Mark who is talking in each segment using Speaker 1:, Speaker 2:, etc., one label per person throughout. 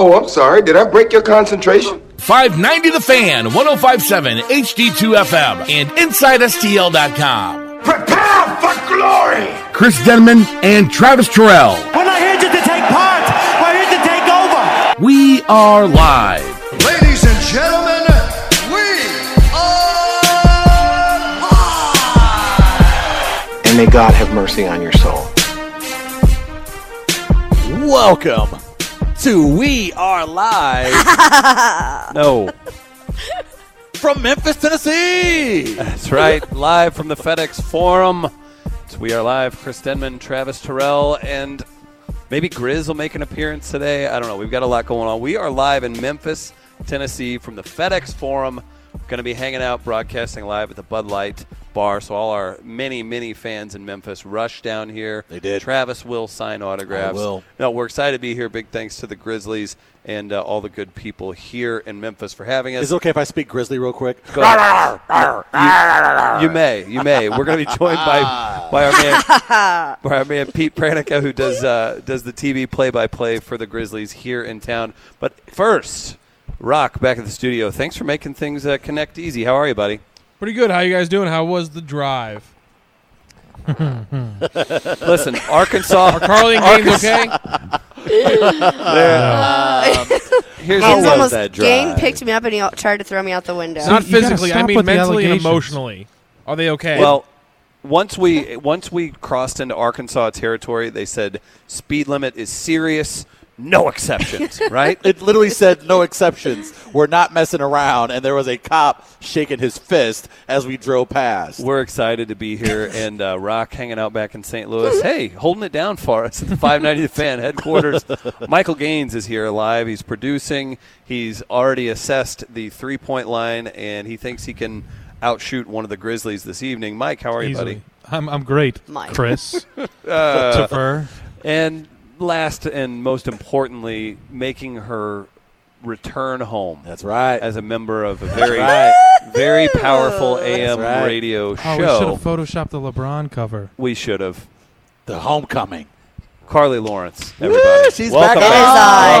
Speaker 1: Oh, I'm sorry. Did I break your concentration?
Speaker 2: 590 The Fan, 1057 HD2 FM, and InsideSTL.com.
Speaker 1: Prepare for glory!
Speaker 2: Chris Denman and Travis Terrell.
Speaker 3: We're not here just to take part, we're here to take over.
Speaker 2: We are live.
Speaker 4: Ladies and gentlemen, we are live!
Speaker 5: And may God have mercy on your soul.
Speaker 6: Welcome to We Are Live.
Speaker 7: no.
Speaker 6: from Memphis, Tennessee.
Speaker 7: That's right. Live from the FedEx Forum. It's We Are Live. Chris Denman, Travis Terrell, and maybe Grizz will make an appearance today. I don't know. We've got a lot going on. We are live in Memphis, Tennessee from the FedEx Forum. Going to be hanging out, broadcasting live at the Bud Light Bar. So all our many, many fans in Memphis rush down here.
Speaker 6: They did.
Speaker 7: Travis will sign autographs.
Speaker 6: I will.
Speaker 7: No, we're excited to be here. Big thanks to the Grizzlies and uh, all the good people here in Memphis for having us.
Speaker 6: Is it okay if I speak Grizzly real quick?
Speaker 7: Go ahead. you, you may, you may. We're going to be joined by by our man by our man Pete Pranica, who does uh, does the TV play by play for the Grizzlies here in town. But first, Rock back at the studio. Thanks for making things uh, connect easy. How are you, buddy?
Speaker 8: Pretty good. How you guys doing? How was the drive?
Speaker 7: Listen, Arkansas.
Speaker 8: Are Carly and Gaines okay?
Speaker 7: Here's
Speaker 9: Gaines
Speaker 7: how was
Speaker 9: almost
Speaker 7: that
Speaker 9: Gaines
Speaker 7: drive?
Speaker 9: picked me up and he al- tried to throw me out the window.
Speaker 8: Not
Speaker 10: you gotta
Speaker 8: physically. I
Speaker 10: stop
Speaker 8: mean
Speaker 10: with the
Speaker 8: mentally and
Speaker 10: allegations.
Speaker 8: emotionally. Are they okay?
Speaker 7: Well, once we once we crossed into Arkansas territory, they said speed limit is serious, no exceptions. right?
Speaker 6: It literally said no exceptions. We're not messing around. And there was a cop shaking his fist as we drove past.
Speaker 7: We're excited to be here and uh, Rock hanging out back in St. Louis. Hey, holding it down for us at the 590 The Fan headquarters. Michael Gaines is here live. He's producing. He's already assessed the three point line and he thinks he can outshoot one of the Grizzlies this evening. Mike, how are you, buddy?
Speaker 10: Easily. I'm, I'm great,
Speaker 9: Mike.
Speaker 10: Chris. uh, Taffer.
Speaker 7: And last and most importantly, making her return home
Speaker 6: That's right.
Speaker 7: as a member of a very,
Speaker 6: right.
Speaker 7: very powerful AM
Speaker 6: right.
Speaker 7: radio
Speaker 10: Oh, we should have
Speaker 7: show.
Speaker 10: photoshopped the LeBron cover.
Speaker 7: We should have.
Speaker 6: the homecoming.
Speaker 7: Carly Lawrence, everybody.
Speaker 6: she's
Speaker 7: Welcome
Speaker 6: back
Speaker 7: back.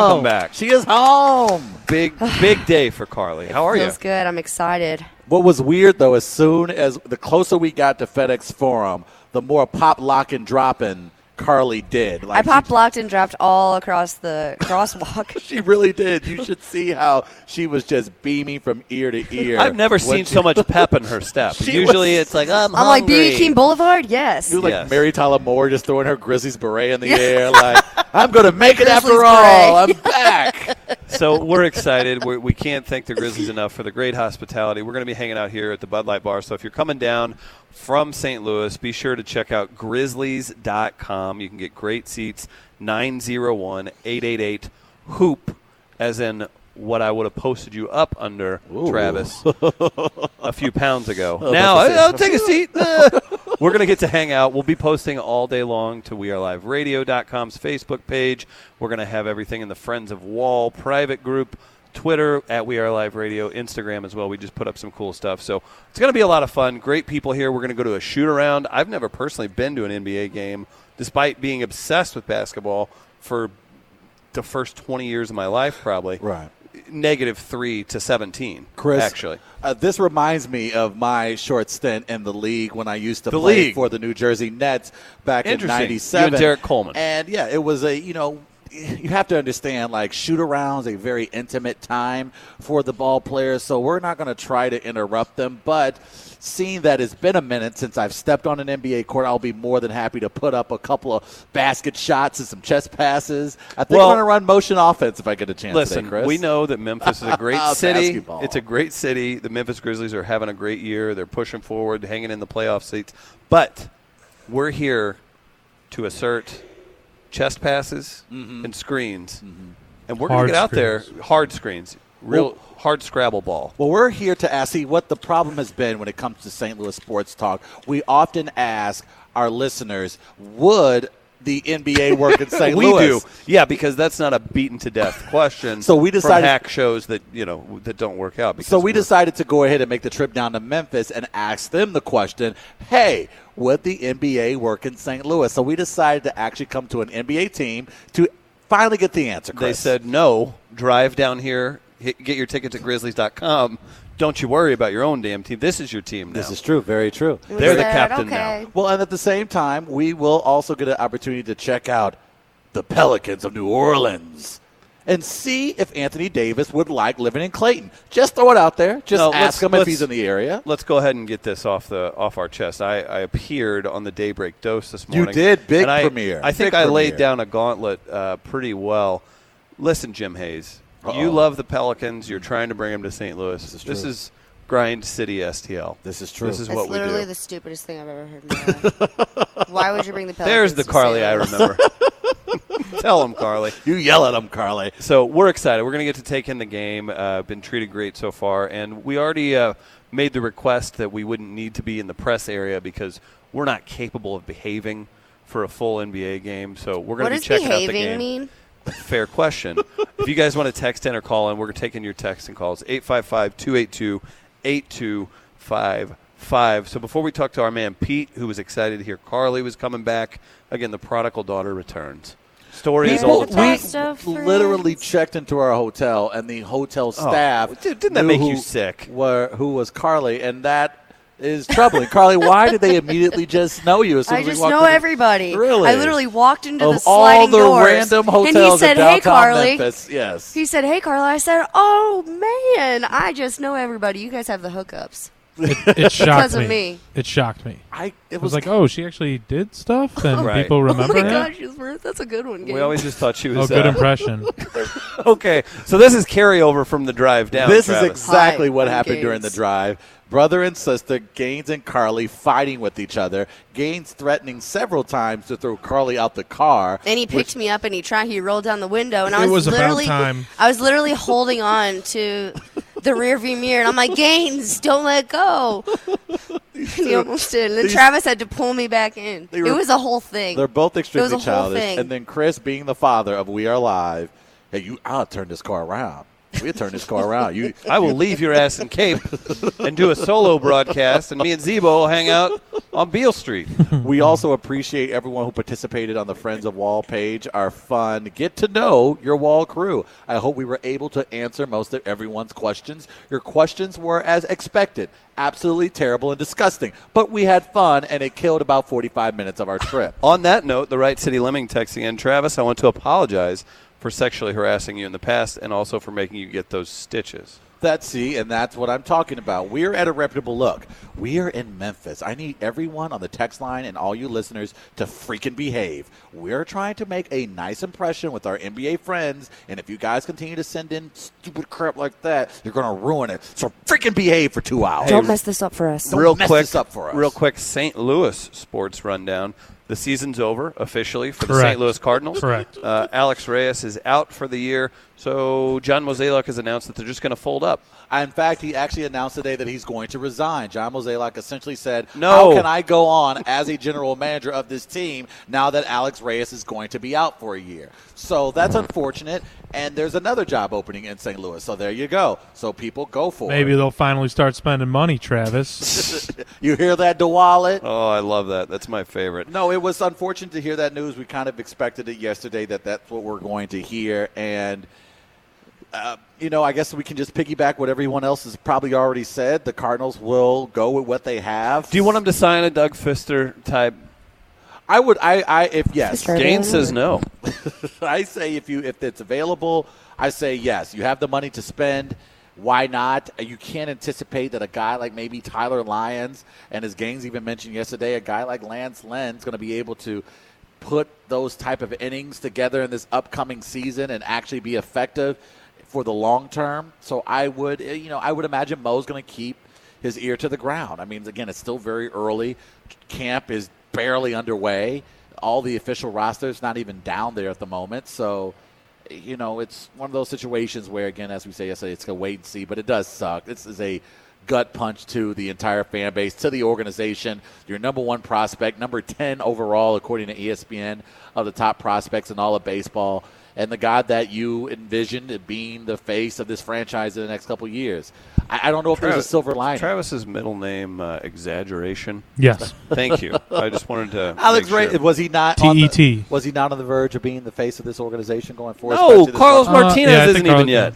Speaker 9: home.
Speaker 7: Welcome back.
Speaker 6: She is home.
Speaker 7: Big, big day for Carly. How are you?
Speaker 9: Feels good. I'm excited.
Speaker 6: What was weird though, as soon as the closer we got to FedEx Forum, the more pop, lock, and dropping Carly did.
Speaker 9: I
Speaker 6: Like she-
Speaker 9: popped, locked, and dropped all across the crosswalk.
Speaker 6: She really did. You should see how she was just beaming from ear to ear.
Speaker 7: I've never
Speaker 6: when
Speaker 7: seen
Speaker 6: she-
Speaker 7: so much pep in her step.
Speaker 6: She
Speaker 7: Usually
Speaker 6: was-
Speaker 7: it's like, I'm,
Speaker 9: I'm like Beauty King Boulevard. Yes.
Speaker 6: You like
Speaker 7: Yes.
Speaker 6: Mary Tyler Moore just throwing her Grizzlies beret in the air, like I'm gonna make it after
Speaker 9: Grizzlies
Speaker 6: all. I'm back.
Speaker 7: so we're excited. We're, we can't thank the Grizzlies enough for the great hospitality. We're going to be hanging out here at the Bud Light Bar. So if you're coming down from St. Louis, be sure to check out grizzlies.com. You can get great seats 901 888 HOOP, as in what I would have posted you up under, Travis, a few pounds ago. now,
Speaker 6: that's
Speaker 7: I'll take a seat. We're going to get to hang out. We'll be posting all day long to weareliveradio.com's Facebook page. We're going to have everything in the Friends of Wall private group, Twitter at We Are Live Radio, Instagram as well. We just put up some cool stuff. So it's going to be a lot of fun. Great people here. We're going to go to a shoot around. I've never personally been to an NBA game, despite being obsessed with basketball for the first 20 years of my life, probably.
Speaker 6: Right.
Speaker 7: Negative 3 to 17,
Speaker 6: Chris,
Speaker 7: actually.
Speaker 6: uh, this reminds me of my short stint in the league when I used to
Speaker 7: The
Speaker 6: play
Speaker 7: league.
Speaker 6: for the New Jersey Nets back in
Speaker 7: Interesting. You and
Speaker 6: '97.
Speaker 7: Derek Coleman.
Speaker 6: and yeah, it was a you know. You have to understand, like shoot arounds, a very intimate time for the ball players. So we're not going to try to interrupt them. But seeing that it's been a minute since I've stepped on an NBA court, I'll be more than happy to put up a couple of basket shots and some chest passes. I think
Speaker 7: Well-
Speaker 6: we're going to run motion offense if I get a chance.
Speaker 7: Listen,
Speaker 6: today, Chris.
Speaker 7: we know that Memphis is a great city.
Speaker 6: Basketball.
Speaker 7: It's a great city. The Memphis Grizzlies are having a great year. They're pushing forward, hanging in the playoff seats. But we're here to assert chest passes
Speaker 6: Mm-hmm.
Speaker 7: and screens, and we're going
Speaker 10: Hard
Speaker 7: to get out there
Speaker 10: screens.
Speaker 7: hard screens, real hard Scrabble ball.
Speaker 6: Well, we're here to ask see what the problem has been when it comes to St. Louis sports talk. We often ask our listeners, would the NBA work in St.
Speaker 7: we
Speaker 6: Louis?
Speaker 7: do, yeah, because that's not a beaten to death question.
Speaker 6: So we
Speaker 7: from
Speaker 6: decided-
Speaker 7: hack shows that you know that don't work out. Because
Speaker 6: So we
Speaker 7: we're-
Speaker 6: decided to go ahead and make the trip down to Memphis and ask them the question, hey, would the NBA work in St. Louis? So we decided to actually come to an NBA team to finally get the answer,
Speaker 7: They
Speaker 6: Chris.
Speaker 7: said, no, drive down here, hit, get your tickets at grizzlies.com. Don't you worry about your own damn team. This is your team now.
Speaker 6: This is true. Very true.
Speaker 9: We
Speaker 7: They're the
Speaker 9: said,
Speaker 7: captain
Speaker 9: okay.
Speaker 7: now.
Speaker 6: Well, and at the same time, we will also get an opportunity to check out the Pelicans of New Orleans and see if Anthony Davis would like living in Clayton. Just throw it out there. Just
Speaker 7: No, let's-
Speaker 6: ask him if
Speaker 7: let's-
Speaker 6: he's in the area.
Speaker 7: Let's go ahead and get this off the off our chest. I, I appeared on the Daybreak Dose this
Speaker 6: You
Speaker 7: morning.
Speaker 6: did. Big
Speaker 7: and I,
Speaker 6: premiere.
Speaker 7: I think
Speaker 6: Big
Speaker 7: I laid
Speaker 6: premiere.
Speaker 7: down a gauntlet uh, pretty well. Listen, Jim Hayes, you love the Pelicans. You're trying to bring them to St. Louis. This is,
Speaker 6: true.
Speaker 7: grind city STL.
Speaker 6: This is true.
Speaker 7: This is
Speaker 9: That's
Speaker 7: what we
Speaker 9: literally
Speaker 7: do.
Speaker 9: the stupidest thing I've ever heard. In my life. Why would you bring the Pelicans?
Speaker 7: There's the
Speaker 9: to
Speaker 7: Carly
Speaker 9: St.
Speaker 7: I
Speaker 9: Louis?
Speaker 7: remember. Tell him, Carly.
Speaker 6: You yell at him, Carly.
Speaker 7: So we're excited. We're going to get to take in the game. Uh, been treated great so far, and we already uh, made the request that we wouldn't need to be in the press area because we're not capable of behaving for a full NBA game. So we're
Speaker 9: What
Speaker 7: going to be
Speaker 9: does
Speaker 7: checking out the
Speaker 9: behaving
Speaker 7: game.
Speaker 9: mean?
Speaker 7: Fair question. if you guys want to text in or call in, we're taking your texts and calls 855 282 8255. So before we talk to our man Pete, who was excited to hear Carly was coming back, again, the prodigal daughter returns. Story is
Speaker 6: People,
Speaker 7: old.
Speaker 9: Well,
Speaker 6: we
Speaker 9: Best of
Speaker 6: literally
Speaker 9: friends.
Speaker 6: checked into our hotel, and the hotel staff
Speaker 7: Oh, dude, didn't that
Speaker 6: knew
Speaker 7: make
Speaker 6: who
Speaker 7: you sick?
Speaker 6: Were, who was Carly, and that is troubling. Carly, why did they immediately just know you? As soon
Speaker 9: I
Speaker 6: as we
Speaker 9: just
Speaker 6: walked
Speaker 9: know
Speaker 6: in the-
Speaker 9: everybody.
Speaker 6: Really?
Speaker 9: I literally walked into
Speaker 6: of
Speaker 9: the sliding
Speaker 6: all the
Speaker 9: doors,
Speaker 6: random hotels
Speaker 9: and he said,
Speaker 6: in downtown
Speaker 9: "Hey, Carly."
Speaker 6: Memphis. Yes,
Speaker 9: He said, "Hey, Carly." I said, "Oh man, I just know everybody. You guys have the hookups."
Speaker 10: It shocked
Speaker 9: Because of
Speaker 10: me.
Speaker 9: me.
Speaker 10: It shocked me.
Speaker 6: I it
Speaker 10: It was like, oh, she actually did stuff, and
Speaker 7: Right.
Speaker 10: people remember
Speaker 9: oh my
Speaker 10: her.
Speaker 9: gosh, it's worth- that's a good one. Gabe.
Speaker 7: We always just thought she
Speaker 10: Oh,
Speaker 7: was
Speaker 10: good
Speaker 7: uh,
Speaker 10: impression.
Speaker 7: okay. So this is carryover from the drive down.
Speaker 6: This
Speaker 7: Travis.
Speaker 6: is exactly
Speaker 9: Hi,
Speaker 6: what
Speaker 9: I'm
Speaker 6: happened during the
Speaker 9: Gaines.
Speaker 6: drive. Brother and sister, Gaines and Carly, fighting with each other. Gaines threatening several times to throw Carly out the car.
Speaker 9: And he picked me up and he tried. He rolled down the window and I
Speaker 8: It was
Speaker 9: was,
Speaker 8: about
Speaker 9: literally,
Speaker 8: time.
Speaker 9: I was literally holding on to the rearview mirror and I'm like, Gaines, don't let go. And he almost did. And then
Speaker 6: these-
Speaker 9: Travis had to pull me back in.
Speaker 6: They were-
Speaker 9: it was a whole thing.
Speaker 6: They're both extremely
Speaker 9: It was a whole
Speaker 6: childish.
Speaker 9: thing.
Speaker 6: And then Chris, being the father of We Are Live, hey, you, I'll turn this car around. We'll turn this car around. You,
Speaker 7: I will leave your ass in Cape and do a solo broadcast, and me and Zebo will hang out on Beale Street.
Speaker 6: we also appreciate everyone who participated on the Friends of Wall page. Our fun get to know your wall crew. I hope we were able to answer most of everyone's questions. Your questions were as expected, absolutely terrible and disgusting, but we had fun and it killed about 45 minutes of our trip.
Speaker 7: On that note, the right city lemming texting in Travis. I want to apologize for sexually harassing you in the past, and also for making you get those stitches.
Speaker 6: That's see, and that's what I'm talking about. We're at a reputable look. We are in Memphis. I need everyone on the text line and all you listeners to freaking behave. We're trying to make a nice impression with our NBA friends, and if you guys continue to send in stupid crap like that, you're gonna ruin it. So freaking behave for two hours.
Speaker 9: don't mess this up for us.
Speaker 6: Don't
Speaker 7: real
Speaker 6: mess
Speaker 7: quick,
Speaker 6: this up for us.
Speaker 7: real quick, St. Louis sports rundown. The season's over officially for the
Speaker 10: Correct.
Speaker 7: St. Louis Cardinals.
Speaker 10: Correct.
Speaker 7: Uh, Alex Reyes is out for the year, so John Mozeliak has announced that they're just going to fold up.
Speaker 6: In fact, he actually announced today that he's going to resign. John Mozeliak essentially said,
Speaker 7: No.
Speaker 6: How can I go on as a general manager of this team now that Alex Reyes is going to be out for a year? So that's unfortunate. And there's another job opening in St. Louis. So there you go. So people go for
Speaker 10: Maybe
Speaker 6: it.
Speaker 10: they'll finally start spending money, Travis.
Speaker 6: You hear that, DeWallet?
Speaker 7: Oh, I love that. That's my favorite.
Speaker 6: No, it was unfortunate to hear that news. We kind of expected it yesterday that that's what we're going to hear. And, uh, you know, I guess we can just piggyback what everyone else has probably already said. The Cardinals will go with what they have.
Speaker 7: Do you want him to sign a Doug Fister type?
Speaker 6: I would. I. I. If yes,
Speaker 9: Fister.
Speaker 7: Gaines says no.
Speaker 6: I say if you if it's available, I say yes. You have the money to spend. Why not? You can't anticipate that a guy like maybe Tyler Lyons and as Gaines even mentioned yesterday, a guy like Lance Lynn's going to be able to put those type of innings together in this upcoming season and actually be effective for the long term. So I would, eh, you know, I would imagine Mo's going to keep his ear to the ground. I mean, again, it's still very early. Camp is barely underway. All the official rosters not even down there at the moment. So, you know, it's one of those situations where, again, as we say yesterday, it's a wait and see. But it does suck. This is a gut punch to the entire fan base, to the organization. Your number one prospect, number 10 overall, according to E ESPN, of the top prospects in all of baseball, and the guy that you envisioned being the face of this franchise in the next couple of years. I, I don't know if there's a silver lining.
Speaker 7: Travis's middle name uh, exaggeration.
Speaker 10: Yes.
Speaker 7: Thank you. I just wanted to.
Speaker 6: Alex
Speaker 7: make
Speaker 6: Ray,
Speaker 7: sure.
Speaker 6: was he not on the-
Speaker 10: TET.
Speaker 6: was he not on the verge of being the face of this organization going forward?
Speaker 7: No,
Speaker 6: especially this
Speaker 7: Carlos
Speaker 10: Uh,
Speaker 6: offseason?
Speaker 7: Martinez
Speaker 10: yeah, I think
Speaker 7: isn't even
Speaker 10: Carlos-
Speaker 7: yet.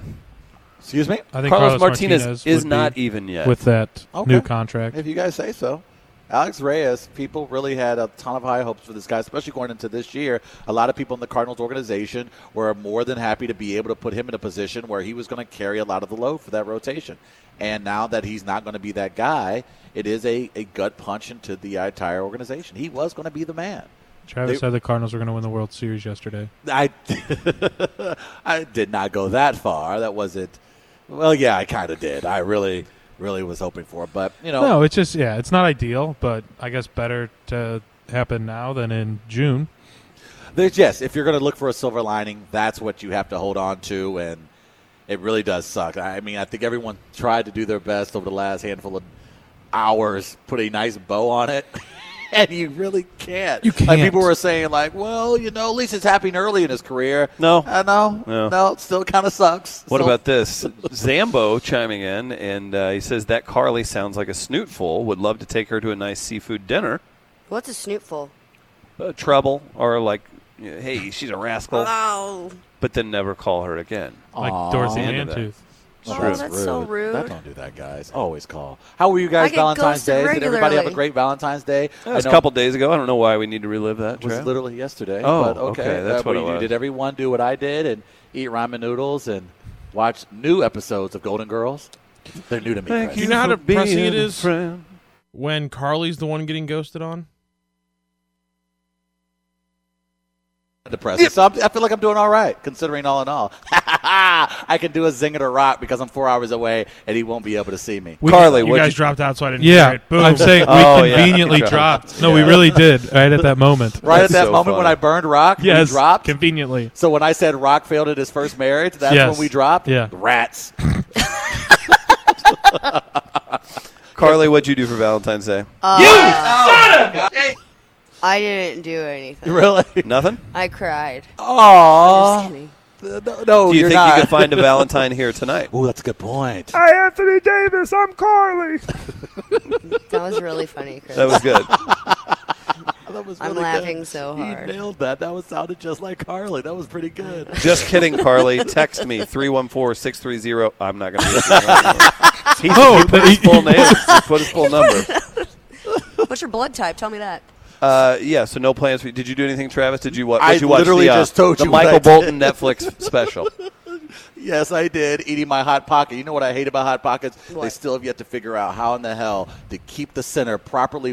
Speaker 6: Excuse me.
Speaker 10: I think
Speaker 7: Carlos Martinez, is
Speaker 10: would be
Speaker 7: not even yet.
Speaker 10: with that
Speaker 6: Okay.
Speaker 10: new contract.
Speaker 6: If you guys say so. Alex Reyes, people really had a ton of high hopes for this guy, especially going into this year. A lot of people in the Cardinals organization were more than happy to be able to put him in a position where he was going to carry a lot of the load for that rotation. And now that he's not going to be that guy, it is a, a gut punch into the entire organization. He was going to be the man.
Speaker 10: Travis
Speaker 6: They-
Speaker 10: said the Cardinals were going to win the World Series yesterday.
Speaker 6: I, I did not go that far. That wasn't. Well, yeah, I kind of did. I really, really was hoping for it. But, you
Speaker 7: Oh.
Speaker 6: know,
Speaker 10: No, it's just yeah, it's not ideal, but I guess better to happen now than in June.
Speaker 6: There's yes, if you're going to look for a silver lining, that's what you have to hold on to, and it really does suck. I mean, I think everyone tried to do their best over the last handful of hours, put a nice bow on it, and you really can't.
Speaker 10: You
Speaker 6: Like
Speaker 10: can't.
Speaker 6: people were saying, like, well, you know, at least it's happening early in his career.
Speaker 7: No.
Speaker 6: I know,
Speaker 7: No.
Speaker 6: no, it still kind of sucks.
Speaker 7: What
Speaker 6: So-
Speaker 7: about this? Zambo chiming in, and uh, he says that Carly sounds like a snootful. Would love to take her to a nice seafood dinner.
Speaker 9: What's a snootful?
Speaker 7: Uh, trouble, or like, you know, hey, she's a rascal,
Speaker 9: Oh,
Speaker 7: but then never call her again.
Speaker 10: Like
Speaker 6: Aw.
Speaker 10: Dorothy
Speaker 7: the end of
Speaker 10: Mantooth.
Speaker 9: Oh,
Speaker 6: True.
Speaker 9: that's so rude.
Speaker 6: That- don't do that, guys. Always call. How were you guys
Speaker 9: get
Speaker 6: Valentine's Day?
Speaker 9: ghosted
Speaker 6: Did everybody have a
Speaker 9: regularly.
Speaker 6: great Valentine's Day?
Speaker 7: That was
Speaker 6: I
Speaker 7: a
Speaker 6: know-
Speaker 7: couple days ago. I don't know why we need to relive that.
Speaker 6: was
Speaker 7: Trav.
Speaker 6: literally yesterday.
Speaker 7: Oh,
Speaker 6: but okay,
Speaker 7: okay, that's what
Speaker 6: do
Speaker 7: it
Speaker 6: you do?
Speaker 7: was.
Speaker 6: Did everyone do what I did and eat ramen noodles and watch new episodes of Golden Girls? They're new to me.
Speaker 7: Thank
Speaker 6: Chris.
Speaker 8: You know how
Speaker 7: for
Speaker 8: depressing it
Speaker 7: being
Speaker 8: is?
Speaker 7: a friend.
Speaker 8: When Carly's the one getting ghosted on?
Speaker 6: depressing. So I'm, I feel like I'm doing all right, considering all in all. I can do a zing at a rock because I'm four hours away and he won't be able to see me.
Speaker 7: Carly,
Speaker 8: you
Speaker 7: what
Speaker 8: guys dropped out, so I didn't.
Speaker 10: Yeah,
Speaker 8: hear it. Boom.
Speaker 10: I'm saying we
Speaker 7: Oh, yeah.
Speaker 10: conveniently
Speaker 7: Yeah.
Speaker 10: dropped. No, we really did right at that moment.
Speaker 6: Right
Speaker 7: That's
Speaker 6: at that
Speaker 7: so
Speaker 6: moment when
Speaker 7: funny.
Speaker 6: I burned rock, we
Speaker 10: Yes,
Speaker 6: dropped.
Speaker 10: conveniently.
Speaker 6: so when I said rock failed at his first marriage, that's
Speaker 10: Yes.
Speaker 6: when we dropped.
Speaker 10: Yeah.
Speaker 6: Rats.
Speaker 7: Carly, what'd you do for Valentine's Day?
Speaker 9: Uh,
Speaker 6: Uh,
Speaker 9: I didn't do anything.
Speaker 6: really?
Speaker 7: Nothing.
Speaker 9: I cried. Just
Speaker 6: Oh
Speaker 9: kidding.
Speaker 6: no, no,
Speaker 7: Do you
Speaker 6: are
Speaker 7: think
Speaker 6: oh, not.
Speaker 7: you can find a Valentine here tonight?
Speaker 6: Ooh, that's a good point.
Speaker 9: That was really funny, Chris.
Speaker 7: That was good.
Speaker 6: That was
Speaker 9: I'm
Speaker 6: really
Speaker 9: laughing
Speaker 6: good.
Speaker 9: so hard.
Speaker 6: You nailed that. That was sounded just like Harley. That was pretty good.
Speaker 7: Just kidding, Carly. Text me 314-630. I'm not going to. He, oh, he put his full name. He put his full number.
Speaker 9: What's your blood type? Tell me that.
Speaker 7: Uh, yeah. So no plans. for you. Did you do anything, Travis? Did you watch?
Speaker 6: I
Speaker 7: did you watch
Speaker 6: literally
Speaker 7: the, uh,
Speaker 6: just told
Speaker 7: the
Speaker 6: you what I
Speaker 7: Michael
Speaker 6: did.
Speaker 7: Bolton Netflix special.
Speaker 6: yes, I did. Eating my hot pocket. You know what I hate about hot pockets? They
Speaker 9: What?
Speaker 6: still have yet to figure out how in the hell to keep the center properly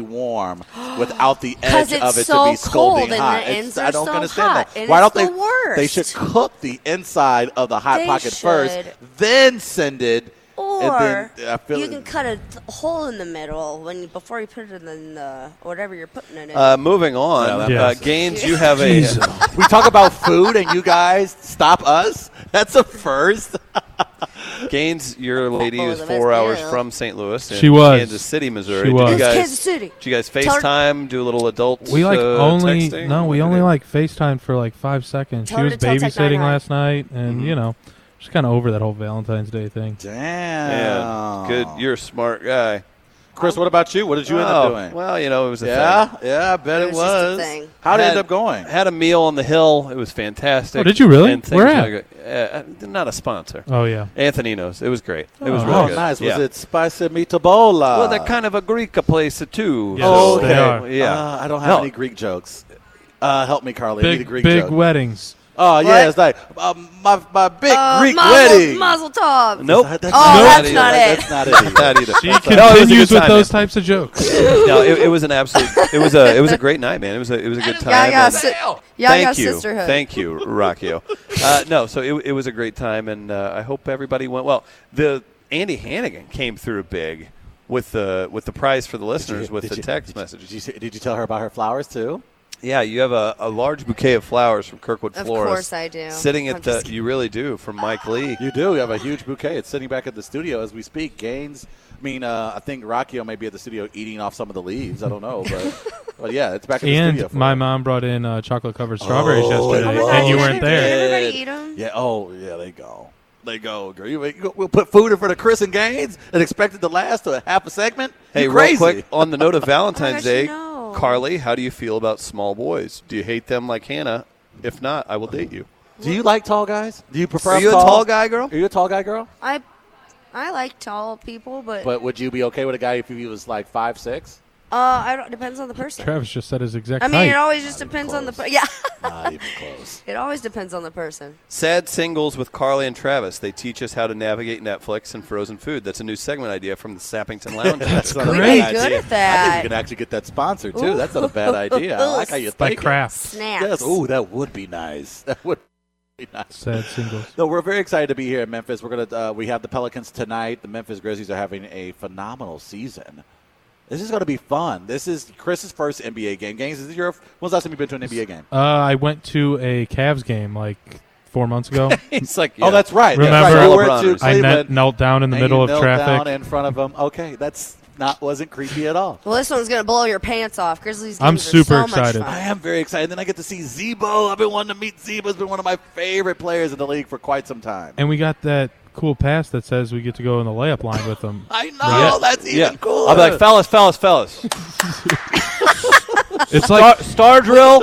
Speaker 6: warm without the
Speaker 9: 'Cause
Speaker 6: edge
Speaker 9: it's
Speaker 6: of it
Speaker 9: so
Speaker 6: to be scalding
Speaker 9: cold and
Speaker 6: hot.
Speaker 9: the
Speaker 6: It's-
Speaker 9: ends
Speaker 6: I
Speaker 9: are
Speaker 6: don't
Speaker 9: so
Speaker 6: understand
Speaker 9: hot,
Speaker 6: that.
Speaker 9: and
Speaker 6: Why
Speaker 9: it's
Speaker 6: don't
Speaker 9: the
Speaker 6: they?
Speaker 9: worst.
Speaker 6: They should cook the inside of the hot
Speaker 9: They
Speaker 6: pocket first,
Speaker 9: should.
Speaker 6: then send it.
Speaker 9: Or
Speaker 6: and then, I feel
Speaker 9: you
Speaker 6: it-
Speaker 9: can cut a th- hole in the middle when before you put it in the whatever you're putting it in.
Speaker 7: Uh, moving on.
Speaker 10: Yeah.
Speaker 7: Uh, Gaines, you have a.
Speaker 6: we talk about food and you guys stop us. That's a first.
Speaker 7: Gaines, your lady
Speaker 9: Oh,
Speaker 7: is
Speaker 9: the
Speaker 7: four
Speaker 9: best
Speaker 7: hours
Speaker 9: meal.
Speaker 7: from St. Louis. in
Speaker 10: She was.
Speaker 7: Kansas City, Missouri.
Speaker 10: She
Speaker 7: Did
Speaker 10: was.
Speaker 7: You
Speaker 9: It's
Speaker 7: guys,
Speaker 9: Kansas City.
Speaker 7: Did you guys
Speaker 9: Tell her-
Speaker 7: FaceTime? Do a little adult.
Speaker 10: We like
Speaker 7: uh,
Speaker 10: only
Speaker 7: texting?
Speaker 10: no,
Speaker 7: What
Speaker 10: we
Speaker 7: did
Speaker 10: only
Speaker 7: you do?
Speaker 10: like FaceTime for like five seconds.
Speaker 9: Tell
Speaker 10: she
Speaker 9: her
Speaker 10: was
Speaker 9: to tell Tech
Speaker 10: babysitting
Speaker 9: Nine Nine.
Speaker 10: last night, and
Speaker 7: Mm-hmm.
Speaker 10: you know, she's kind of over that whole Valentine's Day thing.
Speaker 6: Damn.
Speaker 7: Yeah, good. You're a smart guy.
Speaker 6: Chris, what about you? What did Oh. you end
Speaker 7: Oh,
Speaker 6: up doing?
Speaker 7: Well, you know, it was a
Speaker 6: yeah,
Speaker 7: thing.
Speaker 6: yeah, I bet
Speaker 9: It
Speaker 6: it,
Speaker 9: was just a
Speaker 6: was.
Speaker 9: thing.
Speaker 6: How did it
Speaker 7: Had-
Speaker 6: end up going?
Speaker 7: Had a meal on the hill. It was fantastic.
Speaker 10: Oh, did you really?
Speaker 7: And things
Speaker 10: Where at?
Speaker 7: like it- uh, not a sponsor.
Speaker 10: Oh yeah,
Speaker 7: Anthony knows. It was great. It was
Speaker 10: Oh,
Speaker 7: really
Speaker 6: oh,
Speaker 7: good.
Speaker 6: nice.
Speaker 7: Yeah.
Speaker 6: Was it uh, spicy meatbola?
Speaker 7: Well, that kind of a Greek place too.
Speaker 10: Yes,
Speaker 6: Oh,
Speaker 10: they
Speaker 6: okay.
Speaker 10: are.
Speaker 7: Yeah.
Speaker 6: Uh, I don't have
Speaker 7: No.
Speaker 6: any Greek jokes. Uh, help me, Carly. I need a
Speaker 10: big
Speaker 6: Greek
Speaker 10: big
Speaker 6: joke.
Speaker 10: weddings.
Speaker 6: oh, yeah, it's like um, my, my big
Speaker 9: Uh,
Speaker 6: Greek
Speaker 9: mazel,
Speaker 6: wedding.
Speaker 9: Mazel tov.
Speaker 7: Nope.
Speaker 6: That-
Speaker 9: Oh, that's
Speaker 7: Nope.
Speaker 9: not it.
Speaker 6: That's not it. either.
Speaker 7: That either.
Speaker 10: She
Speaker 7: That's all. No, it was a good
Speaker 10: continues with
Speaker 7: time,
Speaker 10: those
Speaker 7: man.
Speaker 10: types of jokes.
Speaker 7: No, it, it was an absolute. It was a. It was a great night, man. It was a. It was a good time.
Speaker 9: Yeah, yeah,
Speaker 7: and-
Speaker 9: si- yeah,
Speaker 7: Thank
Speaker 9: yeah,
Speaker 7: you,
Speaker 9: sisterhood.
Speaker 7: thank you, Rockio. Uh, no, so it, it was a great time, and uh, I hope everybody went well. The Andy Hannigan came through big with the with the prize for the
Speaker 6: Did you-
Speaker 7: listeners with
Speaker 6: did
Speaker 7: the
Speaker 6: you-
Speaker 7: text
Speaker 6: did you-
Speaker 7: message.
Speaker 6: Did you, did you tell her about her flowers too?
Speaker 7: Yeah, you have a, a large bouquet of flowers from Kirkwood
Speaker 9: Of
Speaker 7: Florist.
Speaker 9: course I do.
Speaker 7: Sitting at
Speaker 9: I'm
Speaker 7: the,
Speaker 9: just
Speaker 7: you really do, from Mike Lee.
Speaker 6: You do. You have a huge bouquet. It's sitting back at the studio as we speak. Gaines. I mean, uh, I think Rocchio may be at the studio eating off some of the leaves. I don't know, but but yeah, it's back at the studio.
Speaker 10: And
Speaker 6: for
Speaker 10: my
Speaker 6: it.
Speaker 10: mom brought in uh, chocolate covered strawberries yesterday,
Speaker 9: Oh,
Speaker 10: and you
Speaker 9: yeah,
Speaker 10: weren't
Speaker 9: they
Speaker 10: there.
Speaker 9: did. Everybody eat 'em?
Speaker 6: Yeah. Oh, yeah. They go. They go, girl. You, you, we'll put food in front of Chris and Gaines and expect it to last a half a segment.
Speaker 7: Hey,
Speaker 6: you crazy.
Speaker 7: real quick, on the note of Valentine's
Speaker 9: gosh,
Speaker 7: Day,
Speaker 9: no.
Speaker 7: Carly, how do you feel about small boys? Do you hate them like Hannah? If not, I will date you.
Speaker 6: Do you like tall guys? Do you prefer?
Speaker 7: Are you a
Speaker 6: tall?
Speaker 7: tall guy, girl?
Speaker 6: Are you a tall guy, girl?
Speaker 9: I I like tall people, but, uh,
Speaker 6: But would you be okay with a guy if he was like five six?
Speaker 9: I don't. Depends on the person.
Speaker 10: Travis just said his exact
Speaker 9: I mean,
Speaker 10: height.
Speaker 9: it always just depends on the. Per- yeah,
Speaker 6: Not even close.
Speaker 9: it always depends on the person.
Speaker 7: Sad Singles with Carly and Travis. They teach us how to navigate Netflix and frozen food. That's a new segment idea from the Sappington Lounge. That's
Speaker 6: not a
Speaker 9: We'd
Speaker 6: bad
Speaker 9: be
Speaker 6: idea.
Speaker 9: good at
Speaker 6: I think
Speaker 9: that.
Speaker 6: we can actually get that sponsored too. That's not a bad idea. I like how you
Speaker 10: like
Speaker 6: think.
Speaker 10: craft.
Speaker 9: Snaps.
Speaker 6: Yes. Oh, that would be nice. That would be nice.
Speaker 10: Sad singles.
Speaker 6: No, we're very excited to be here in Memphis. We're gonna uh, we have the Pelicans tonight. The Memphis Grizzlies are having a phenomenal season. This is gonna be fun. This is Chris's first NBA game. Gaines, is this your when's the last time you've been to an NBA game?
Speaker 10: Uh, I went to a Cavs game like four months ago.
Speaker 7: It's like,
Speaker 6: Oh,
Speaker 7: yeah.
Speaker 6: that's right. that's
Speaker 10: Remember-
Speaker 6: right. You
Speaker 7: LeBron
Speaker 6: went to
Speaker 7: or
Speaker 10: I
Speaker 6: Cleveland
Speaker 10: knelt- knelt down in the
Speaker 6: and you
Speaker 10: middle of
Speaker 6: knelt
Speaker 10: traffic.
Speaker 6: down in front of them. Okay, that's not wasn't creepy at all.
Speaker 9: Well, this one's gonna blow your pants off. Grizzlies.
Speaker 10: I'm
Speaker 9: games are
Speaker 10: super
Speaker 9: so much
Speaker 10: excited.
Speaker 9: fun.
Speaker 6: I am very excited. Then I get to see Zebo. I've been wanting to meet Zebo. He's been one of my favorite players in the league for quite some time.
Speaker 10: and we got that cool pass that says we get to go in the layup line with them.
Speaker 6: I know
Speaker 7: Yeah.
Speaker 6: that's even
Speaker 7: yeah.
Speaker 6: cooler.
Speaker 7: I'll be like, fellas, fellas, fellas.
Speaker 10: It's
Speaker 7: star,
Speaker 10: like
Speaker 7: star drill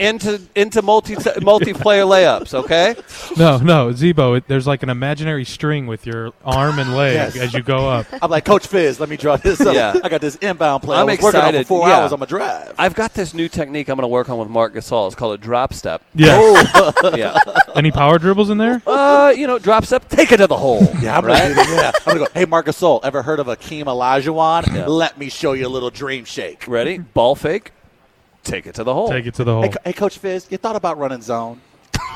Speaker 7: into into multi multiplayer layups. Okay.
Speaker 10: no, no, Zebo. It, there's like an imaginary string with your arm and leg
Speaker 6: Yes.
Speaker 10: as you go up.
Speaker 6: I'm like, Coach Fizz, let me draw this up.
Speaker 7: Yeah.
Speaker 6: I got this inbound play. i
Speaker 7: I'm
Speaker 6: was working on for
Speaker 7: excited.
Speaker 6: four
Speaker 7: Yeah.
Speaker 6: hours on my drive.
Speaker 7: I've got this new technique I'm going to work on with Mark Gasol. It's called a drop step.
Speaker 10: Yeah.
Speaker 6: Oh.
Speaker 7: yeah.
Speaker 10: Any power dribbles in there?
Speaker 7: Uh, you know, drop step, take it to the hole.
Speaker 6: yeah, I'm
Speaker 7: right.
Speaker 6: gonna do that. Yeah. I'm gonna go. Hey, Marcus Sol, ever heard of Akeem Olajuwon? Let me show you a little dream shake.
Speaker 7: Ready? Ball fake, take it to the hole.
Speaker 10: Take it to the
Speaker 6: Oh. Hey,
Speaker 10: hole.
Speaker 6: Co- hey, Coach Fizz, you thought about running zone?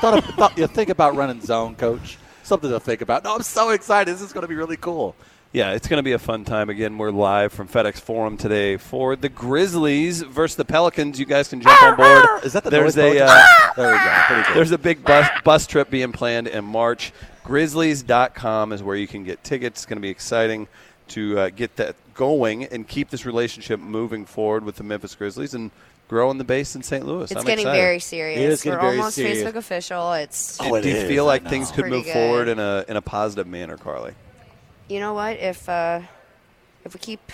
Speaker 6: thought, of, thought you think about running zone, Coach? Something to think about. No, I'm so excited. This is going to be really cool.
Speaker 7: Yeah, it's going to be a fun time. Again, we're live from FedEx Forum today for the Grizzlies versus the Pelicans. You guys can jump on board.
Speaker 6: Is that the
Speaker 7: there's
Speaker 6: noise
Speaker 7: a
Speaker 6: Pelicans?
Speaker 7: uh,
Speaker 6: There we go. Pretty good.
Speaker 7: there's a big bus bus trip being planned in March. Grizzlies.com is where you can get tickets. It's going to be exciting to uh, get that going and keep this relationship moving forward with the Memphis Grizzlies and growing the base in St. Louis.
Speaker 9: It's
Speaker 7: I'm
Speaker 9: getting
Speaker 7: excited.
Speaker 9: very serious.
Speaker 6: It is
Speaker 9: We're
Speaker 6: getting very
Speaker 9: almost
Speaker 6: serious.
Speaker 9: Facebook official. It's
Speaker 6: Oh, it
Speaker 7: Do you
Speaker 6: is,
Speaker 7: feel
Speaker 6: I
Speaker 7: like
Speaker 6: know.
Speaker 7: things could
Speaker 9: Pretty
Speaker 7: move
Speaker 9: good.
Speaker 7: forward in a in a positive manner, Carly?
Speaker 9: you know what? If uh, if we keep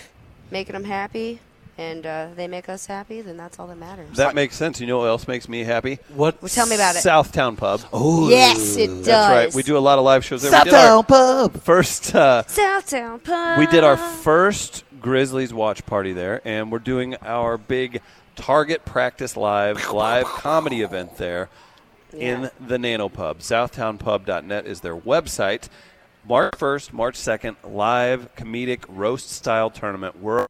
Speaker 9: making them happy and uh, they make us happy, then that's all that matters.
Speaker 7: That makes sense. You know what else makes me happy?
Speaker 6: What?
Speaker 9: Well, tell me about it.
Speaker 7: Southtown Pub.
Speaker 9: yes, it does.
Speaker 7: That's right. We do a lot of live shows there. We did
Speaker 6: Southtown Pub.
Speaker 7: our first uh,
Speaker 9: Southtown Pub.
Speaker 7: We did our
Speaker 9: Ah.
Speaker 7: first Grizzlies watch party there, and we're doing our big Target Practice Live live comedy event there in the Nano Pub. SouthtownPub.net is their website. March 1st, March 2nd, live comedic roast style tournament. We're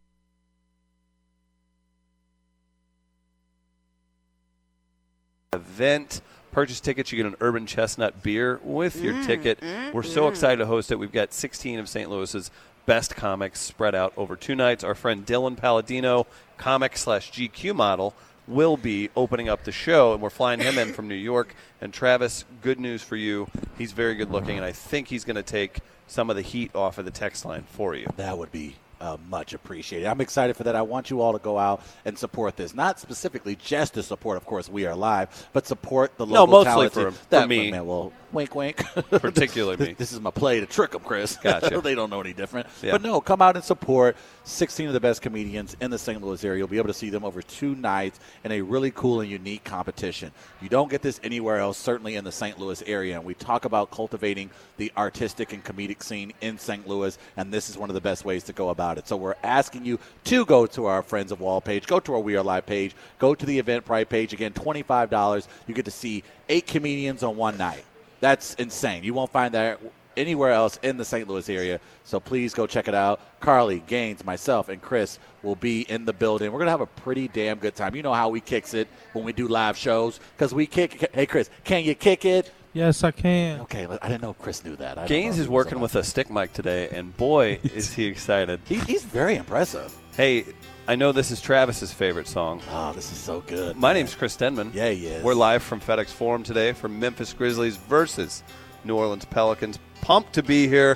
Speaker 7: event. Purchase tickets, you get an Urban Chestnut beer with your ticket. We're so excited to host it. We've got 16 of St. Louis's best comics spread out over two nights. Our friend Dylan Palladino, comic slash GQ model, will be opening up the show, and we're flying him in from New York. And Travis, good news for you. He's very good looking, and I think he's going to take some of the heat off of the text line for you.
Speaker 6: That would be uh, much appreciated. I'm excited for that. I want you all to go out and support this. Not specifically just to support, of course, we are live, but support the
Speaker 7: No,
Speaker 6: local
Speaker 7: mostly
Speaker 6: talent
Speaker 7: for-
Speaker 6: team.
Speaker 7: for
Speaker 6: that
Speaker 7: me.
Speaker 6: Man, well, wink, wink.
Speaker 7: Particularly
Speaker 6: this,
Speaker 7: me.
Speaker 6: This is my play to trick them, Chris.
Speaker 7: Gotcha.
Speaker 6: they don't know any different.
Speaker 7: Yeah.
Speaker 6: But no, come out and support 16 of the best comedians in the St. Louis area. You'll be able to see them over two nights in a really cool and unique competition. You don't get this anywhere else, certainly in the St. Louis area. And we talk about cultivating the artistic and comedic scene in St. Louis, and this is one of the best ways to go about it. So we're asking you to go to our Friends of Wall page, go to our We Are Live page, go to the Eventbrite page. Again, $25. You get to see eight comedians on one night. That's insane. You won't find that anywhere else in the St. Louis area. So please go check it out. Carly, Gaines, myself, and Chris will be in the building. We're going to have a pretty damn good time. You know how we kicks it when we do live shows because we kick. Hey, Chris, can you kick it?
Speaker 10: Yes, I can.
Speaker 6: Okay, but I didn't know Chris knew that. I don't
Speaker 7: Gaines is
Speaker 6: know if he was
Speaker 7: working
Speaker 6: allowed-
Speaker 7: with a stick mic today, and boy, is he excited.
Speaker 6: He, he's very impressive.
Speaker 7: Hey, I know this is Travis's favorite song.
Speaker 6: Oh, this is so good.
Speaker 7: My name's Chris Denman.
Speaker 6: Yeah, he is.
Speaker 7: We're live from FedEx Forum today for Memphis Grizzlies versus New Orleans Pelicans. Pumped to be here.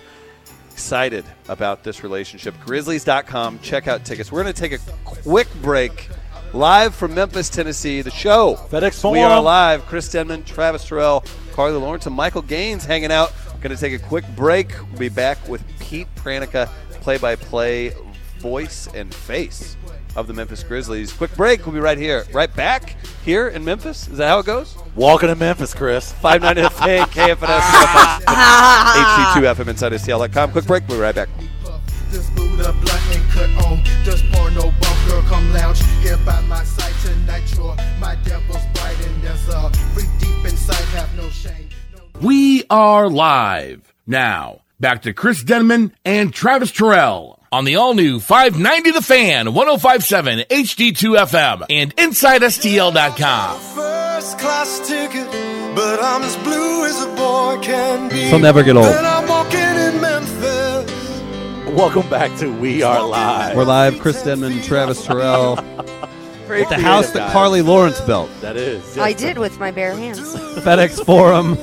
Speaker 7: Excited about this relationship. Grizzlies.com. Check out tickets. We're going to take a quick break. Live from Memphis, Tennessee, the show.
Speaker 6: FedEx
Speaker 7: We
Speaker 6: Forum.
Speaker 7: are live. Chris Denman, Travis Terrell, Carly Lawrence, and Michael Gaines hanging out. Going to take a quick break. We'll be back with Pete Pranica, play by play voice and face of the Memphis Grizzlies. Quick break. We'll be right here. Right back here in Memphis. Is that how it goes?
Speaker 6: Walking to Memphis, Chris.
Speaker 7: 590 KFNS, HD2FM, InsideSTL.com. Quick break. We'll be right back.
Speaker 4: Just boot a blunt and cut on. Just porno bump, girl, come lounge. Here by my side tonight, you're my devil's bride, and there's a freak deep inside. Have no shame. No-
Speaker 2: We are live. Now, back to Chris Denman and Travis Terrell on the all new 590 The Fan, 1057 HD2 FM, and InsideSTL.com.
Speaker 4: First class ticket, but I'm as blue as a boy can be.
Speaker 7: This'll never get old.
Speaker 4: And I'm walking in Memphis.
Speaker 6: Welcome back to We Are Live.
Speaker 7: We're live. Chris Denman, Travis Terrell.
Speaker 6: Very
Speaker 7: The house
Speaker 6: creative
Speaker 7: that
Speaker 6: guys.
Speaker 7: Carly Lawrence built.
Speaker 6: That is.
Speaker 9: I did with my bare hands.
Speaker 7: FedEx Forum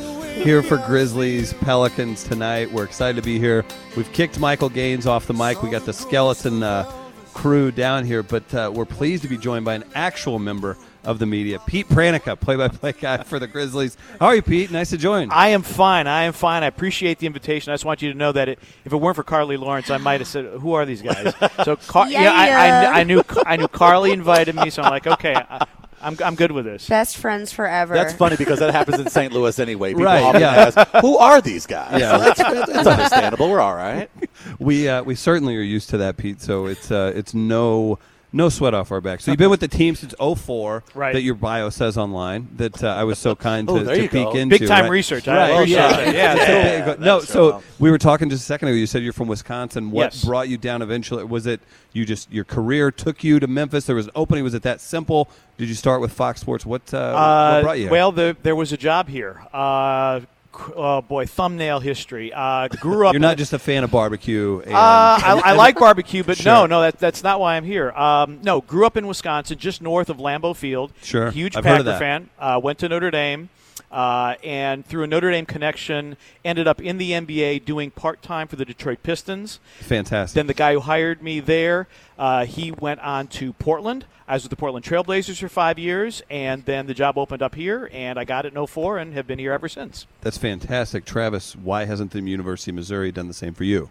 Speaker 7: here for Grizzlies Pelicans tonight. We're excited to be here. We've kicked Michael Gaines off the mic. We got the skeleton uh, crew down here, but uh, we're pleased to be joined by an actual member of the media, Pete Pranica, play-by-play guy for the Grizzlies. How are you, Pete? Nice to join.
Speaker 3: I am fine. I am fine. I appreciate the invitation. I just want you to know that it, if it weren't for Carly Lawrence, I might have said, "Who are these guys?" So, Car-
Speaker 9: Yeah,
Speaker 3: I- I,
Speaker 9: yeah.
Speaker 3: kn- I, knew I knew Carly invited me, so I'm like, okay, I, I'm I'm good with this.
Speaker 9: Best friends forever.
Speaker 6: That's funny because that happens in St. Louis anyway. People
Speaker 7: Right,
Speaker 6: often
Speaker 7: yeah.
Speaker 6: ask, who are these guys?
Speaker 7: Yeah.
Speaker 6: That's, that's understandable. We're all right.
Speaker 7: We uh, we certainly are used to that, Pete. So it's uh, it's no no sweat off our back. So you've been with the team since 04,
Speaker 3: Right.
Speaker 7: That your bio says online. That uh, I was so kind to,
Speaker 6: Oh, there
Speaker 7: to
Speaker 6: you
Speaker 7: peek
Speaker 6: go.
Speaker 7: into.
Speaker 3: Big time
Speaker 7: right?
Speaker 3: research. I
Speaker 6: Right,
Speaker 3: appreciate
Speaker 6: yeah.
Speaker 3: it. Yeah,
Speaker 7: So
Speaker 6: Yeah.
Speaker 7: big- no,
Speaker 6: that's
Speaker 7: so
Speaker 6: right.
Speaker 7: we were talking just a second ago. You said you're from Wisconsin. What
Speaker 3: Yes.
Speaker 7: brought you down eventually? Was it you just your career took you to Memphis? There was an opening. Was it that simple? Did you start with Fox Sports? What, uh, what brought you? here?
Speaker 3: Well, the, there was a job here. Uh, c- oh boy, thumbnail history. Uh, grew up.
Speaker 7: you're not just a fan of barbecue. Um, And,
Speaker 3: Uh, I, I like barbecue, but no,
Speaker 7: Sure.
Speaker 3: no, that, that's not why I'm here. Um, no, grew up in Wisconsin, just north of Lambeau Field.
Speaker 7: Sure.
Speaker 3: huge
Speaker 7: I've
Speaker 3: Packer
Speaker 7: heard of that.
Speaker 3: fan. Uh, went to Notre Dame, uh, and through a Notre Dame connection, ended up in the NBA doing part time for the Detroit Pistons.
Speaker 7: fantastic.
Speaker 3: Then the guy who hired me there, uh, he went on to Portland. I was with the Portland Trailblazers for five years, and then the job opened up here, and I got it in 04 and have been here ever since.
Speaker 7: That's fantastic, Travis. Why hasn't the University of Missouri done the same for you?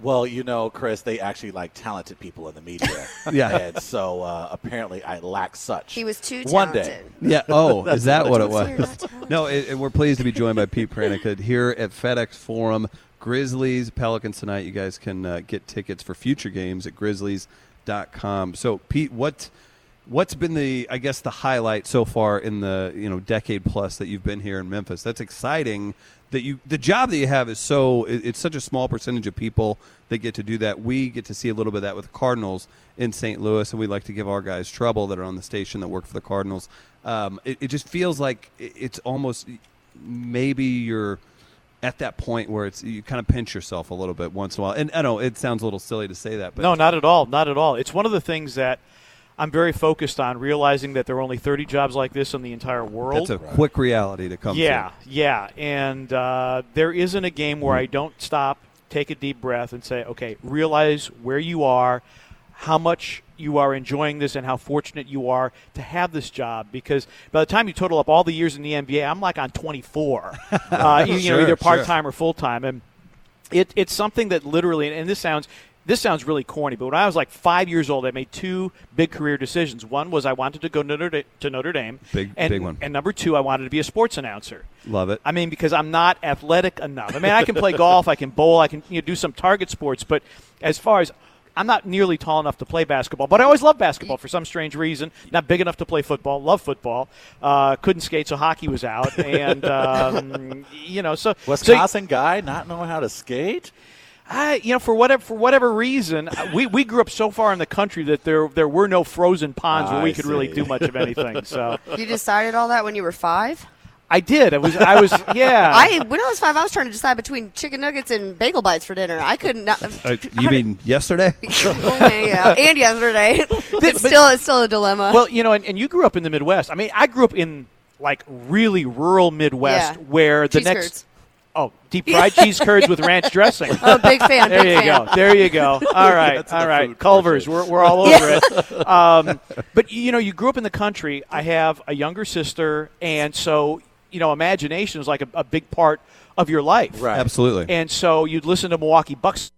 Speaker 6: Well, you know, Chris, they actually like talented people in the media.
Speaker 7: Yeah.
Speaker 6: And so uh, apparently I lack such.
Speaker 9: He was too
Speaker 6: One day.
Speaker 9: talented.
Speaker 7: Yeah. Oh, is that what it
Speaker 9: what it
Speaker 7: was?
Speaker 9: said.
Speaker 7: No, it, it- we're pleased to be joined by Pete Pranica here at FedEx Forum. Grizzlies, Pelicans tonight. You guys can uh, get tickets for future games at grizzlies.com. So, Pete, what what's been the I guess the highlight so far in the, you know, decade plus that you've been here in Memphis? That's exciting that you the job that you have is so it- it's such a small percentage of people that get to do that. We get to see a little bit of that with the Cardinals in St. Louis and we like to give our guys trouble that are on the station that work for the Cardinals. Um, it, it just feels like it- it's almost maybe you're at that point where it's you kind of pinch yourself a little bit once in a while. And I know it sounds a little silly to say that, but
Speaker 3: no, not at all, not at all. It's one of the things that I'm very focused on, realizing that there are only 30 jobs like this in the entire world.
Speaker 7: that's a quick reality to come.
Speaker 3: yeah,
Speaker 7: to.
Speaker 3: yeah, and uh, there isn't a game where I
Speaker 7: Mm-hmm.
Speaker 3: don't stop, take a deep breath, and say, okay, realize where you are, how much you are enjoying this, and how fortunate you are to have this job. Because by the time you total up all the years in the NBA, I'm like on 24, uh, you, you know,
Speaker 7: Sure,
Speaker 3: either
Speaker 7: sure.
Speaker 3: part time or full time, and it, it's something that literally and, and this sounds this sounds really corny but when i was like five years old i made two big career decisions one was i wanted to go notre dame, to notre dame
Speaker 7: Big-
Speaker 3: and,
Speaker 7: big one.
Speaker 3: and number two i wanted to be a sports announcer
Speaker 7: Love it.
Speaker 3: i mean because i'm not athletic enough i mean i can play golf i can bowl i can you know, do some target sports but as far as I'm not nearly tall enough to play basketball, but I always loved basketball for some strange reason. Not big enough to play football. Love football. Uh, couldn't skate, so hockey was out. And um, you know, so so,
Speaker 6: Wisconsin guy not knowing how to skate?
Speaker 3: I, you know, for whatever for whatever reason, uh, we, we grew up so far in the country that there there were no frozen ponds where
Speaker 6: I
Speaker 3: we could really
Speaker 6: see.
Speaker 3: do much of anything. So
Speaker 9: You decided all that when you were five?
Speaker 3: I did. I was. I was. Yeah.
Speaker 9: I when I was five, I was trying to decide between chicken nuggets and bagel bites for dinner. I could not.
Speaker 7: Uh, you mean yesterday?
Speaker 9: Okay, yeah, and yesterday, it's still it's still a dilemma.
Speaker 3: Well, you know, and, and you grew up in the Midwest. I mean, I grew up in like really rural Midwest
Speaker 9: Yeah.
Speaker 3: where the
Speaker 9: Cheese
Speaker 3: next
Speaker 9: curds.
Speaker 3: oh deep fried cheese curds with ranch dressing.
Speaker 9: Oh, big fan,
Speaker 3: There
Speaker 9: big
Speaker 3: you
Speaker 9: fan.
Speaker 3: go. There you go. All right.
Speaker 9: That's
Speaker 3: All
Speaker 9: the
Speaker 3: right.
Speaker 9: food
Speaker 3: Culver's. We're, we're all
Speaker 9: Yeah.
Speaker 3: over it. Um, but you know, you grew up in the country. I have a younger sister, and so you know, imagination is like a, a big part of your life.
Speaker 7: Right. Absolutely.
Speaker 3: And so you'd listen to Milwaukee Bucks.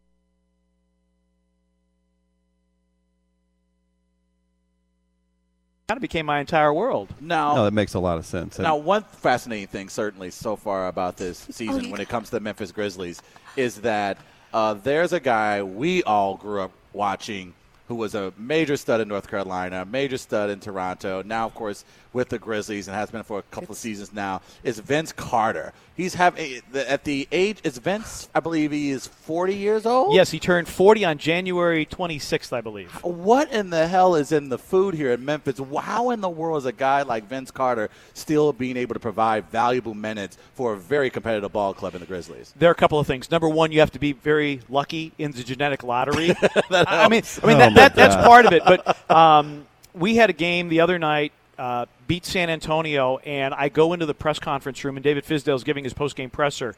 Speaker 3: Kind of became my entire world.
Speaker 6: Now,
Speaker 7: No, that makes a lot of sense. And
Speaker 6: Now, one fascinating thing, certainly, so far about this season
Speaker 9: yeah.
Speaker 6: when it comes to the Memphis Grizzlies is that uh, there's a guy we all grew up watching who was a major stud in North Carolina, a major stud in Toronto, now, of course, with the Grizzlies and has been for a couple of seasons now, is Vince Carter. He's having, at the age, is Vince, I believe he is 40 years old?
Speaker 3: Yes, he turned 40 on January 26th, I believe.
Speaker 6: What in the hell is in the food here in Memphis? How in the world is a guy like Vince Carter still being able to provide valuable minutes for a very competitive ball club in the Grizzlies?
Speaker 3: There are a couple of things. Number one, you have to be very lucky in the genetic lottery. I I mean, I mean
Speaker 7: Oh
Speaker 3: that,
Speaker 7: my
Speaker 3: that, that's
Speaker 7: God.
Speaker 3: part of it. But um, we had a game the other night, uh, beat San Antonio, and I go into the press conference room, and David Fisdale's giving his post game presser,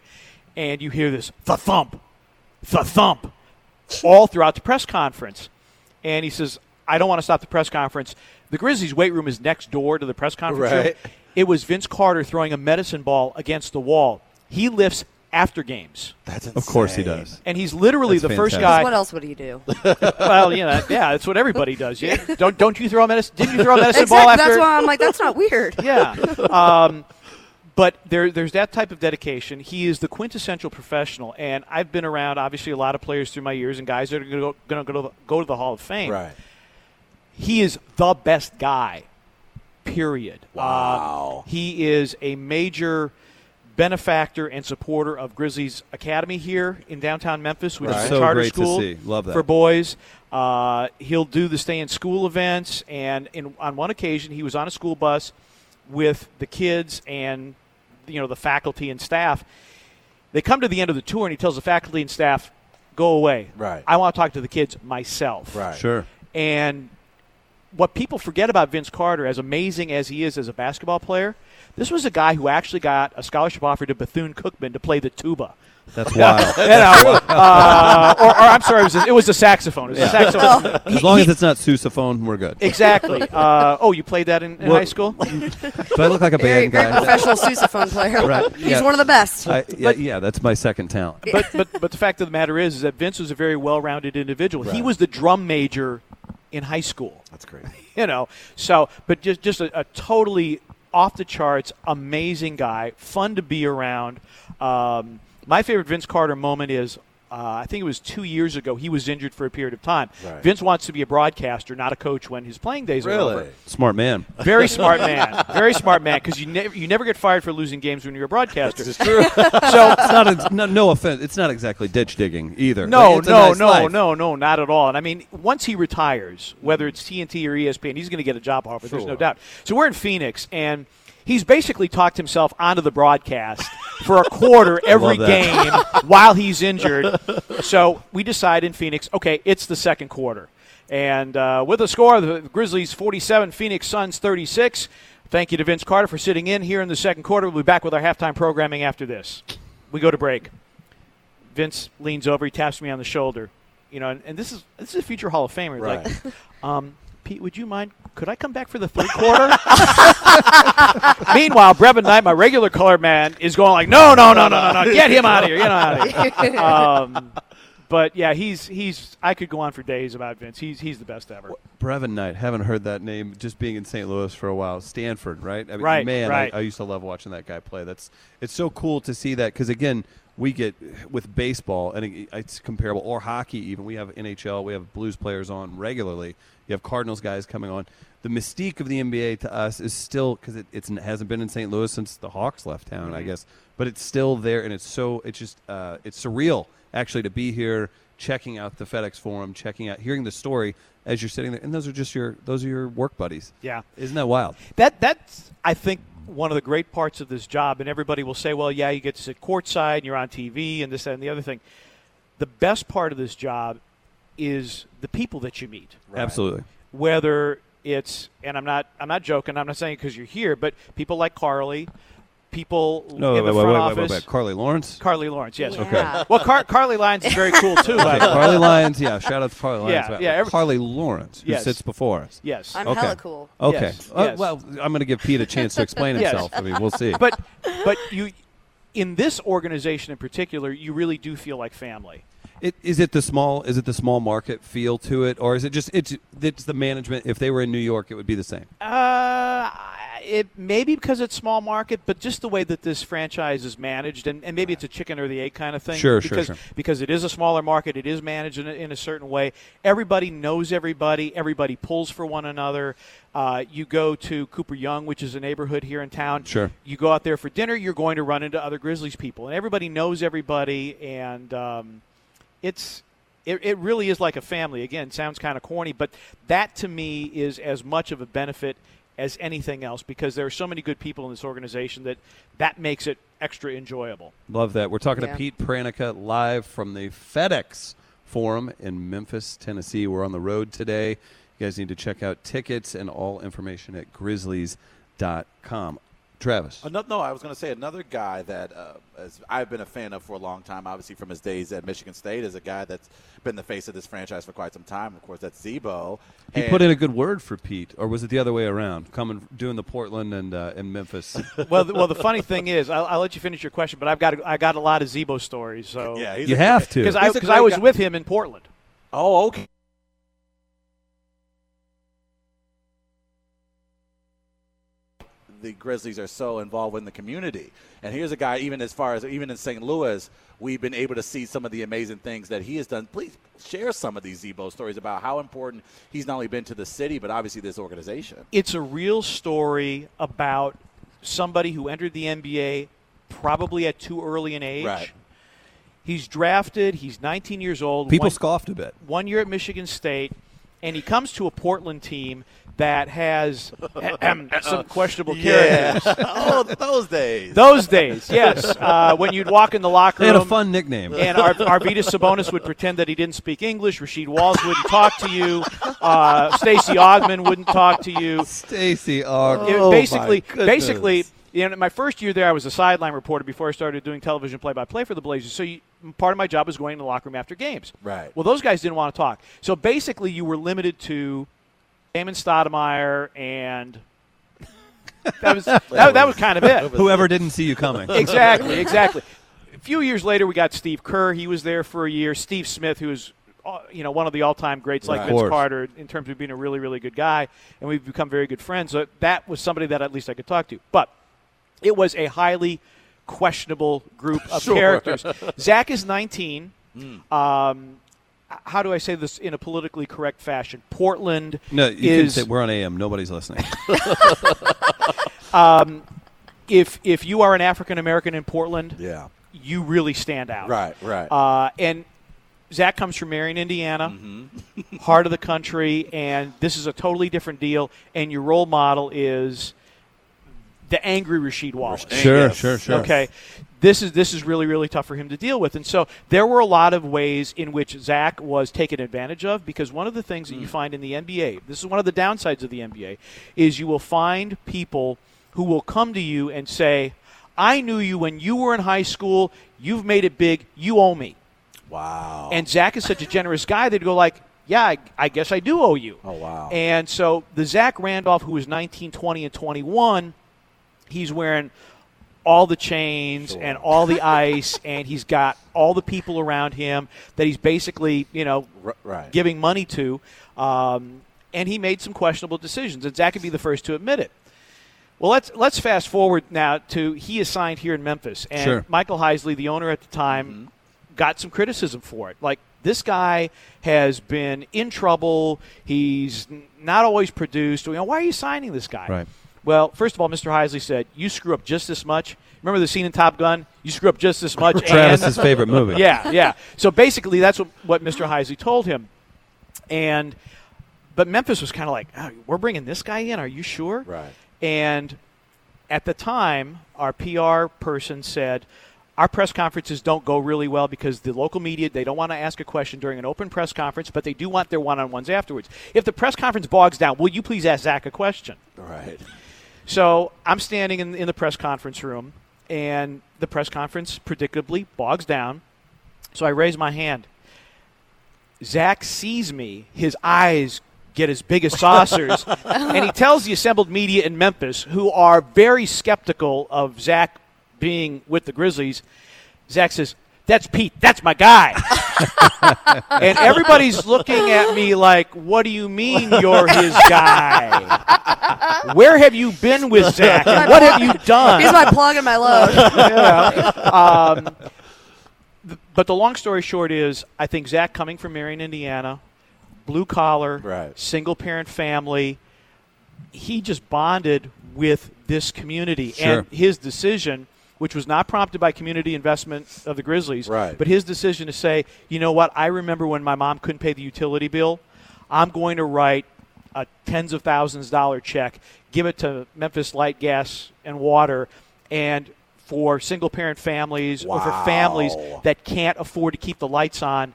Speaker 3: and you hear this the thump, the thump, all throughout the press conference. And he says, I don't want to stop the press conference. The Grizzlies' weight room is next door to the press conference room.
Speaker 6: Right.
Speaker 3: It was Vince Carter throwing a medicine ball against the wall. He lifts after games.
Speaker 6: That's insane.
Speaker 7: of course he does.
Speaker 3: And he's literally
Speaker 7: That's
Speaker 3: the first
Speaker 7: fantastic.
Speaker 9: what
Speaker 3: guy.
Speaker 9: else would you do?
Speaker 3: Well, you know, yeah, that's what everybody does. Yeah, don't don't you throw a medicine? Didn't you throw a medicine ball
Speaker 9: exactly.
Speaker 3: after?
Speaker 9: That's why I'm like, that's not weird.
Speaker 3: Yeah. Um, but there, there's that type of dedication. He is the quintessential professional, and I've been around obviously a lot of players through my years and guys that are going to go, go to the Hall of Fame.
Speaker 6: Right.
Speaker 3: He is the best guy. Period. Uh,
Speaker 6: Wow.
Speaker 3: he is a major benefactor and supporter of Grizzlies Academy here in downtown Memphis, which is
Speaker 7: Right.
Speaker 3: a
Speaker 7: So
Speaker 3: charter
Speaker 7: great to
Speaker 3: school
Speaker 7: see. Love that.
Speaker 3: for boys. Uh, he'll do the stay in school events, and in, on one occasion, he was on a school bus with the kids and you know the faculty and staff. They come to the end of the tour, and he tells the faculty and staff, "Go away.
Speaker 6: Right.
Speaker 3: I want to talk to the kids myself."
Speaker 6: Right.
Speaker 7: Sure.
Speaker 3: And what people forget about Vince Carter, as amazing as he is as a basketball player, this was a guy who actually got a scholarship offer to Bethune Cookman to play the tuba.
Speaker 7: That's wild.
Speaker 3: You know, uh, or, or I'm sorry, it was a, it was a saxophone. It was a saxophone.
Speaker 7: as long as it's not sousaphone, we're good.
Speaker 3: Exactly. Uh, oh, you played that in, in
Speaker 7: Well-
Speaker 3: high school?
Speaker 7: Do I look like a
Speaker 9: Very,
Speaker 7: band
Speaker 9: very
Speaker 7: guy?
Speaker 9: professional sousaphone player.
Speaker 7: Right,
Speaker 9: He's
Speaker 7: yeah.
Speaker 9: one of the best.
Speaker 7: I, yeah, yeah, that's my second talent.
Speaker 3: but, but but the fact of the matter is, is that Vince was a very well-rounded individual. He
Speaker 6: Right.
Speaker 3: was the drum major in high school.
Speaker 6: That's crazy.
Speaker 3: you know. So, but just just a, a totally off the charts, amazing guy, fun to be around. Um, my favorite Vince Carter moment is. Uh, I think it was two years ago. He was injured for a period of time.
Speaker 6: Right.
Speaker 3: Vince wants to be a broadcaster, not a coach, when his playing days are over.
Speaker 6: Really?
Speaker 7: Smart man.
Speaker 3: Very smart man. Very smart man. Because you never you never get fired for losing games when you're a broadcaster.
Speaker 6: It's true.
Speaker 3: So
Speaker 7: It's not a, no, no offense. It's not exactly ditch digging either.
Speaker 3: No,
Speaker 7: It's a
Speaker 3: no,
Speaker 7: nice
Speaker 3: no,
Speaker 7: life.
Speaker 3: no, no, not at all. And I mean, once he retires, whether it's TNT or E ESPN, he's going to get a job offer. There's no
Speaker 6: Sure.
Speaker 3: doubt. So we're in Phoenix, and he's basically talked himself onto the broadcast for a quarter every
Speaker 7: Love
Speaker 3: game while he's injured. So we decide in Phoenix, okay, it's the second quarter, and uh, with a score, the Grizzlies 47, Phoenix Suns 36. Thank you to Vince Carter for sitting in here in the second quarter. We'll be back with our halftime programming after this. We go to break. Vince leans over, he taps me on the shoulder, you know, and, and this is this is a future Hall of Famer.
Speaker 6: Right.
Speaker 3: Like, um, Pete, would you mind? Could I come back for the third quarter? Meanwhile, Brevin Knight, my regular color man, is going like, no, no, no, no, no, no, get him out of here, get him out of here. Um, but yeah, he's he's. I could go on for days about Vince. He's he's the best ever.
Speaker 7: Brevin Knight. Haven't heard that name. Just being in St. Louis for a while. Stanford, right? I mean,
Speaker 3: Right,
Speaker 7: Man,
Speaker 3: right.
Speaker 7: I, I used to love watching that guy play. That's it's so cool to see that because again, we get with baseball and it- it's comparable or hockey even. We have NHL, we have Blues players on regularly. You have Cardinals guys coming on. The mystique of the NBA to us is still because it it's, it hasn't been in St. Louis since the Hawks left town, I guess. But it's still there, and it's so it's just uh, it's surreal actually to be here checking out the FedEx Forum, checking out, hearing the story as you're sitting there. And those are just your those are your work buddies.
Speaker 3: Yeah.
Speaker 7: isn't that wild?
Speaker 3: That that's I think one of the great parts of this job, and everybody will say, well, yeah, you get to sit courtside and you're on TV and this, that, and the other thing. The best part of this job is the people that you meet.
Speaker 11: Absolutely.
Speaker 3: Whether it's, and I'm not, I'm not joking, I'm not saying because you're here, but people like Carly, people
Speaker 11: No,
Speaker 3: in
Speaker 11: wait,
Speaker 3: the
Speaker 11: wait,
Speaker 3: front
Speaker 11: wait, wait, wait,
Speaker 3: office.
Speaker 11: wait. Carly Lawrence?
Speaker 3: Carly Lawrence, yes.
Speaker 11: Okay.
Speaker 3: Well, Car- Carly Lyons is very cool, too.
Speaker 11: Okay,
Speaker 3: by the way.
Speaker 11: Carly Lyons, yeah. Shout out to Carly Lyons.
Speaker 3: Yeah,
Speaker 11: but
Speaker 3: yeah, every-
Speaker 11: Carly Lawrence, who
Speaker 3: Yes.
Speaker 11: sits before us.
Speaker 3: Yes. I'm
Speaker 11: okay.
Speaker 3: hella cool.
Speaker 11: Okay.
Speaker 3: Yes,
Speaker 11: Uh,
Speaker 3: yes.
Speaker 11: Well, I'm going to give Pete a chance to explain
Speaker 3: Yes.
Speaker 11: himself. I mean, we'll see.
Speaker 3: But but you in this organization in particular, you really do feel like family.
Speaker 11: It, is it the small? Is it the small market feel to it, or is it just it's it's the management? If they were in New York, it would be the same.
Speaker 3: Uh, it maybe because it's small market, but just the way that this franchise is managed, and, and maybe it's a chicken or the egg kind of thing.
Speaker 11: Sure, sure,
Speaker 3: because,
Speaker 11: sure.
Speaker 3: Because it is a smaller market, it is managed in a, in a certain way. Everybody knows everybody. Everybody pulls for one another. Uh, you go to Cooper Young, which is a neighborhood here in town.
Speaker 11: Sure.
Speaker 3: You go out there for dinner, you're going to run into other Grizzlies people, and everybody knows everybody, and um, it's it, it really is like a family. Again, sounds kind of corny, but that to me is as much of a benefit as anything else because there are so many good people in this organization that that makes it extra enjoyable.
Speaker 11: Love that. We're talking
Speaker 3: Yeah.
Speaker 11: to Pete Pranica live from the FedEx Forum in Memphis, Tennessee. We're on the road today. You guys need to check out tickets and all information at grizzlies.com. Travis.
Speaker 6: Another, no, I was going to say another guy that uh, as I've been a fan of for a long time, obviously from his days at Michigan State, is a guy that's been the face of this franchise for quite some time. Of course, that's Zebo.
Speaker 11: He
Speaker 6: And-
Speaker 11: put in a good word for Pete, or was it the other way around? Coming, doing the Portland and uh, and Memphis.
Speaker 3: Well, the, well, the funny thing is, I'll, I'll let you finish your question, but I've got a, I got a lot of Zebo stories. So
Speaker 11: Yeah, he's You a- have to.
Speaker 3: because I,
Speaker 11: He's a
Speaker 3: 'cause I
Speaker 11: great
Speaker 3: was
Speaker 11: guy.
Speaker 3: with him in Portland.
Speaker 6: Oh, okay. the Grizzlies are so involved in the community. And here's a guy, even as far as even in St. Louis, we've been able to see some of the amazing things that he has done. Please share some of these Zebo stories about how important he's not only been to the city, but obviously this organization.
Speaker 3: It's a real story about somebody who entered the NBA probably at too early an age.
Speaker 11: Right.
Speaker 3: He's drafted. He's 19 years old.
Speaker 11: People
Speaker 3: One-
Speaker 11: scoffed a bit.
Speaker 3: One year at Michigan State, and he comes to a Portland team that has ahem, some questionable
Speaker 6: Yeah.
Speaker 3: characters.
Speaker 6: Oh, those days.
Speaker 3: Those days, yes. Uh, when you'd walk in the locker
Speaker 11: They
Speaker 3: room,
Speaker 11: had a fun nickname.
Speaker 3: And Ar- Arvidas Sabonis would pretend that he didn't speak English. Rasheed Wallace wouldn't talk to you. Uh, Stacy Ogman wouldn't talk to you.
Speaker 11: Stacy Ogman.
Speaker 3: It-
Speaker 11: Oh, my
Speaker 3: basically,
Speaker 11: goodness.
Speaker 3: basically, you know, my first year there, I was a sideline reporter before I started doing television play-by-play for the Blazers. So you, part of my job was going in the locker room after games.
Speaker 6: Right.
Speaker 3: Well, those guys didn't want to talk. So basically, you were limited to Damon Stoudemire and that was that, that was kind of it.
Speaker 11: Whoever didn't see you coming.
Speaker 3: Exactly, exactly. A few years later, we got Steve Kerr. He was there for a year. Steve Smith, who is, uh, you know, one of the all-time greats like
Speaker 11: Of
Speaker 3: Vince
Speaker 11: course.
Speaker 3: Carter in terms of being a really, really good guy, and we've become very good friends. So that was somebody that at least I could talk to. But it was a highly questionable group of
Speaker 12: Sure.
Speaker 3: characters. Zach is 19.
Speaker 12: Mm.
Speaker 11: Hmm.
Speaker 3: Um, h- how do I say this in a politically correct fashion? Portland
Speaker 11: No, you can
Speaker 3: is
Speaker 11: say we're on AM. Nobody's listening.
Speaker 3: um, if if you are an African American in Portland,
Speaker 6: yeah.
Speaker 3: you really stand out.
Speaker 6: Right, right.
Speaker 3: Uh, and Zach comes from Marion, Indiana, heart of the country, and this is a totally different deal. And your role model is the angry Rasheed Wallace.
Speaker 11: Sure, Yes. sure, sure.
Speaker 3: Okay, this is this is really really tough for him to deal with, and so there were a lot of ways in which Zach was taken advantage of because one of the things
Speaker 11: Mm.
Speaker 3: that you find in the NBA, this is one of the downsides of the NBA, is you will find people who will come to you and say, "I knew you when you were in high school. You've made it big. You owe me."
Speaker 6: Wow.
Speaker 3: And Zach is such a generous guy that he'd go like, "Yeah, I, I guess I do owe you."
Speaker 6: Oh wow.
Speaker 3: And so the Zach Randolph, who was 19, 20, and 21, he's wearing all the chains and all the ice, and he's got all the people around him that he's basically, you know,
Speaker 6: right.
Speaker 3: giving money to. Um, and he made some questionable decisions, and Zach could be the first to admit it. Well, let's let's fast forward now to he is signed here in Memphis, and
Speaker 11: Sure.
Speaker 3: Michael Heisley, the owner at the time, got some criticism for it. Like this guy has been in trouble. He's n- not always produced. You know, why are you signing this guy?
Speaker 11: Right.
Speaker 3: Well, first of all, Mr. Heisley said, "You screw up just this much." Remember the scene in Top Gun? You screw up just this much.
Speaker 11: Travis's
Speaker 3: and-
Speaker 11: favorite movie.
Speaker 3: Yeah, yeah. So basically, that's what, what Mr. Heisley told him, and but Memphis was kind of like, oh, "We're bringing this guy in. Are you sure?" Right. And At the time, our PR person said, our press conferences don't go really well because the local media they don't want to ask a question during an open press conference, but they do want their one-on-ones afterwards. If the press conference bogs down, will you please ask Zach a question?
Speaker 6: Right.
Speaker 3: So I'm standing in, in the press conference room, and the press conference predictably bogs down. So I raise my hand. Zach sees me. His eyes get as big as saucers. and he tells the assembled media in Memphis, who are very skeptical of Zach being with the Grizzlies, Zach says, That's Pete. That's my guy. and everybody's looking at me like, What do you mean you're his guy? Where have you been with Zach? And what have you done?
Speaker 9: Here's my plug and my load.
Speaker 3: yeah. um, th- but the long story short is, I think Zach coming from Marion, Indiana, blue collar, single parent family, he just bonded with this community
Speaker 6: Sure.
Speaker 3: and his decision. Which was not prompted by community investment of the Grizzlies,
Speaker 6: Right.
Speaker 3: but his decision to say, you know what, I remember when my mom couldn't pay the utility bill, I'm going to write a tens of thousands dollar check, give it to Memphis Light, Gas, and Water, and for single parent families or for families
Speaker 6: Wow.
Speaker 3: that can't afford to keep the lights on,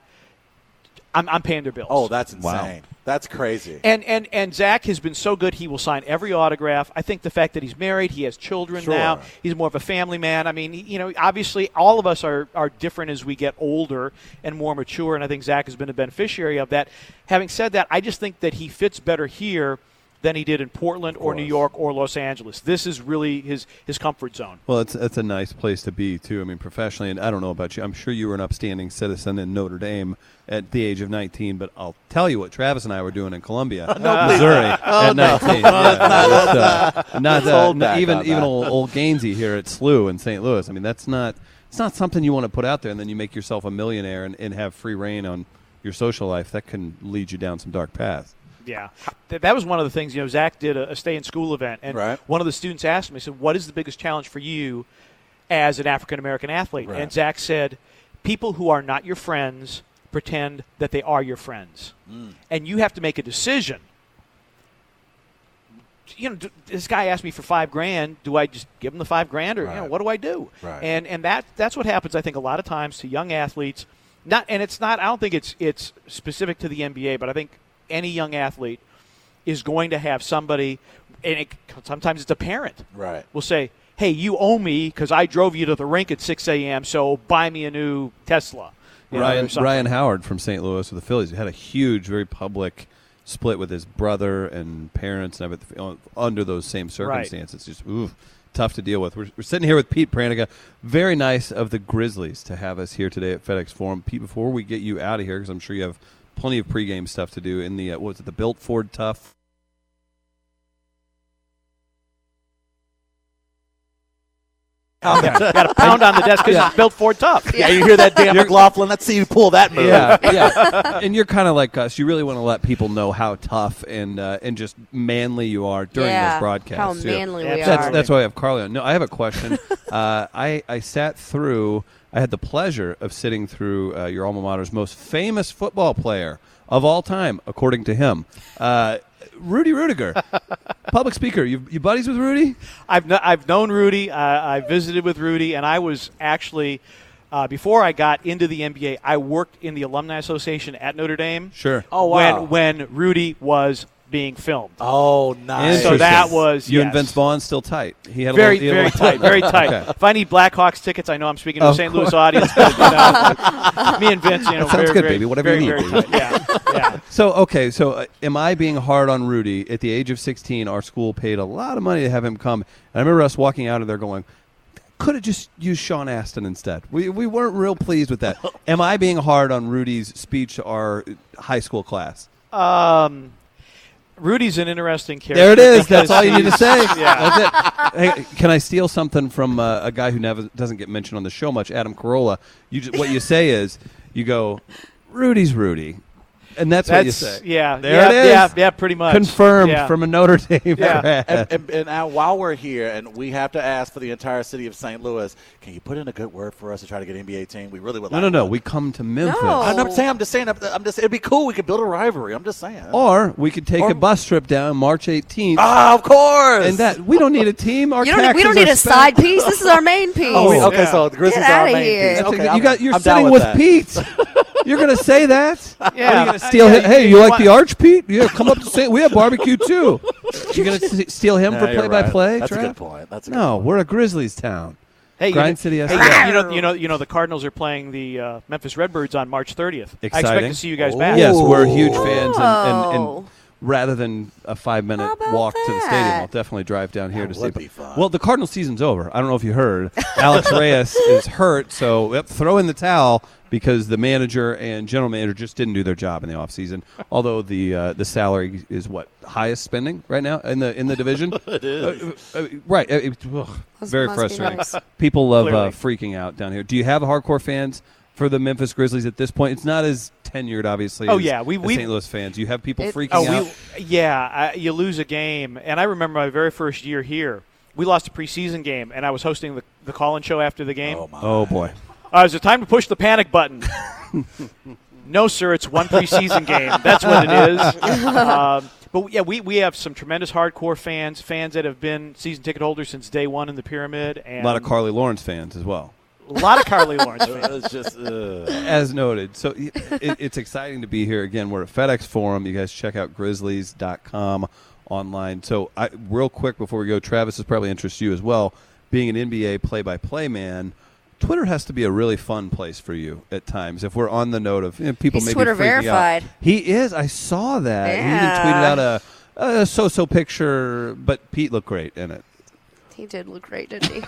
Speaker 3: I'm, I'm paying their bills.
Speaker 6: Oh, that's insane. That's crazy.
Speaker 3: And, and and Zach has been so good. He will sign every autograph. I think the fact that he's married, he has children
Speaker 6: Sure.
Speaker 3: now. He's more of a family man. I mean, you know, obviously all of us are are different as we get older and more mature. And I think Zach has been a beneficiary of that. Having said that, I just think that he fits better here than he did in Portland or New York or Los Angeles. This is really his his comfort zone.
Speaker 7: Well, it's that's a nice place to be too. I mean, professionally, and I don't know about you. I'm sure you were an upstanding citizen in Notre Dame at the age of 19. But I'll tell you what Travis and I were doing in Columbia,
Speaker 6: No, please.
Speaker 7: Missouri,
Speaker 6: Oh,
Speaker 7: at
Speaker 6: no.
Speaker 7: 19.
Speaker 6: Let's not-
Speaker 7: just,
Speaker 6: let's
Speaker 7: uh,
Speaker 6: not-
Speaker 7: not
Speaker 6: let's
Speaker 7: uh,
Speaker 6: hold
Speaker 7: not-
Speaker 6: back
Speaker 7: even
Speaker 6: on
Speaker 7: even
Speaker 6: that.
Speaker 7: old, old Gainsey here at SLU in St. Louis. I mean, that's not it's not something you want to put out there, and then you make yourself a millionaire and, and have free reign on your social life. That can lead you down some dark paths.
Speaker 3: Yeah, Th- that was one of the things. You know, Zach did a, a stay in school event, and
Speaker 7: Right.
Speaker 3: one of the students asked him. He said, "What is the biggest challenge for you as an African American athlete?"
Speaker 6: Right.
Speaker 3: And Zach said, "People who are not your friends pretend that they are your friends,
Speaker 6: Mm.
Speaker 3: and you have to make a decision." You know, d- this guy asked me for five grand. Do I just give him the five grand, or you know,
Speaker 6: Right.
Speaker 3: what do I do?
Speaker 6: Right.
Speaker 3: And and that that's what happens, I think, a lot of times to young athletes. Not and it's not. I don't think it's it's specific to the NBA, but I think any young athlete is going to have somebody, and it, sometimes it's a parent
Speaker 6: Right.
Speaker 3: will say, "Hey, you owe me because I drove you to the rink at 6 a.m. So buy me a new Tesla." you know, or
Speaker 7: Ryan
Speaker 3: something.
Speaker 7: Ryan Howard from St. Louis with the Phillies had a huge, very public split with his brother and parents and everything uh, under those same
Speaker 3: Right.
Speaker 7: circumstances. Just ooh, tough to deal with. We're, we're sitting here with Pete Praniga. Very nice of the Grizzlies to have us here today at FedEx Forum. Pete, before we get you out of here, because I'm sure you have plenty of pregame stuff to do in the uh, what was it the Built Ford Tough.
Speaker 3: Got a pound on the desk because
Speaker 6: Yeah.
Speaker 3: it's built for tough.
Speaker 6: Yeah, you hear that, Dan McLaughlin? Let's see you pull that move.
Speaker 7: Yeah, yeah. and you're kind of like us. You really want to let people know how tough and uh, and just manly you are during
Speaker 9: Yeah,
Speaker 7: those broadcasts.
Speaker 9: how
Speaker 7: too.
Speaker 9: manly we
Speaker 7: that's,
Speaker 9: are.
Speaker 7: That's why I have Carly on. No, I have a question. uh, I I sat through. I had the pleasure of sitting through uh, your alma mater's most famous football player of all time, according to him, uh, Rudy Rudiger, public speaker. You you buddies with Rudy?
Speaker 3: I've kn- I've known Rudy. Uh, I visited with Rudy, and I was actually uh, before I got into the NBA, I worked in the alumni association at Notre Dame.
Speaker 7: Sure.
Speaker 6: Oh, wow.
Speaker 3: When when Rudy was being filmed.
Speaker 6: Oh, nice.
Speaker 3: So that was
Speaker 7: you
Speaker 3: yes.
Speaker 7: and Vince Vaughn still tight. He had a
Speaker 3: very
Speaker 7: little, he had a
Speaker 3: very
Speaker 7: little
Speaker 3: tight, very tight.
Speaker 7: Okay.
Speaker 3: If I need Blackhawks tickets, I know I'm speaking to
Speaker 7: Of
Speaker 3: the St. Louis
Speaker 7: course.
Speaker 3: audience. But, you know, me and Vince, you know,
Speaker 7: That sounds
Speaker 3: very,
Speaker 7: good,
Speaker 3: very-
Speaker 7: baby. Whatever you
Speaker 3: very,
Speaker 7: need,
Speaker 3: very
Speaker 7: baby.
Speaker 3: tight. Yeah, yeah.
Speaker 7: So okay, so uh, am I being hard on Rudy? At the age of sixteen, our school paid a lot of money to have him come, and I remember us walking out of there going, "Could have just used Sean Aston instead." We we weren't real pleased with that. am I being hard on Rudy's speech to our high school class?
Speaker 3: Um, Rudy's an interesting character.
Speaker 7: There it is.
Speaker 3: because
Speaker 7: That's all you need to
Speaker 3: he's-
Speaker 7: say.
Speaker 3: Yeah.
Speaker 7: That's it. Hey, can I steal something from uh, a guy who never doesn't get mentioned on the show much, Adam Carolla? You just, what you say is, you go, Rudy's Rudy. and that's, what you
Speaker 3: That's- uh,
Speaker 7: say.
Speaker 3: yeah,
Speaker 7: there
Speaker 3: yeah,
Speaker 7: it is.
Speaker 3: yeah, yeah, pretty much.
Speaker 7: Confirmed
Speaker 3: Yeah.
Speaker 7: from a Notre Dame. grad.
Speaker 6: And, and, and now, while we're here, and we have to ask for the entire city of St. Louis, can you put in a good word for us to try to get an NBA team? We really would.
Speaker 7: No,
Speaker 6: like
Speaker 7: no, no.
Speaker 6: one.
Speaker 7: We come to Memphis.
Speaker 6: I'm
Speaker 9: Oh.
Speaker 6: not saying. I'm just saying. I'm, I'm just. It'd be cool. We could build a rivalry. I'm just saying.
Speaker 7: Or we could take a bus trip down March 18th.
Speaker 6: Ah, of course.
Speaker 7: And that we don't need a team. Our
Speaker 9: You don't, e- we
Speaker 7: taxes
Speaker 9: don't need
Speaker 7: are
Speaker 9: a
Speaker 7: spent.
Speaker 9: side piece. This is our main piece.
Speaker 7: Oh, we- okay,
Speaker 6: Yeah. so the Grizzlies
Speaker 9: Get
Speaker 6: are our
Speaker 9: outta
Speaker 6: main
Speaker 9: here.
Speaker 6: piece. Okay,
Speaker 7: you
Speaker 6: I'm-
Speaker 7: got. You're
Speaker 6: I'm down
Speaker 7: sitting
Speaker 6: with
Speaker 7: with,
Speaker 6: that.
Speaker 7: Pete. you're gonna say that? What,
Speaker 3: Yeah. Uh,
Speaker 7: Are you gonna steal
Speaker 3: Yeah,
Speaker 7: him?
Speaker 3: you-
Speaker 7: Hey,
Speaker 3: you
Speaker 7: you, like
Speaker 3: want-
Speaker 7: the Arch Pete? Yeah, come up to St. We have barbecue too. You're gonna s- steal him
Speaker 6: Nah,
Speaker 7: for
Speaker 6: you're
Speaker 7: play by play?
Speaker 6: right. That's a good point. That's a good
Speaker 7: no. We're a Grizzlies town.
Speaker 3: Hey,
Speaker 7: Grind
Speaker 3: you
Speaker 7: City
Speaker 3: know,
Speaker 7: SC.
Speaker 3: hey, you know, you know, you know, the Cardinals are playing the uh, Memphis Redbirds on March 30th. I expect
Speaker 7: Exciting.
Speaker 3: to see you guys back.
Speaker 7: Yes, we're huge fans, and, and,
Speaker 9: Oh.
Speaker 7: and rather than a five-minute walk to the stadium, I'll definitely drive down here to see.
Speaker 6: would
Speaker 7: but-
Speaker 6: be fun.
Speaker 7: Well, the Cardinal season's over. I don't know if you heard. Alex Reyes is hurt, so yep, throw in the towel because the manager and general manager just didn't do their job in the offseason. Although the uh, the salary is what highest spending right now in the in the division.
Speaker 6: It is.
Speaker 7: Uh, uh, right. uh, it- ugh,
Speaker 9: Must-
Speaker 7: very
Speaker 9: must be
Speaker 7: frustrating.
Speaker 9: nice.
Speaker 7: People love uh,
Speaker 3: Clearly.
Speaker 7: freaking out down here. Do you have hardcore fans for the Memphis Grizzlies at this point? It's not as tenured, obviously.
Speaker 3: Oh,
Speaker 7: as
Speaker 3: yeah, we-
Speaker 7: the
Speaker 3: we-
Speaker 7: St. Louis fans. You have people
Speaker 9: It-
Speaker 7: freaking
Speaker 3: Oh,
Speaker 7: out.
Speaker 3: we, yeah, I, you lose a game, and I remember my very first year here. We lost a preseason game, and I was hosting the, the call-in show after the game.
Speaker 6: Oh my.
Speaker 7: oh boy.
Speaker 3: Uh, is it time to push the panic button? no, sir. It's one preseason game. That's what it is. Um, but yeah, we, we have some tremendous hardcore fans, fans that have been season ticket holders since day one in the pyramid,
Speaker 7: A
Speaker 3: and
Speaker 7: lot of Carly Lawrence fans as well.
Speaker 3: a lot of Carly Lawrence fans.
Speaker 6: It's just. Uh,
Speaker 7: As noted, so y- it, it's exciting to be here again. We're at FedEx Forum. You guys check out grizzlies.com online. So, I, real quick before we go, Travis, this probably interests you as well. Being an NBA play by play man, Twitter has to be a really fun place for you at times. If we're on the note of you know, people
Speaker 9: He's
Speaker 7: maybe
Speaker 9: Twitter
Speaker 7: freaking
Speaker 9: verified.
Speaker 7: out. He is. I saw that. He even tweeted
Speaker 9: Yeah.
Speaker 7: out a, a so so picture, but Pete looked great in it.
Speaker 9: He did look great, didn't he?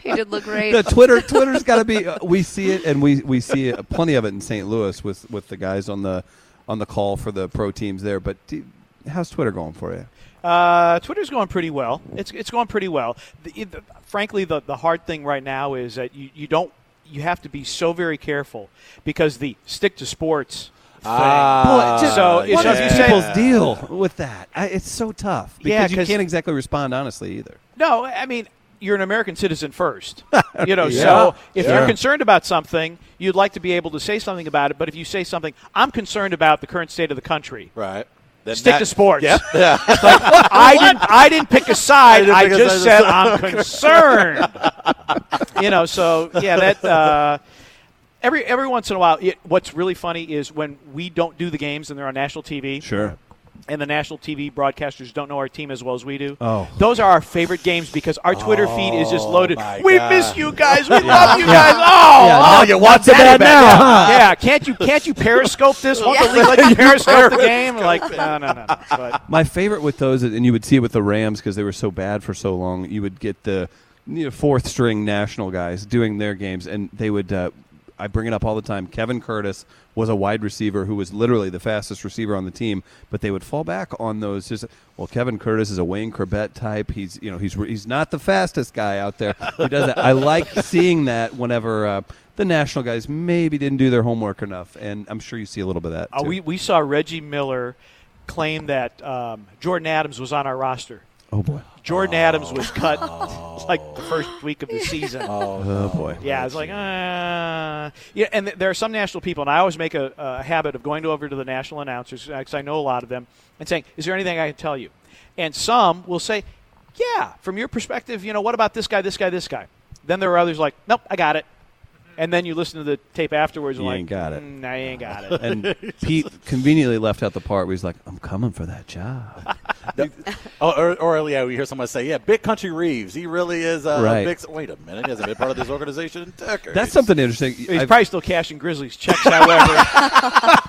Speaker 9: he did look great.
Speaker 7: No, Twitter, Twitter's got to be. Uh, we see it, and we we see it, plenty of it in St. Louis with with the guys on the on the call for the pro teams there. But do, how's Twitter going for you?
Speaker 3: Uh, Twitter's going pretty well. It's it's going pretty well. The, it- the- frankly, the the hard thing right now is that you, you don't you have to be so very careful because the stick to sports. Thing.
Speaker 6: Ah,
Speaker 3: Boy, so it's
Speaker 7: what
Speaker 3: just-
Speaker 7: is
Speaker 3: you say-
Speaker 7: people's deal with that? I, it's so tough because
Speaker 3: Yeah,
Speaker 7: you
Speaker 3: 'cause-
Speaker 7: can't exactly respond honestly either.
Speaker 3: No, I mean you're an American citizen first. You know,
Speaker 7: Yeah.
Speaker 3: so if
Speaker 7: Yeah.
Speaker 3: you're concerned about something, you'd like to be able to say something about it. But if you say something, I'm concerned about the current state of the country.
Speaker 6: right. Then
Speaker 3: Stick
Speaker 6: that-
Speaker 3: to sports.
Speaker 6: Yep. Yeah.
Speaker 3: It's like, I didn't. I didn't pick a side.
Speaker 6: I
Speaker 3: I,
Speaker 6: didn't pick a
Speaker 3: just
Speaker 6: side.
Speaker 3: said I'm concerned. you know. So yeah, that. Uh, Every, every once in a while, it, what's really funny is when we don't do the games and they're on national TV,
Speaker 7: Sure.
Speaker 3: and the national TV broadcasters don't know our team as well as we do.
Speaker 7: Oh.
Speaker 3: Those are our favorite games because our Twitter feed is just loaded.
Speaker 6: my
Speaker 3: We
Speaker 6: God.
Speaker 3: miss you guys. We love you guys. Oh,
Speaker 7: Yeah,
Speaker 3: oh,
Speaker 7: now you want to that now,
Speaker 3: yeah.
Speaker 7: huh?
Speaker 3: Yeah, can't you can't you periscope this? Won't the league let you periscope the game? Like no, no, no. But
Speaker 7: My favorite with those, and you would see it with the Rams because they were so bad for so long. You would get the you know, fourth string national guys doing their games, and they would. Uh, I bring it up all the time. Kevin Curtis was a wide receiver who was literally the fastest receiver on the team, but they would fall back on those. Just well, Kevin Curtis is a Wayne Corbett type. He's you know he's he's not the fastest guy out there who does that. I like seeing that whenever. Uh, the national guys maybe didn't do their homework enough, and I'm sure you see a little bit of that.
Speaker 3: uh,
Speaker 7: too.
Speaker 3: we we saw Reggie Miller claim that um, Jordan Adams was on our roster.
Speaker 7: oh boy,
Speaker 3: Jordan Adams was cut like the first week of the season.
Speaker 7: oh boy,
Speaker 3: Yeah, I was like, uh, yeah. And th- there are some national people, and I always make a, a habit of going over to the national announcers because I know a lot of them and saying, "Is there anything I can tell you?" And some will say, "Yeah, from your perspective, you know, what about this guy, this guy, this guy?" Then there are others like, "Nope, I got it." And then you listen to the tape afterwards, and
Speaker 7: You
Speaker 3: like,
Speaker 7: ain't got it.
Speaker 3: "Mm, I ain't got it.
Speaker 7: And Pete conveniently left out the part where he's like, "I'm coming for that job."
Speaker 6: Oh, or, or yeah, we hear someone say, "Yeah, Big Country Reeves. He really is a,
Speaker 7: Right.
Speaker 6: big." Wait a minute, he hasn't been part of this organization in decades.
Speaker 7: That's something interesting.
Speaker 3: He's
Speaker 7: I
Speaker 3: probably still cashing Grizzlies checks, however.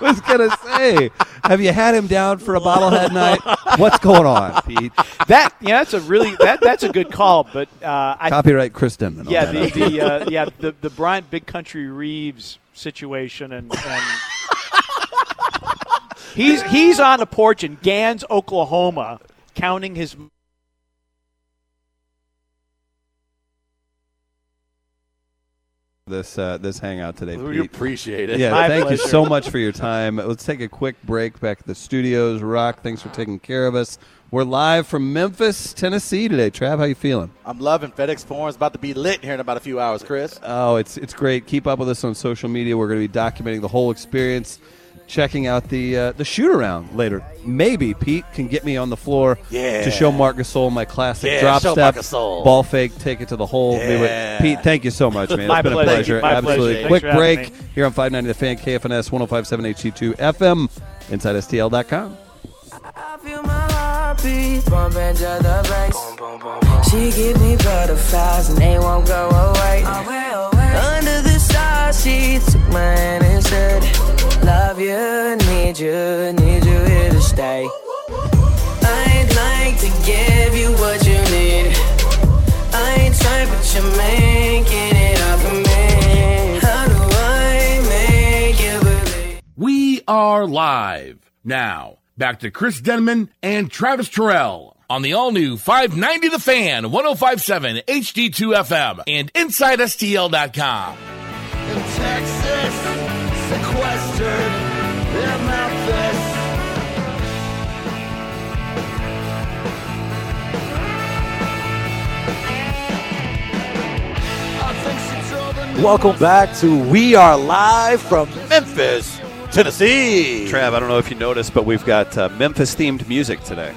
Speaker 7: was gonna say, have you had him down for a bottlehead night? What's going on, Pete?
Speaker 3: that yeah, that's a really that that's a good call, but uh, I
Speaker 7: Copyright Chris Denman. on
Speaker 3: Yeah,
Speaker 7: that
Speaker 3: the,
Speaker 7: album.
Speaker 3: the uh, yeah the the Bryant Big Country Reeves situation, and, and he's he's on the porch in Gans, Oklahoma, counting his.
Speaker 11: this uh, this hangout today.
Speaker 6: We
Speaker 11: Pete.
Speaker 6: appreciate it.
Speaker 11: Yeah,
Speaker 6: My
Speaker 11: thank you
Speaker 6: pleasure.
Speaker 11: so much for your time. Let's take a quick break back at the studios. Rock, thanks for taking care of us. We're live from Memphis, Tennessee today. Trav, how you feeling?
Speaker 6: I'm loving FedEx Forum's about to be lit here in about a few hours, Chris. Uh,
Speaker 11: Oh, it's it's great. Keep up with us on social media. We're going to be documenting the whole experience, checking out the uh, the shoot around later. Maybe Pete can get me on the floor
Speaker 6: Yeah.
Speaker 11: to show Mark Gasol my classic
Speaker 6: Yeah,
Speaker 11: drop
Speaker 6: show
Speaker 11: step,
Speaker 6: Mark Gasol.
Speaker 11: ball fake, take it to the hole. We would-
Speaker 6: Yeah.
Speaker 11: Pete, thank you so much, man.
Speaker 6: My
Speaker 11: it's been
Speaker 6: pleasure.
Speaker 11: a pleasure.
Speaker 6: My pleasure.
Speaker 11: Absolutely.
Speaker 6: Thanks
Speaker 11: Quick
Speaker 6: for having
Speaker 11: break
Speaker 6: me.
Speaker 11: here on 590 The Fan, KFNS 1057 HD2 FM, InsideSTL.com.
Speaker 12: heartbeat bumping to the bass. She give me butterflies and they won't go away. Under the side, she took mine and said, Love you, need you, need you here to stay. I'd like to give you what you need. I ain't trying, but you're making it up for me. How do I make you believe?
Speaker 2: We are live now. Back to Chris Denman and Travis Terrell on the all new 590 The Fan, 1057 HD2 FM, and InsideSTL.com.
Speaker 4: In Texas, sequestered in Memphis. I think she drove a
Speaker 6: Welcome back to We Are Live from Memphis, Tennessee.
Speaker 7: Trav, I don't know if you noticed, but we've got uh, Memphis themed music today.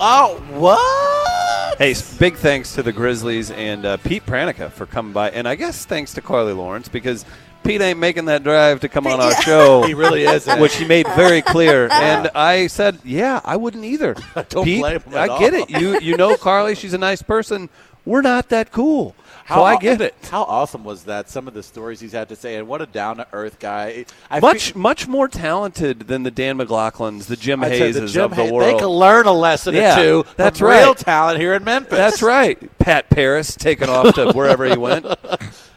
Speaker 6: Oh, what?
Speaker 7: Hey, s- big thanks to the Grizzlies and uh, Pete Pranica for coming by, and I guess thanks to Carly Lawrence because Pete ain't making that drive to come on our show.
Speaker 6: He really isn't.
Speaker 7: which he made very clear. And I said, "Yeah, I wouldn't either."
Speaker 6: Don't
Speaker 7: Pete,
Speaker 6: blame him
Speaker 7: I
Speaker 6: at all.
Speaker 7: get it. You you know Carly, she's a nice person. We're not that cool, so I get it.
Speaker 6: How awesome was that? Some of the stories he's had to say, and what a down to earth guy. I
Speaker 7: much much more talented than the Dan McLaughlins, the Jim
Speaker 6: I tell you,
Speaker 7: Hayes
Speaker 6: the Jim
Speaker 7: of the
Speaker 6: Hay-
Speaker 7: world.
Speaker 6: They can learn a lesson
Speaker 7: Yeah,
Speaker 6: or two.
Speaker 7: That's
Speaker 6: from
Speaker 7: right.
Speaker 6: Real talent here in Memphis.
Speaker 7: That's right. Pat Paris taking off to wherever he went.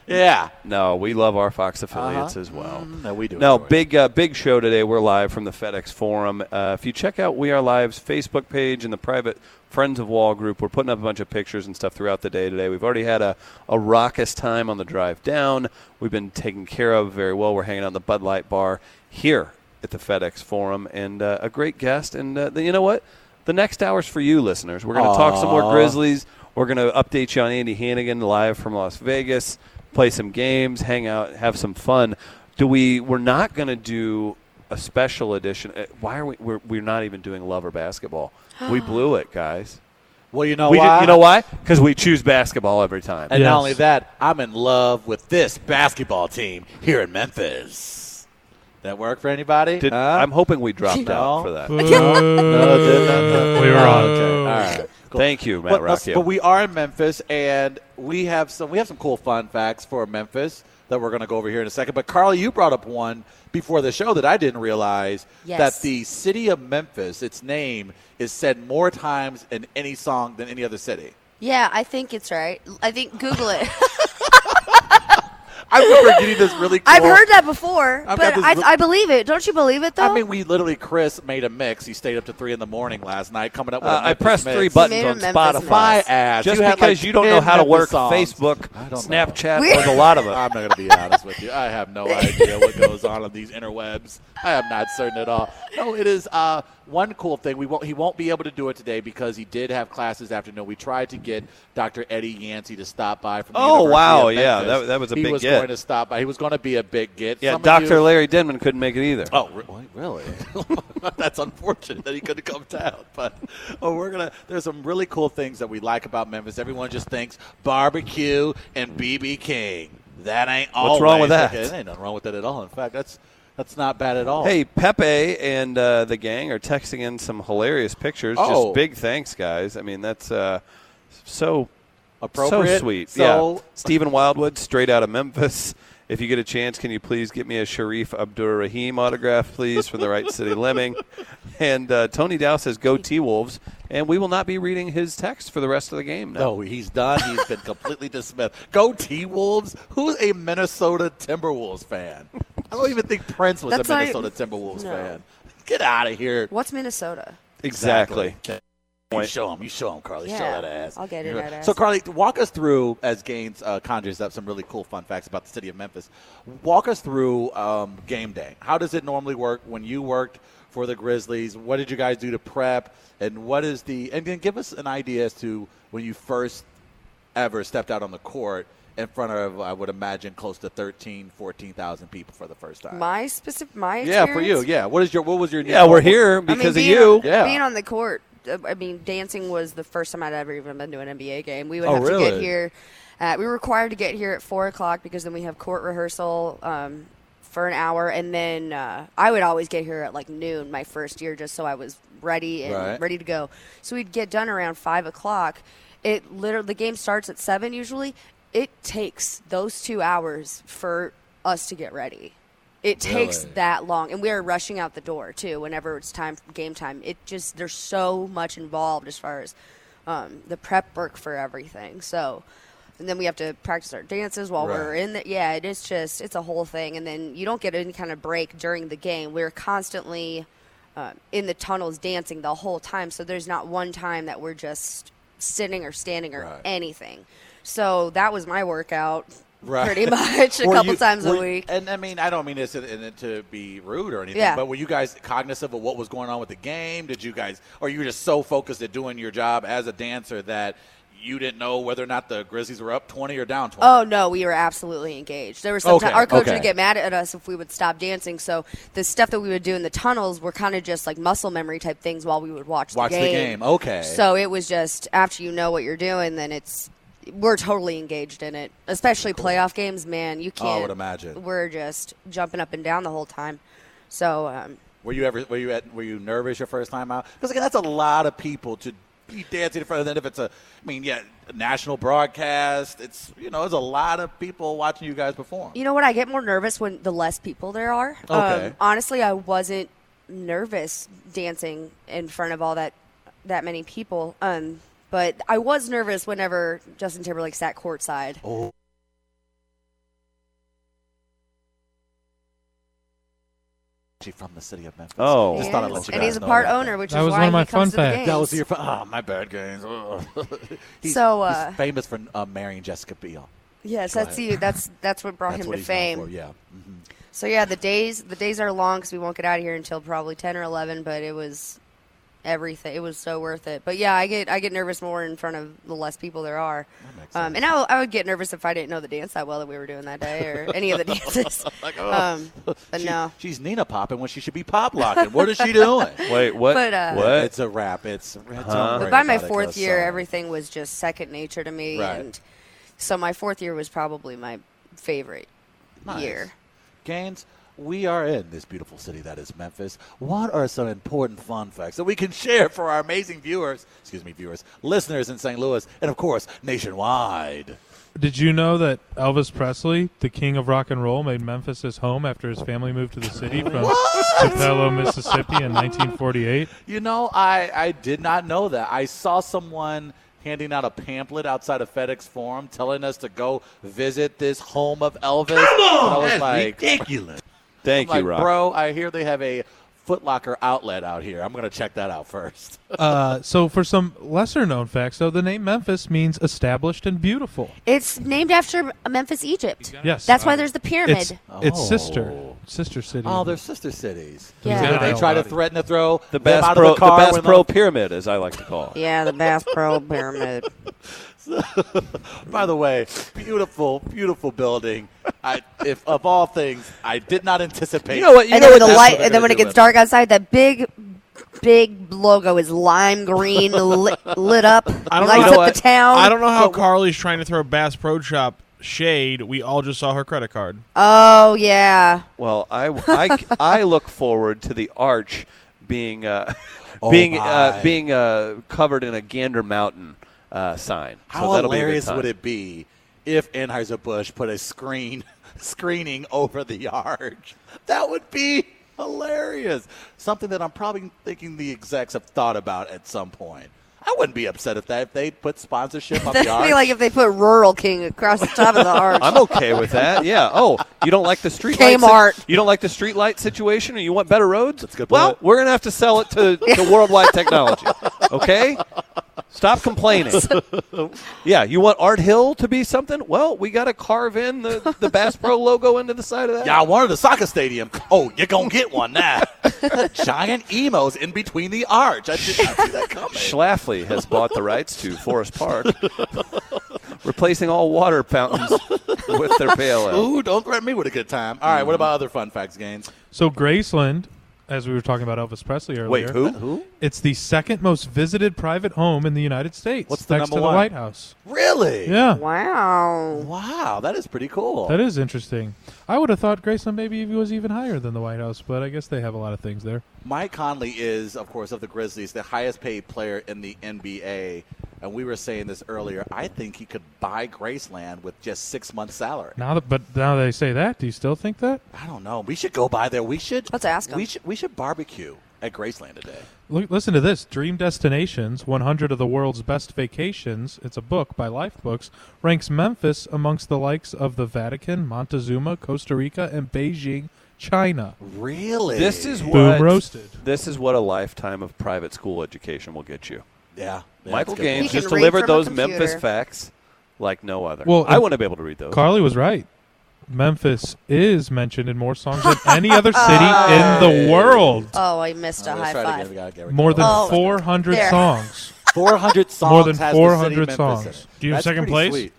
Speaker 6: Yeah.
Speaker 7: No, we love our Fox affiliates
Speaker 6: Uh-huh.
Speaker 7: as well.
Speaker 6: No, we do.
Speaker 7: No, big uh, big show today. We're live from the FedEx Forum. Uh, if you check out We Are Live's Facebook page and the private Friends of Wall group, we're putting up a bunch of pictures and stuff throughout the day today. We've already had a, a raucous time on the drive down. We've been taken care of very well. We're hanging out in the Bud Light Bar here at the FedEx Forum, and uh, a great guest. And uh, you know what? The next hour's for you, listeners. We're going to talk some more
Speaker 6: Aw.
Speaker 7: Grizzlies. Grizzlies. We're going to update you on Andy Hannigan live from Las Vegas, play some games, hang out, have some fun. Do we? We're not going to do a special edition. Uh, Why are we? We're, we're not even doing lover basketball. We blew it, guys.
Speaker 6: Well, you know
Speaker 7: we
Speaker 6: why?
Speaker 7: Did, you know why? Because we choose basketball every time.
Speaker 6: And not only that, I'm in love with this basketball team here in Memphis. That work for anybody?
Speaker 7: Did-
Speaker 6: Huh?
Speaker 7: I'm hoping we dropped
Speaker 6: No?
Speaker 7: out for that.
Speaker 6: No, it did not. No.
Speaker 7: We were
Speaker 6: Oh,
Speaker 7: on.
Speaker 6: Okay. All right. Cool.
Speaker 7: Thank you, Matt
Speaker 6: But let's-
Speaker 7: Rocchio.
Speaker 6: But we are in Memphis, and we have some we have some cool fun facts for Memphis that we're going to go over here in a second. But Carly, you brought up one before the show that I didn't realize
Speaker 13: Yes.
Speaker 6: that the city of Memphis, its name, is said more times in any song than any other city.
Speaker 9: Yeah, I think it's right. I think Google it.
Speaker 6: I remember getting this really. Cool
Speaker 9: I've heard that before,
Speaker 6: I've got
Speaker 9: but
Speaker 6: this
Speaker 9: I,
Speaker 6: re-
Speaker 9: I believe it. Don't you believe it though?
Speaker 6: I mean, we literally, Chris made a mix. He stayed up to three in the morning last night, coming up with.
Speaker 7: Uh,
Speaker 6: a
Speaker 7: I
Speaker 6: Memphis
Speaker 7: pressed
Speaker 6: mix.
Speaker 7: three buttons on Spotify.
Speaker 6: My ass.
Speaker 7: Just
Speaker 6: You had,
Speaker 7: because
Speaker 6: like,
Speaker 7: you don't know
Speaker 6: 10
Speaker 7: how to
Speaker 6: Memphis
Speaker 7: work
Speaker 6: songs.
Speaker 7: Facebook,
Speaker 6: I don't know.
Speaker 7: Snapchat, there's a lot of it.
Speaker 6: I'm not going to be honest with you. I have no idea what goes on on these interwebs. I am not certain at all. No, it is uh, one cool thing. We won't. He won't be able to do it today because he did have class this afternoon. We tried to get Dr. Eddie Yancey to stop by from. The
Speaker 7: Oh,
Speaker 6: University
Speaker 7: wow.
Speaker 6: of
Speaker 7: Yeah,
Speaker 6: Memphis.
Speaker 7: that- that was a
Speaker 6: he
Speaker 7: big
Speaker 6: was
Speaker 7: get.
Speaker 6: going to stop by. He was going to be a big get.
Speaker 7: Yeah,
Speaker 6: Some of
Speaker 7: Dr.
Speaker 6: you-
Speaker 7: Larry Denman couldn't make it either.
Speaker 6: Oh, re- wait, really? That's unfortunate that he couldn't come down. But oh, we're gonna. There's some really cool things that we like about Memphis. Everyone just thinks barbecue and BB King. That ain't all.
Speaker 7: What's wrong with that?
Speaker 6: Okay, there ain't nothing wrong with that at all. In fact, that's that's not bad at all.
Speaker 7: Hey, Pepe and uh, the gang are texting in some hilarious pictures.
Speaker 6: Oh.
Speaker 7: Just big thanks, guys. I mean, that's uh, so so
Speaker 6: Appropriate.
Speaker 7: sweet.
Speaker 6: So-
Speaker 7: yeah, Stephen Wildwood, straight out of Memphis. If you get a chance, can you please get me a Sharif Abdur Rahim autograph, please, from the Right City Lemming? And uh, Tony Dow says, "Go T Wolves," and we will not be reading his text for the rest of the game. Now.
Speaker 6: No, he's done. He's been completely dismissed. Go T Wolves. Who's a Minnesota Timberwolves fan? I don't even think Prince was
Speaker 9: That's
Speaker 6: a
Speaker 9: not-
Speaker 6: Minnesota Timberwolves
Speaker 9: no.
Speaker 6: fan. Get out of here.
Speaker 9: What's Minnesota?
Speaker 7: Exactly.
Speaker 6: You show him. You show him, Carly.
Speaker 9: Yeah,
Speaker 6: show that ass.
Speaker 9: I'll get it,
Speaker 6: You're-
Speaker 9: that
Speaker 6: So,
Speaker 9: ass.
Speaker 6: Carly, walk us through as Gaines uh, conjures up some really cool fun facts about the city of Memphis. Walk us through um, game day. How does it normally work when you worked for the Grizzlies? What did you guys do to prep? And what is the and then give us an idea as to when you first ever stepped out on the court in front of I would imagine close to 13, 14,000 people for the first time.
Speaker 9: My specific, my
Speaker 6: yeah,
Speaker 9: experience.
Speaker 6: for you. Yeah. What is your what was your
Speaker 7: Yeah, we're here
Speaker 9: I mean,
Speaker 7: because of
Speaker 9: being
Speaker 7: you.
Speaker 9: on- Being on the court, uh, I mean, dancing was the first time I'd ever even been to an NBA game. We would
Speaker 6: Oh,
Speaker 9: have to get
Speaker 6: really?
Speaker 9: here. At, we were required to get here at four o'clock because then we have court rehearsal um, for an hour, and then uh, I would always get here at like noon my first year, just so I was ready and
Speaker 13: Right.
Speaker 9: ready to go. So we'd get done around five o'clock. It literally the game starts at seven usually. It takes those two hours for us to get ready. It takes
Speaker 13: Really?
Speaker 9: that long, and we are rushing out the door too. Whenever it's time game time, it just there's so much involved as far as um, the prep work for everything. So, and then we have to practice our dances while we're
Speaker 13: Right.
Speaker 9: in the yeah. It is just it's a whole thing, and then you don't get any kind of break during the game. We're constantly uh, in the tunnels dancing the whole time, so there's not one time that we're just sitting or standing or anything. So that was my workout. Pretty much a
Speaker 6: Were
Speaker 9: couple
Speaker 6: you-
Speaker 9: times a
Speaker 6: were you-
Speaker 9: week.
Speaker 6: And I mean, I don't mean this in, in it to be rude or anything,
Speaker 9: Yeah.
Speaker 6: but were you guys cognizant of what was going on with the game? Did you guys, or you were just so focused at doing your job as a dancer that you didn't know whether or not the Grizzlies were up 20 or down 20?
Speaker 9: Oh no, we were absolutely engaged. There was some
Speaker 6: Okay,
Speaker 9: ti- our coach
Speaker 6: okay.
Speaker 9: would get mad at us if we would stop dancing. So the stuff that we would do in the tunnels were kind of just like muscle memory type things while we would watch,
Speaker 6: Watch the
Speaker 9: the game.
Speaker 6: game, okay.
Speaker 9: So it was just after you know what you're doing, then it's we're totally engaged in it. Especially playoff games, man. You
Speaker 6: Oh, I
Speaker 9: can't.
Speaker 6: would imagine.
Speaker 9: We're just jumping up and down the whole time. So um,
Speaker 6: Were you ever, were you at, were you nervous your first time out? Because again, that's a lot of people to be dancing in front of. Then if it's a, I mean, yeah, national broadcast, it's, you know, there's a lot of people watching you guys perform.
Speaker 9: You know what? I get more nervous when the less people there are.
Speaker 6: Okay.
Speaker 9: Um, honestly, I wasn't nervous dancing in front of all that that many people. Um, but I was nervous whenever Justin Timberlake sat courtside.
Speaker 6: Oh. She from the city of Memphis.
Speaker 7: Oh.
Speaker 6: Just thought I'd
Speaker 9: Yes.
Speaker 6: let you
Speaker 9: And
Speaker 6: guys
Speaker 9: he's a
Speaker 6: know
Speaker 9: part
Speaker 6: that.
Speaker 9: owner, which That is was why one of he my comes fun to the facts. games.
Speaker 6: That was your fun. Oh, my bad, games. Ugh. he's,
Speaker 9: So,
Speaker 6: he's
Speaker 9: uh,
Speaker 6: famous for uh, marrying Jessica Biel.
Speaker 9: Yes,
Speaker 6: Go
Speaker 9: that's
Speaker 6: ahead.
Speaker 9: you. That's that's what brought
Speaker 6: That's
Speaker 9: him
Speaker 6: what
Speaker 9: to
Speaker 6: he's known
Speaker 9: fame.
Speaker 6: for, yeah.
Speaker 9: So yeah, the days the days are long because we won't get out of here until probably ten or eleven. But it was everything. It was so worth it. But yeah, I get I get nervous more in front of the less people there are. Um, and I, I would get nervous if I didn't know the dance that well that we were doing that day or any of the dances.
Speaker 6: Like, oh.
Speaker 9: um, but
Speaker 6: She-
Speaker 9: no.
Speaker 6: She's Nina popping when she should be pop locking. What is she doing?
Speaker 7: Wait, what?
Speaker 9: But, uh,
Speaker 7: what?
Speaker 6: It's a rap. It's, it's
Speaker 7: Huh?
Speaker 6: don't
Speaker 9: But
Speaker 6: worry
Speaker 9: by my
Speaker 6: about it,
Speaker 9: fourth
Speaker 6: 'cause,
Speaker 9: year,
Speaker 6: uh,
Speaker 9: everything was just second nature to me.
Speaker 6: Right.
Speaker 9: And so my fourth year was probably my favorite
Speaker 6: Nice.
Speaker 9: year.
Speaker 6: Gaines, we are in this beautiful city that is Memphis. What are some important fun facts that we can share for our amazing viewers, excuse me, viewers, listeners in St. Louis, and of course, nationwide?
Speaker 10: Did you know that Elvis Presley, the king of rock and roll, made Memphis his home after his family moved to the city from Tupelo, Mississippi in 1948?
Speaker 6: You know, I, I did not know that. I saw someone handing out a pamphlet outside of FedEx Forum telling us to go visit this home of Elvis. Come
Speaker 7: on!
Speaker 6: I was
Speaker 7: That's
Speaker 6: like,
Speaker 7: ridiculous. Thank
Speaker 6: I'm
Speaker 7: you,
Speaker 6: like,
Speaker 7: Rock.
Speaker 6: Bro, I hear they have a Foot Locker outlet out here. I'm going to check that out first.
Speaker 10: Uh, so, for some lesser known facts, though, the name Memphis means established and beautiful.
Speaker 9: It's named after Memphis, Egypt.
Speaker 10: Yes.
Speaker 9: That's why there's the pyramid.
Speaker 10: It's, it's sister, sister city.
Speaker 6: Oh, they're sister cities.
Speaker 9: Yeah.
Speaker 6: So They try to threaten to throw
Speaker 7: the
Speaker 6: them
Speaker 7: Bass
Speaker 6: out
Speaker 7: Pro,
Speaker 6: of the car.
Speaker 7: Bass
Speaker 6: when
Speaker 7: Pro Pyramid, as I like to call it.
Speaker 9: Yeah, the Bass Pro Pyramid.
Speaker 6: By the way, beautiful, beautiful building. I, if of all things, I did not anticipate.
Speaker 7: You know what- you
Speaker 9: and
Speaker 7: know
Speaker 9: then when
Speaker 7: what
Speaker 9: the
Speaker 7: that's
Speaker 9: light,
Speaker 7: what they're
Speaker 9: and then when it
Speaker 7: gonna do
Speaker 9: gets
Speaker 7: with
Speaker 9: dark outside, that big, big logo is lime green lit, lit up,
Speaker 8: I don't
Speaker 9: lights
Speaker 8: know
Speaker 9: up the town.
Speaker 8: I don't know how
Speaker 9: But-
Speaker 8: Carly's trying to throw Bass Pro Shop shade. We all just saw her credit card.
Speaker 9: oh yeah,
Speaker 7: Well, I, I, I look forward to the arch being uh,
Speaker 6: Oh
Speaker 7: being
Speaker 6: my.
Speaker 7: uh, being uh, covered in a Gander Mountain uh, sign.
Speaker 6: How
Speaker 7: so that'll
Speaker 6: hilarious
Speaker 7: be a good time.
Speaker 6: would it be if Anheuser Busch put a screen screening over the arch? That would be hilarious. Something that I'm probably thinking the execs have thought about at some point. I wouldn't be upset if that if they put sponsorship on the
Speaker 9: that'd
Speaker 6: arch.
Speaker 9: be like if they put Rural King across the top of the arch.
Speaker 7: I'm okay with that. Yeah. Oh, you don't like the street
Speaker 9: Kmart.
Speaker 7: lights? You don't like the street light situation, and you want better roads? That's good. Well, we're gonna have to sell it to, to Worldwide Technology. Okay? Stop complaining. yeah, you want Art Hill to be something? Well, we got to carve in the, the Bass Pro logo into the side of that.
Speaker 6: Yeah, I wanted a soccer stadium. Oh, you're going to get one now. Giant emos in between the arch. I did not see that coming.
Speaker 7: Schlafly has bought the rights to Forest Park, replacing all water fountains with their pale ale.
Speaker 6: Ooh, don't threaten me with a good time. All right,
Speaker 7: Mm-hmm.
Speaker 6: what about other fun facts, Gaines?
Speaker 10: So Graceland, as we were talking about Elvis Presley earlier.
Speaker 6: Wait, who? Who?
Speaker 10: It's the second most visited private home in the United States.
Speaker 6: What's the
Speaker 10: next
Speaker 6: number
Speaker 10: to
Speaker 6: one?
Speaker 10: the White House?
Speaker 6: Really?
Speaker 10: Yeah.
Speaker 9: Wow.
Speaker 6: Wow, that is pretty cool.
Speaker 10: That is interesting. I would have thought Graceland maybe was even higher than the White House, but I guess they have a lot of things there.
Speaker 6: Mike Conley is, of course, of the Grizzlies, the highest paid player in the NBA. And we were saying this earlier. I think he could buy Graceland with just six months' salary.
Speaker 10: Now that, but now they say that, do you still think that?
Speaker 6: I don't know. We should go by there. We should.
Speaker 9: Let's ask him.
Speaker 6: We should. We should barbecue at Graceland today.
Speaker 10: Look, listen to this: Dream Destinations, 100 of the world's best vacations. It's a book by Life Books. Ranks Memphis amongst the likes of the Vatican, Montezuma, Costa Rica, and Beijing, China.
Speaker 6: Really?
Speaker 7: This is
Speaker 10: Boom
Speaker 7: what
Speaker 10: roasted.
Speaker 7: This is what a lifetime of private school education will get you.
Speaker 6: Yeah. Yeah,
Speaker 7: Michael
Speaker 6: that's a good
Speaker 7: Gaines
Speaker 6: point.
Speaker 9: We
Speaker 7: just
Speaker 9: can read
Speaker 7: delivered
Speaker 9: from a
Speaker 7: those
Speaker 9: computer.
Speaker 7: Memphis facts like no other.
Speaker 10: Well,
Speaker 7: I
Speaker 10: and
Speaker 7: want to be able to read those.
Speaker 10: Carly was right. Memphis is mentioned in more songs than any other city in the world.
Speaker 9: Oh, I missed a high
Speaker 6: Let's try it again.
Speaker 9: five.
Speaker 6: We gotta get- we
Speaker 10: More than
Speaker 9: Oh,
Speaker 10: 400
Speaker 9: there.
Speaker 10: songs.
Speaker 6: Four hundred songs.
Speaker 10: More than
Speaker 6: has the city of
Speaker 10: 400
Speaker 6: Memphis in
Speaker 10: songs.
Speaker 6: it.
Speaker 10: Do you have
Speaker 6: That's
Speaker 10: second
Speaker 6: pretty
Speaker 10: place?
Speaker 6: sweet.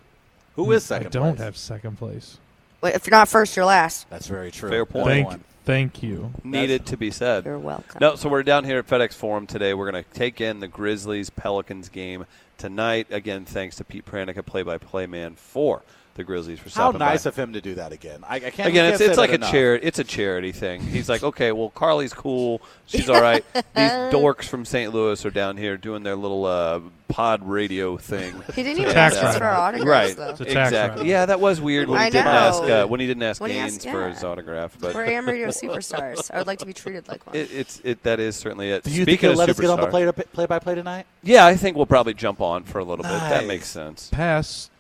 Speaker 6: Who is
Speaker 10: I
Speaker 6: second?
Speaker 10: don't
Speaker 6: place?
Speaker 10: have second place.
Speaker 9: Wait, if you're not first, you're last.
Speaker 6: That's very true.
Speaker 7: Fair point.
Speaker 6: That's
Speaker 10: Thank,
Speaker 6: one.
Speaker 10: thank you.
Speaker 7: Needed to be said.
Speaker 9: You're welcome.
Speaker 7: No, so we're down here at FedEx Forum today. We're going to take in the Grizzlies Pelicans game tonight. Again, thanks to Pete Pranica, play by play man for the Grizzlies for
Speaker 6: How
Speaker 7: stopping
Speaker 6: nice
Speaker 7: by.
Speaker 6: of him to do that again. I, I can't. we
Speaker 7: Again, it's,
Speaker 6: can't say
Speaker 7: it's like a
Speaker 6: that enough.
Speaker 7: charity. It's a charity thing. He's like, okay, well, Carly's cool. She's all right. These dorks from St. Louis are down here doing their little uh, pod radio thing.
Speaker 9: He didn't even
Speaker 10: Tax
Speaker 9: ask us
Speaker 10: writer.
Speaker 9: for our
Speaker 7: Right.
Speaker 9: autographs,
Speaker 10: It's a
Speaker 9: though.
Speaker 10: tax
Speaker 7: exactly.
Speaker 10: writer.
Speaker 7: Yeah, that was weird when he
Speaker 9: I
Speaker 7: didn't ask
Speaker 9: know.
Speaker 7: uh, when he didn't ask
Speaker 9: When he
Speaker 7: Gaines
Speaker 9: asked-
Speaker 7: for
Speaker 9: yeah.
Speaker 7: his autograph. But
Speaker 9: We're amateur superstars. I would like to be treated like one.
Speaker 7: it, it's it that is certainly it.
Speaker 6: Do you think
Speaker 7: Speaking
Speaker 6: he'll let
Speaker 7: of
Speaker 6: us get on the
Speaker 7: superstar-
Speaker 6: play, play by play tonight?
Speaker 7: Yeah, I think we'll probably jump on for a little bit. That
Speaker 6: Nice.
Speaker 7: makes sense.
Speaker 10: Pass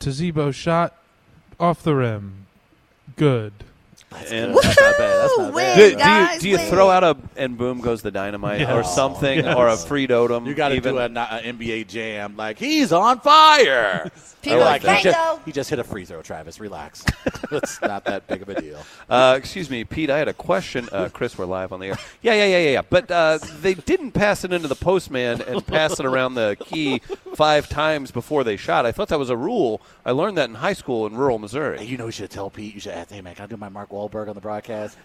Speaker 10: to Zebo shot off the rim. Good.
Speaker 7: And
Speaker 6: That's not bad. That's not
Speaker 9: Woo, win.
Speaker 6: bad.
Speaker 7: do, do you
Speaker 9: Guys,
Speaker 7: do you
Speaker 9: wait.
Speaker 7: throw out a and boom goes the dynamite or
Speaker 10: Yes.
Speaker 7: something or a free dotum?
Speaker 6: You got to
Speaker 7: even?
Speaker 6: do an NBA jam. Like, he's on fire.
Speaker 9: People
Speaker 6: They're
Speaker 9: like,
Speaker 6: he,
Speaker 9: "Thank
Speaker 6: just,
Speaker 9: you."
Speaker 6: he just hit a free throw, Travis. Relax. That's not that big of a deal.
Speaker 7: Uh, excuse me, Pete. I had a question. Uh, Chris, we're live on the air. Yeah, yeah, yeah, yeah, yeah. But uh, they didn't pass it into the postman and pass it around the key five times before they shot. I thought that was a rule. I learned that in high school in rural
Speaker 6: Hey,
Speaker 7: Missouri.
Speaker 6: you know, you should tell Pete. You should ask, hey, man, can I do my Mark Wahlberg on the broadcast?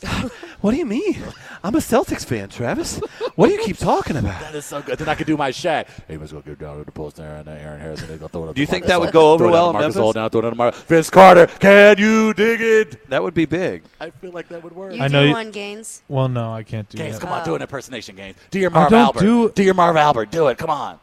Speaker 7: What do you mean? I'm a Celtics fan, Travis. What do you keep talking about?
Speaker 6: that is so good. Then I could do my Shaq. Hey, let's go get down to the post there and uh, Aaron Harris. And they go throw it up
Speaker 7: Do you
Speaker 6: to
Speaker 7: think
Speaker 6: Marcus
Speaker 7: that would
Speaker 6: All.
Speaker 7: go over
Speaker 6: throw it
Speaker 7: well
Speaker 6: up
Speaker 7: in
Speaker 6: to Marcus
Speaker 7: Memphis?
Speaker 6: All, Down, throw it up to Mar- Vince Carter, can you dig it?
Speaker 7: That would be big.
Speaker 6: I feel like that would work.
Speaker 9: you
Speaker 10: I
Speaker 9: do
Speaker 10: know you-
Speaker 9: one, Gaines.
Speaker 10: Well, no, I can't do
Speaker 6: Gaines,
Speaker 10: that.
Speaker 6: come on, do an impersonation, Gaines. Do
Speaker 9: Oh,
Speaker 6: your
Speaker 10: I
Speaker 6: Marv
Speaker 10: don't
Speaker 6: Albert.
Speaker 10: do-
Speaker 6: your Marv Albert. Do it. Come on.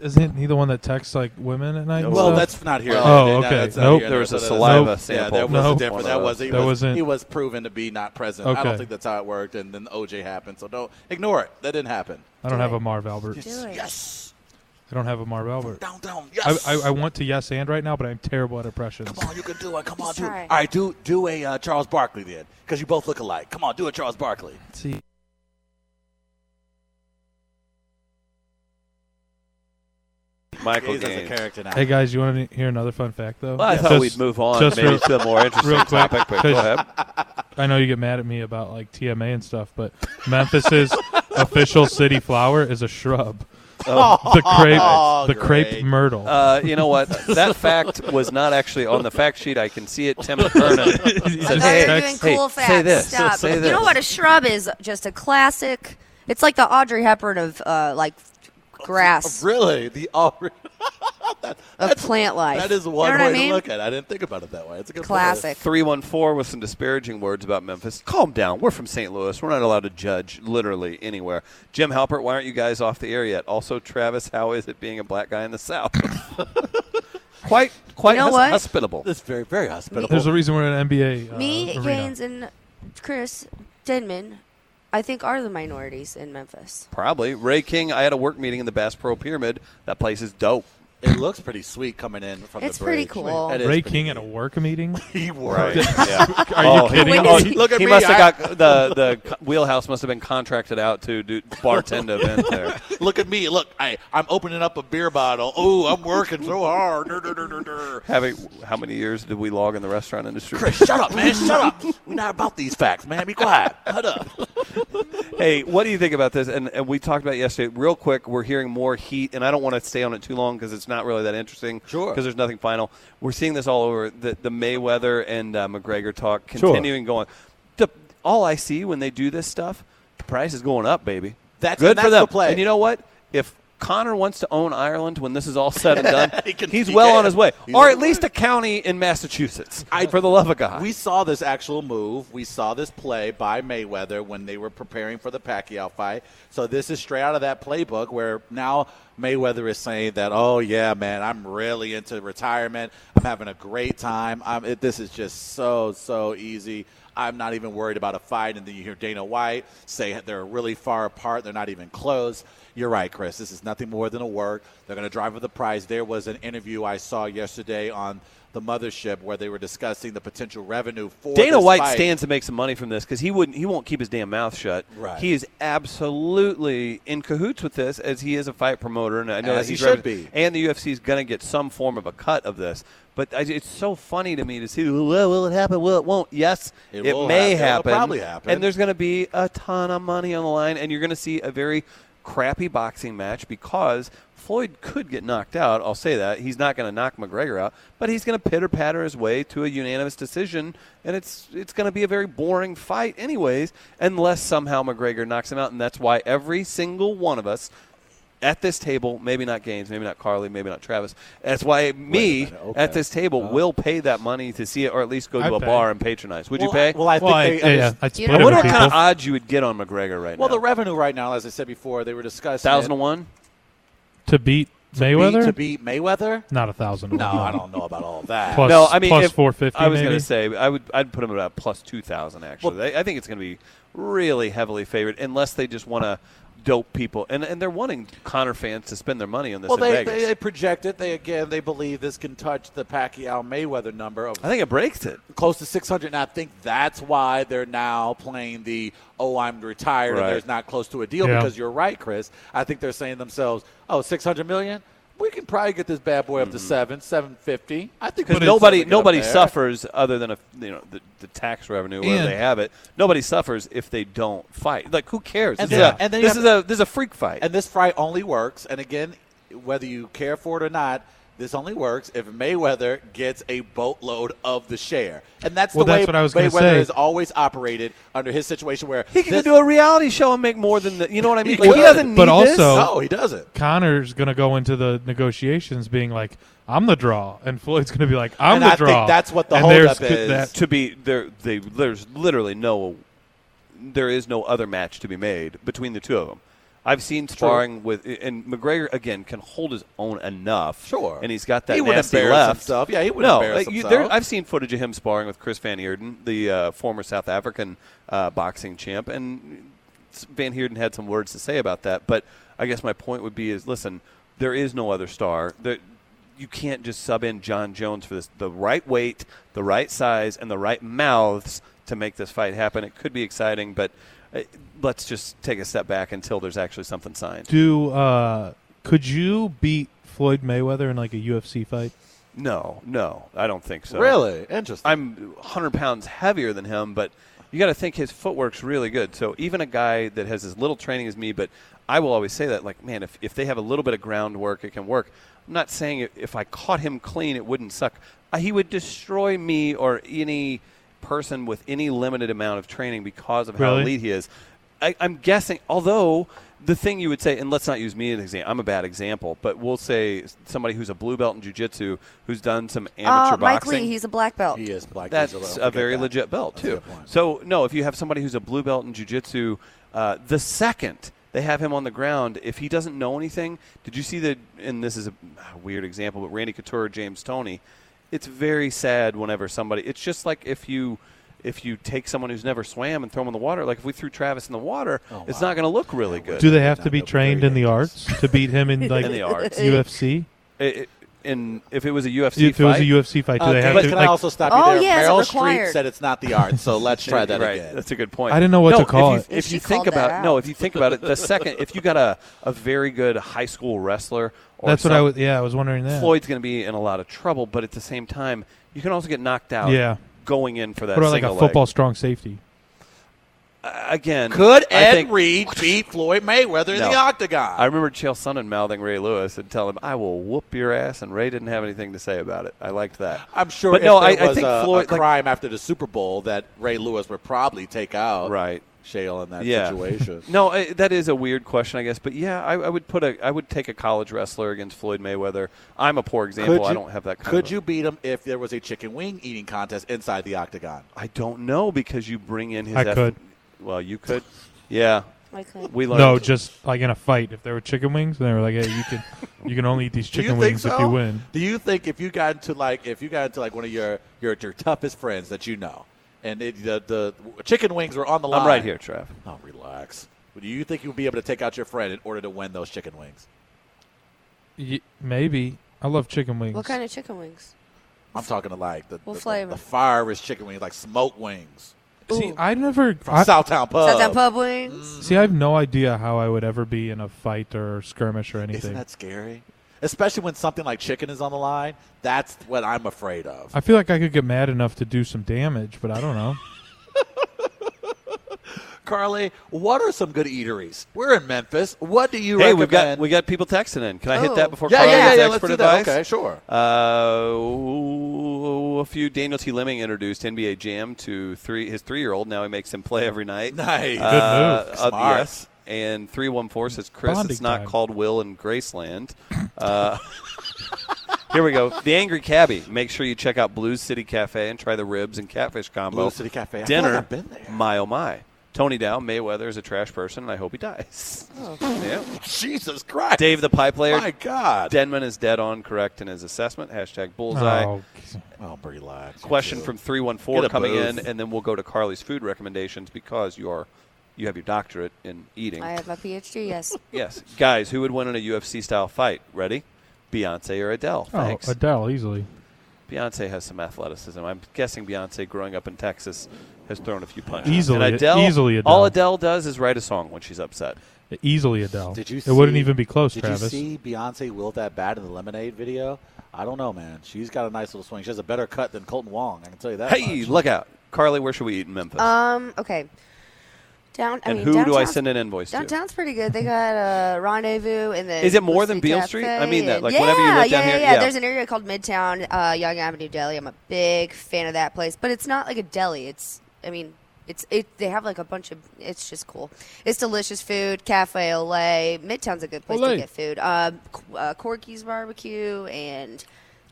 Speaker 10: Isn't he the one that texts like women at night? and
Speaker 6: Well,
Speaker 10: stuff?
Speaker 6: that's not here.
Speaker 10: Oh,
Speaker 6: No,
Speaker 10: okay.
Speaker 6: that's not
Speaker 10: Nope.
Speaker 6: here.
Speaker 7: There was a
Speaker 6: So that-
Speaker 7: saliva
Speaker 10: Nope.
Speaker 7: sample.
Speaker 6: Yeah, that was
Speaker 10: Nope.
Speaker 6: a different. That was he
Speaker 10: That
Speaker 6: was
Speaker 10: wasn't-
Speaker 6: he was proven to be not present. I don't
Speaker 10: Okay.
Speaker 6: think that's how it worked. And then OJ happened, so don't ignore it. That didn't happen.
Speaker 10: I don't have a Marv Albert.
Speaker 9: Do it.
Speaker 6: Yes,
Speaker 10: I don't have a Marv Albert.
Speaker 6: down, down.
Speaker 10: I,
Speaker 6: Yes.
Speaker 10: I, I want to yes and right now, but I'm terrible at impressions.
Speaker 6: Come on, you can do it. Come on,
Speaker 9: Just
Speaker 6: do
Speaker 9: try.
Speaker 6: it. All right, do do a uh, Charles Barkley then, because you both look alike. Come on, do a Charles Barkley.
Speaker 10: See,
Speaker 7: Michael
Speaker 6: He's a
Speaker 7: Gaines.
Speaker 6: character now.
Speaker 10: hey guys, you want to hear another fun fact though?
Speaker 7: Well, I thought
Speaker 10: Just-
Speaker 7: we'd move on
Speaker 10: just
Speaker 7: maybe
Speaker 10: real-
Speaker 7: to a more interesting
Speaker 10: real quick,
Speaker 7: topic, but go
Speaker 10: 'cause-
Speaker 7: ahead.
Speaker 10: I know you get mad at me about like TMA and stuff, but Memphis's official city flower is a shrub. the crepe, the
Speaker 6: great.
Speaker 10: crepe myrtle.
Speaker 7: Uh, you know what? That fact was not actually on the fact sheet. I can see it. Tim McKernan.
Speaker 9: I
Speaker 7: said,
Speaker 9: thought you were
Speaker 7: "Hey,
Speaker 9: doing
Speaker 7: hey,
Speaker 9: cool facts.
Speaker 7: Say this.
Speaker 9: Stop.
Speaker 7: Say this.
Speaker 9: You know what? A shrub is just a classic. It's like the Audrey Hepburn of uh, like grass,
Speaker 6: Oh, Really, the already.
Speaker 9: of plant life.
Speaker 6: That is one
Speaker 9: you know
Speaker 6: way
Speaker 9: what I mean?
Speaker 6: to look at. it. I didn't think about it that way. It's a good point.
Speaker 9: Classic.
Speaker 7: 314 with some disparaging words about Memphis. Calm down. We're from St. Louis. We're not allowed to judge literally anywhere. Jim Halpert, why aren't you guys off the air yet? Also, Travis, how is it being a black guy in the South? quite quite
Speaker 9: You know
Speaker 7: hus-
Speaker 9: what?
Speaker 7: hospitable.
Speaker 6: That's very very hospitable.
Speaker 10: There's a reason we're an NBA. Uh,
Speaker 9: Me,
Speaker 10: arena.
Speaker 9: Gaines, and Chris Denman, I think are the minorities in Memphis.
Speaker 7: Probably. Ray King, I had a work meeting in the Bass Pro Pyramid. That place is dope.
Speaker 6: It looks pretty sweet coming in from
Speaker 9: It's
Speaker 6: the
Speaker 9: pretty
Speaker 6: bridge.
Speaker 9: cool.
Speaker 6: It is
Speaker 10: Ray
Speaker 6: pretty
Speaker 10: King at a work meeting.
Speaker 6: He
Speaker 7: Right.
Speaker 10: Are you
Speaker 7: Oh, he-
Speaker 10: kidding?
Speaker 7: oh, he-
Speaker 6: Look at
Speaker 7: he
Speaker 6: me,
Speaker 7: must
Speaker 6: I-
Speaker 7: have got the the co- wheelhouse must have been contracted out to do bartend event there.
Speaker 6: Look at me. Look, I, I'm opening up a beer bottle. Oh, I'm working so hard. Dur, dur, dur, dur, dur.
Speaker 7: Having how many years did we log in the restaurant industry?
Speaker 6: Chris, shut up, man. Shut up. We're not about these facts, man. Be quiet. Shut up.
Speaker 7: hey, what do you think about this? And, and we talked about it yesterday. Real quick, we're hearing more heat, and I don't want to stay on it too long because it's not really that interesting. Sure. Because there's nothing final. We're seeing this all over the, the Mayweather and uh, McGregor talk
Speaker 11: Sure.
Speaker 7: continuing going. The, all I see when they do this stuff, the price is going up, baby.
Speaker 6: That's-
Speaker 7: good
Speaker 6: and
Speaker 7: for
Speaker 6: that's
Speaker 7: them.
Speaker 6: the play.
Speaker 7: And you know what? If Connor wants to own Ireland when this is all said and done,
Speaker 6: He can-
Speaker 7: he's
Speaker 6: he
Speaker 7: well
Speaker 6: can.
Speaker 7: on his way,
Speaker 6: He's
Speaker 7: or
Speaker 6: on
Speaker 7: at least a county in Massachusetts. for the love of God,
Speaker 6: We saw this actual move. We saw this play by Mayweather when they were preparing for the Pacquiao fight. So this is straight out of that playbook where now Mayweather is saying that, "Oh yeah, man, I'm really into retirement. I'm having a great time. I'm, it, this is just so so easy. I'm not even worried about a fight." And then you hear Dana White say they're really far apart. They're not even close. You're right, Chris. This is nothing more than a word. They're going to drive up the price. There was an interview I saw yesterday on the mothership where they were discussing the potential revenue for
Speaker 7: Dana
Speaker 6: this
Speaker 7: White
Speaker 6: fight.
Speaker 7: stands to make some money from this because he wouldn't. He won't keep his damn mouth shut.
Speaker 6: Right.
Speaker 7: He is absolutely in cahoots with this, as he is a fight promoter, and I know that
Speaker 6: As he
Speaker 7: he's
Speaker 6: should
Speaker 7: represent-
Speaker 6: be.
Speaker 7: And the UFC is going to get some form of a cut of this. But I, it's so funny to me to see. Will, will it happen? Will it won't? Yes,
Speaker 6: It
Speaker 7: it,
Speaker 6: will
Speaker 7: may
Speaker 6: happen.
Speaker 7: happen.
Speaker 6: It'll probably happen.
Speaker 7: And there's going to be a ton of money on the line, and you're going to see a very crappy boxing match because. Floyd could get knocked out. I'll say that. He's not going to knock McGregor out, but he's going to pitter patter his way to a unanimous decision, and it's it's going to be a very boring fight, anyways, unless somehow McGregor knocks him out. And that's why every single one of us at this table, maybe not Gaines, maybe not Carly, maybe not Travis. That's why me at this
Speaker 6: Uh,
Speaker 7: table will pay that money to see it, or at least go to
Speaker 6: I'd
Speaker 7: a
Speaker 6: pay.
Speaker 7: bar and patronize. Would you
Speaker 6: Well, I-
Speaker 7: pay?
Speaker 6: well, I Well, think I- they- yeah,
Speaker 10: uh,
Speaker 6: yeah, I'd split it
Speaker 7: I
Speaker 6: with
Speaker 7: wonder what kind of
Speaker 6: people.
Speaker 7: odds you would get on McGregor right
Speaker 6: Well,
Speaker 7: now.
Speaker 6: the revenue right now, as I said before, they were discussing
Speaker 7: Thousand
Speaker 6: it.
Speaker 7: to one.
Speaker 10: to beat Mayweather?
Speaker 6: to beat Mayweather.
Speaker 10: Not a thousand.
Speaker 6: No, I don't know about all of that.
Speaker 10: Plus-
Speaker 7: no, I mean
Speaker 10: plus
Speaker 7: if-
Speaker 10: 450
Speaker 7: I was
Speaker 10: maybe?
Speaker 7: gonna say I would. I'd put him at about plus two thousand. Actually, They- I think it's going to be really heavily favored unless they just want to dope people, and and they're wanting Connor fans to spend their money on this in
Speaker 6: Well, they,
Speaker 7: Vegas.
Speaker 6: they, they project it. They again, they believe this can touch the Pacquiao Mayweather number of
Speaker 7: I think it breaks it.
Speaker 6: close to 600. And I think that's why they're now playing the oh, I'm retired
Speaker 7: Right.
Speaker 6: and there's not close to a deal
Speaker 7: Yeah.
Speaker 6: because you're right, Chris. I think they're saying to themselves, oh, 600 million. We can probably get this bad boy up
Speaker 7: Mm-hmm.
Speaker 6: to seven, seven fifty. I think
Speaker 7: because
Speaker 6: we can
Speaker 7: nobody
Speaker 6: certainly get up
Speaker 7: nobody
Speaker 6: there.
Speaker 7: suffers other than a you know the, the tax revenue where
Speaker 6: And-
Speaker 7: they have it. Nobody suffers if they don't fight. Like who cares?
Speaker 6: And
Speaker 7: this
Speaker 6: then-
Speaker 7: is a,
Speaker 6: and then you
Speaker 7: this
Speaker 6: have-
Speaker 7: is a this is a freak fight.
Speaker 6: And this fight only works. And again, whether you care for it or not, this only works if Mayweather gets a boatload of the share. And that's
Speaker 10: Well,
Speaker 6: the
Speaker 10: that's
Speaker 6: way
Speaker 10: what I was gonna
Speaker 6: Mayweather
Speaker 10: say.
Speaker 6: has always operated under his situation where
Speaker 7: He can
Speaker 6: this-
Speaker 7: do a reality show and make more than the, you know what I mean.
Speaker 6: He
Speaker 7: Like, he
Speaker 6: could,
Speaker 7: doesn't need
Speaker 10: but also,
Speaker 7: this.
Speaker 10: Connor's going to go into the negotiations being like, "I'm the draw," and Floyd's going to be like, "I'm
Speaker 7: And
Speaker 10: the
Speaker 7: I think
Speaker 10: draw."
Speaker 7: that's what the
Speaker 10: and
Speaker 7: holdup
Speaker 10: there's
Speaker 7: is.
Speaker 10: that-
Speaker 7: to be there, they, there's literally no, there is no other match to be made between the two of them. I've seen sparring with, and McGregor again can hold his own enough. Sure, and he's got that
Speaker 6: He wouldn't
Speaker 7: nasty
Speaker 6: embarrass
Speaker 7: left.
Speaker 6: himself. Yeah, he wouldn't
Speaker 7: no,
Speaker 6: embarrass
Speaker 7: like, you-
Speaker 6: himself.
Speaker 7: I've seen footage of him sparring with Chris Van Heerden, the uh, former South African uh, boxing champ, and Van Heerden had some words to say about that. But I guess my point would be is listen, there is no other star. There, you can't just sub in John Jones for this. The right weight, the right size, and the right mouths to make this fight happen. It could be exciting, but uh, let's just take a step back until there's actually something signed.
Speaker 10: Do uh, could you beat Floyd Mayweather in like a UFC fight?
Speaker 7: No, no, I don't think so.
Speaker 10: Really?
Speaker 6: Interesting.
Speaker 7: I'm 100 pounds heavier than him, but you got to think his footwork's really good. So even a guy that has as little training as me, but I will always say that, like, man, if, if they have a little bit of groundwork, it can work. I'm not saying if- if I caught him clean, it wouldn't suck. Uh, He would destroy me or any person with any limited amount of training because of how
Speaker 11: Really?
Speaker 7: elite he is. I, I'm guessing, although the thing you would say, and let's not use me as an example, I'm a bad example, but we'll say somebody who's a blue belt in jiu-jitsu who's done some amateur
Speaker 9: uh, Mike
Speaker 7: boxing.
Speaker 9: Lee, he's a black belt.
Speaker 6: He is black.
Speaker 7: that's a very legit belt, too. So, no, if you have somebody who's a blue belt in jiu-jitsu, uh, the second they have him on the ground, if he doesn't know anything, did you see the, and this is a weird example, but Randy Couture, James Tony, it's very sad whenever somebody, it's just like if you, if you take someone who's never swam and throw them in the water, like if we threw Travis in the water, it's not going to look really good.
Speaker 10: Do they have to be trained in the arts to beat him in like
Speaker 7: In the arts.
Speaker 10: UFC?
Speaker 7: It- it- and if it was a
Speaker 10: If
Speaker 7: UFC
Speaker 10: it
Speaker 7: fight, Uh,
Speaker 10: was a UFC fight, do they have
Speaker 6: Uh, but
Speaker 10: to,
Speaker 6: can I
Speaker 10: like-
Speaker 6: also stop
Speaker 9: Oh,
Speaker 6: you there?
Speaker 9: yeah, is it
Speaker 6: Meryl Streep
Speaker 9: required?
Speaker 6: said it's not the art, so let's try that
Speaker 7: Right,
Speaker 6: again.
Speaker 7: That's a good point.
Speaker 10: I didn't know what
Speaker 7: No,
Speaker 10: to call
Speaker 7: if
Speaker 10: it.
Speaker 7: you, If
Speaker 9: She
Speaker 7: you think
Speaker 9: called that
Speaker 7: about no,
Speaker 9: out.
Speaker 7: if you think about it, the second if you got a, a very good high school wrestler, or
Speaker 10: That's what I
Speaker 7: some-
Speaker 10: was- yeah, I was wondering that.
Speaker 7: Floyd's going to be in a lot of trouble, but at the same time, you can also get knocked out.
Speaker 10: Yeah.
Speaker 7: going in for that.
Speaker 10: What about like a
Speaker 7: single leg.
Speaker 10: football strong safety?
Speaker 7: Uh, again?
Speaker 6: Could
Speaker 7: I
Speaker 6: Ed
Speaker 7: think-
Speaker 6: Reed beat Floyd Mayweather in
Speaker 7: No.
Speaker 6: the octagon?
Speaker 7: I remember Chael Sonnen mouthing Ray Lewis and telling him, "I will whoop your ass," and Ray didn't have anything to say about it. I liked that.
Speaker 6: I'm sure.
Speaker 7: but
Speaker 6: if
Speaker 7: no,
Speaker 6: there
Speaker 7: I, I
Speaker 6: was
Speaker 7: think
Speaker 6: a, a
Speaker 7: Floyd. like,
Speaker 6: crime after the Super Bowl that Ray Lewis would probably take out
Speaker 7: right.
Speaker 6: Shale in that
Speaker 7: yeah.
Speaker 6: situation.
Speaker 7: No, I, that is a weird question, I guess. But yeah, I, I would put a, I would take a college wrestler against Floyd Mayweather. I'm a poor example. I don't have that. Kind
Speaker 6: could
Speaker 7: of a-
Speaker 6: you beat him if there was a chicken wing eating contest inside the octagon?
Speaker 7: I don't know because you bring in his.
Speaker 10: I could.
Speaker 7: Well, you could. Yeah.
Speaker 9: I could.
Speaker 7: We learned.
Speaker 10: No, just like in a fight, if there were chicken wings, and they were like, "Hey, you can, you can only eat these
Speaker 6: Do you
Speaker 10: chicken
Speaker 6: think
Speaker 10: wings if
Speaker 6: so?
Speaker 10: you win."
Speaker 6: Do you think if you got into like if you got into like one of your your, your toughest friends that you know, and it, the the chicken wings were on the line?
Speaker 7: I'm right here, Trav.
Speaker 6: Oh, relax. Do you think you'll be able to take out your friend in order to win those chicken wings?
Speaker 10: Y- maybe I love chicken wings.
Speaker 9: What kind of chicken wings?
Speaker 6: I'm talking to like the,
Speaker 9: What
Speaker 6: the, the,
Speaker 9: flavor?
Speaker 6: the fire is chicken wings, like smoked wings
Speaker 10: See,
Speaker 9: Ooh.
Speaker 10: I never.
Speaker 6: from
Speaker 10: I,
Speaker 6: Southtown Pub.
Speaker 9: Southern pub wings.
Speaker 10: see, I have no idea how I would ever be in a fight or skirmish or
Speaker 6: Isn't
Speaker 10: anything.
Speaker 6: that scary? Especially when something like chicken is on the line. That's what I'm afraid of.
Speaker 10: I feel like I could get mad enough to do some damage, but I don't know.
Speaker 6: Carly, what are some good eateries? We're in Memphis. What do you
Speaker 7: Hey,
Speaker 6: recommend?
Speaker 7: we've got we got people texting in. Can I hit
Speaker 9: Oh.
Speaker 7: that before
Speaker 6: yeah,
Speaker 7: Carly
Speaker 6: yeah, yeah,
Speaker 7: gets
Speaker 6: yeah. Let's
Speaker 7: expert
Speaker 6: do that.
Speaker 7: advice?
Speaker 6: Okay, sure.
Speaker 7: Uh, ooh, a few Daniel T. Lemming introduced NBA Jam to three his three year old. Now he makes him play every night.
Speaker 6: Nice. Good
Speaker 7: Uh,
Speaker 6: move.
Speaker 7: uh,
Speaker 6: Smart.
Speaker 7: yes. And three one four says Chris,
Speaker 10: Bonding
Speaker 7: it's not
Speaker 10: time.
Speaker 7: called Will in Graceland. Uh, here we go. The Angry Cabbie. Make sure you check out Blues City Cafe and try the ribs and catfish combo.
Speaker 6: Blues City Cafe. I feel
Speaker 7: dinner.
Speaker 6: like I've been there.
Speaker 7: My oh my. Tony Dow Mayweather is a trash person, and I hope he dies. Yeah.
Speaker 6: Jesus Christ.
Speaker 7: Dave the Pie Player.
Speaker 6: My God.
Speaker 7: Denman is dead on correct in his assessment. Hashtag bullseye.
Speaker 10: Oh,
Speaker 6: oh, relax. you
Speaker 7: Question
Speaker 6: two.
Speaker 7: from three one four
Speaker 6: Get a
Speaker 7: coming in,
Speaker 6: booth.
Speaker 7: and then we'll go to Carly's food recommendations because you are you have your doctorate in eating.
Speaker 9: I have my PhD. Yes.
Speaker 7: yes, guys, who would win in a UFC style fight? Ready? Beyonce or Adele?
Speaker 10: oh
Speaker 7: Thanks.
Speaker 10: Adele easily.
Speaker 7: Beyonce has some athleticism. I'm guessing Beyonce, growing up in Texas, has thrown a few punches.
Speaker 10: Easily-
Speaker 7: and Adele,
Speaker 10: easily Adele.
Speaker 7: All Adele does is write a song when she's upset.
Speaker 10: Easily Adele.
Speaker 6: Did you?
Speaker 10: it wouldn't
Speaker 6: see-
Speaker 10: even be close,
Speaker 6: Did
Speaker 10: Travis.
Speaker 6: you see Beyonce will that bad in the Lemonade video? I don't know, man. She's got a nice little swing. She has a better cut than Colton Wong. I can tell you that.
Speaker 7: Hey,
Speaker 6: much.
Speaker 7: look out, Carly. Where should we eat in Memphis?
Speaker 9: Um. Okay. Down. I
Speaker 7: and
Speaker 9: mean,
Speaker 7: who do I
Speaker 9: downtown's-
Speaker 7: send an invoice to?
Speaker 9: Downtown's pretty good. They got a rendezvous and then.
Speaker 7: Is it more than Beale Street? I mean that, like, whenever you look down
Speaker 9: yeah,
Speaker 7: here-
Speaker 9: Yeah,
Speaker 7: yeah.
Speaker 9: There's an area called Midtown, uh, Young Avenue Deli. I'm a big fan of that place, but it's not like a deli. It's, I mean, it's it. They have like a bunch of. It's just cool. It's delicious food. Cafe Olay. Midtown's a good place
Speaker 10: Olay.
Speaker 9: to get food. Uh, Qu- uh, Corky's Barbecue and.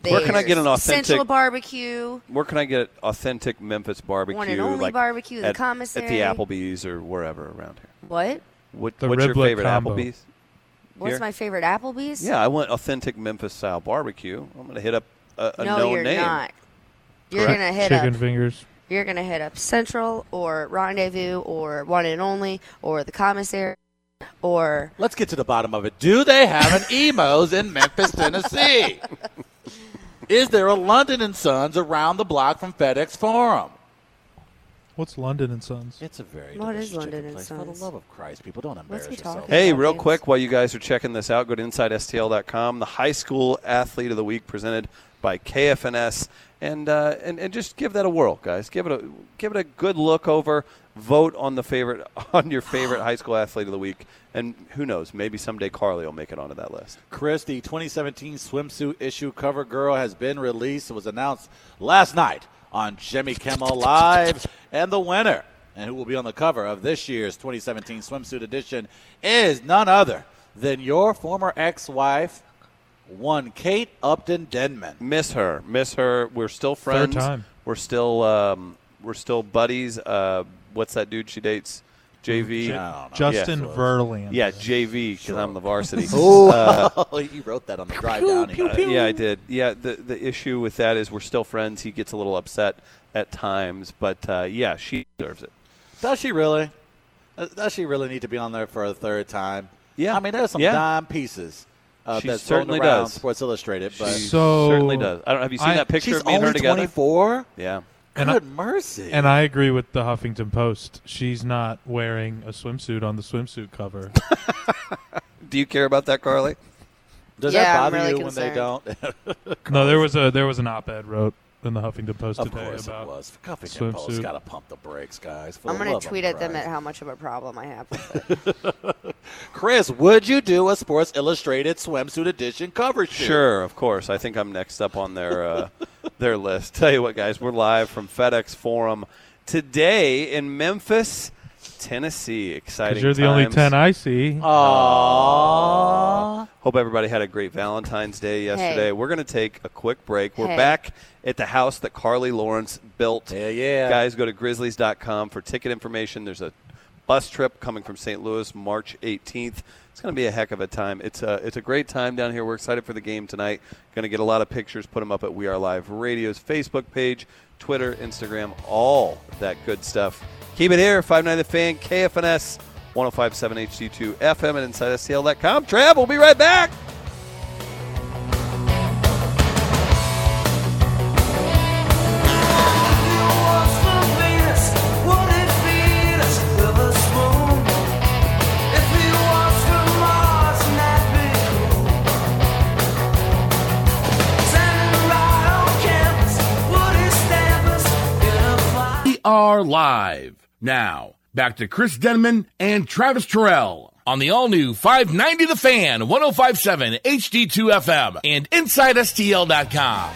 Speaker 7: Where can I
Speaker 9: there's
Speaker 7: get an authentic-
Speaker 9: Central Barbecue?
Speaker 7: Where can I get authentic Memphis barbecue?
Speaker 9: One and only
Speaker 7: like
Speaker 9: barbecue, the
Speaker 7: at,
Speaker 9: commissary.
Speaker 7: at the Applebee's or wherever around here.
Speaker 9: What?
Speaker 7: What,
Speaker 10: The
Speaker 7: what's your
Speaker 10: riblet
Speaker 7: favorite
Speaker 10: combo.
Speaker 7: Applebee's?
Speaker 9: What's
Speaker 7: Here?
Speaker 9: my favorite? Applebee's.
Speaker 7: Yeah, I want authentic Memphis style barbecue. I'm gonna hit up a, a
Speaker 9: no,
Speaker 7: known
Speaker 9: you're
Speaker 7: name.
Speaker 9: not. You're
Speaker 10: Correct.
Speaker 9: gonna hit
Speaker 10: chicken
Speaker 9: up.
Speaker 10: fingers.
Speaker 9: You're gonna hit up Central or Rendezvous or One and Only or the Commissary or
Speaker 6: Let's get to the bottom of it. Do they have an emos in Memphis, Tennessee? Is there a London and Sons around the block from FedEx Forum?
Speaker 10: What's London and Sons?
Speaker 6: It's a very
Speaker 9: What
Speaker 6: delicious
Speaker 9: is London
Speaker 6: chicken
Speaker 9: and
Speaker 6: place. For the
Speaker 9: Sons?
Speaker 6: love of Christ, people don't embarrass
Speaker 9: we
Speaker 6: yourselves.
Speaker 9: talking
Speaker 7: Hey,
Speaker 9: about,
Speaker 7: real
Speaker 9: James?
Speaker 7: quick, while you guys are checking this out, go to InsideSTL.com. The High School Athlete of the Week presented by KFNS, and uh, and and just give that a whirl, guys. Give it a give it a good look over. Vote on the favorite on your favorite high school athlete of the week, and who knows, maybe someday Carly will make it onto that list.
Speaker 6: Chris, the 2017 swimsuit issue cover girl has been released. It was announced last night on Jimmy Kimmel Live. And the winner, and who will be on the cover of this year's 2017 swimsuit edition, is none other than your former ex wife, one Kate Upton Denman.
Speaker 7: Miss her. Miss her. We're still friends.
Speaker 10: time.
Speaker 7: We're still um, we're still buddies. Uh, what's that dude she dates? JV.
Speaker 10: Justin
Speaker 7: Yeah.
Speaker 10: Verland.
Speaker 7: Yeah, JV because I'm the varsity.
Speaker 6: Oh, you wrote that on the drive down. here.
Speaker 7: Uh, yeah, I did. Yeah, the the issue with that is we're still friends. He gets a little upset at times, but uh, yeah, she deserves it.
Speaker 6: Does she really? Uh, Does she really need to be on there for a third time?
Speaker 7: Yeah.
Speaker 6: I mean, there's some
Speaker 7: Yeah.
Speaker 6: dime pieces Uh,
Speaker 7: She
Speaker 6: that's
Speaker 7: certainly
Speaker 6: floating around
Speaker 7: does.
Speaker 6: Sports Illustrated, but
Speaker 7: She So- certainly does. I don't- have you seen that picture
Speaker 6: She's
Speaker 7: of me and her
Speaker 6: only
Speaker 7: together?
Speaker 6: 24.
Speaker 7: Yeah.
Speaker 10: I-
Speaker 6: Good mercy.
Speaker 10: And I agree with the Huffington Post. She's not wearing a swimsuit on the swimsuit cover.
Speaker 7: Do you care about that, Carly?
Speaker 6: Does
Speaker 9: Yeah,
Speaker 6: that
Speaker 9: I'm
Speaker 6: bother
Speaker 9: really
Speaker 6: you when they don't?
Speaker 10: no, there was a there was an op-ed wrote in the Huffington Post
Speaker 6: Of
Speaker 10: today
Speaker 6: course it
Speaker 10: about
Speaker 6: was. Huffington
Speaker 10: swimsuit.
Speaker 6: Post got to pump the brakes, guys. For
Speaker 9: I'm
Speaker 6: the
Speaker 9: going
Speaker 6: love
Speaker 9: to
Speaker 6: of
Speaker 9: tweet at them
Speaker 6: Christ.
Speaker 9: at how much of a problem I have with it.
Speaker 6: Chris, would you do a Sports Illustrated swimsuit edition cover shoot?
Speaker 7: Sure, of course. I think I'm next up on their uh, their list. Tell you what, guys, we're live from FedEx Forum today in Memphis, Tennessee. Exciting!
Speaker 10: Because you're the only
Speaker 7: times.
Speaker 10: ten I see.
Speaker 6: Oh,
Speaker 7: Aww. Hope everybody had a great Valentine's Day yesterday.
Speaker 10: Hey.
Speaker 7: We're going to take a quick break. We're
Speaker 10: Hey.
Speaker 7: back at the house that Carly Lawrence built.
Speaker 6: Yeah, yeah.
Speaker 7: Guys, go to grizzlies.com for ticket information. There's a bus trip coming from St. Louis March 18th. It's going to be a heck of a time. It's a, it's a great time down here. We're excited for the game tonight. Going to get a lot of pictures, put them up at We Are Live Radio's Facebook page, Twitter, Instagram, all that good stuff. Keep it here. 590 The Fan, KFNS, 1057 HD2 FM, and InsideSTL.com. Trav, we'll be right back.
Speaker 2: We are live now. Back to Chris Denman and Travis Terrell on the all new 590 The Fan, 1057 HD2 FM, and InsideSTL.com.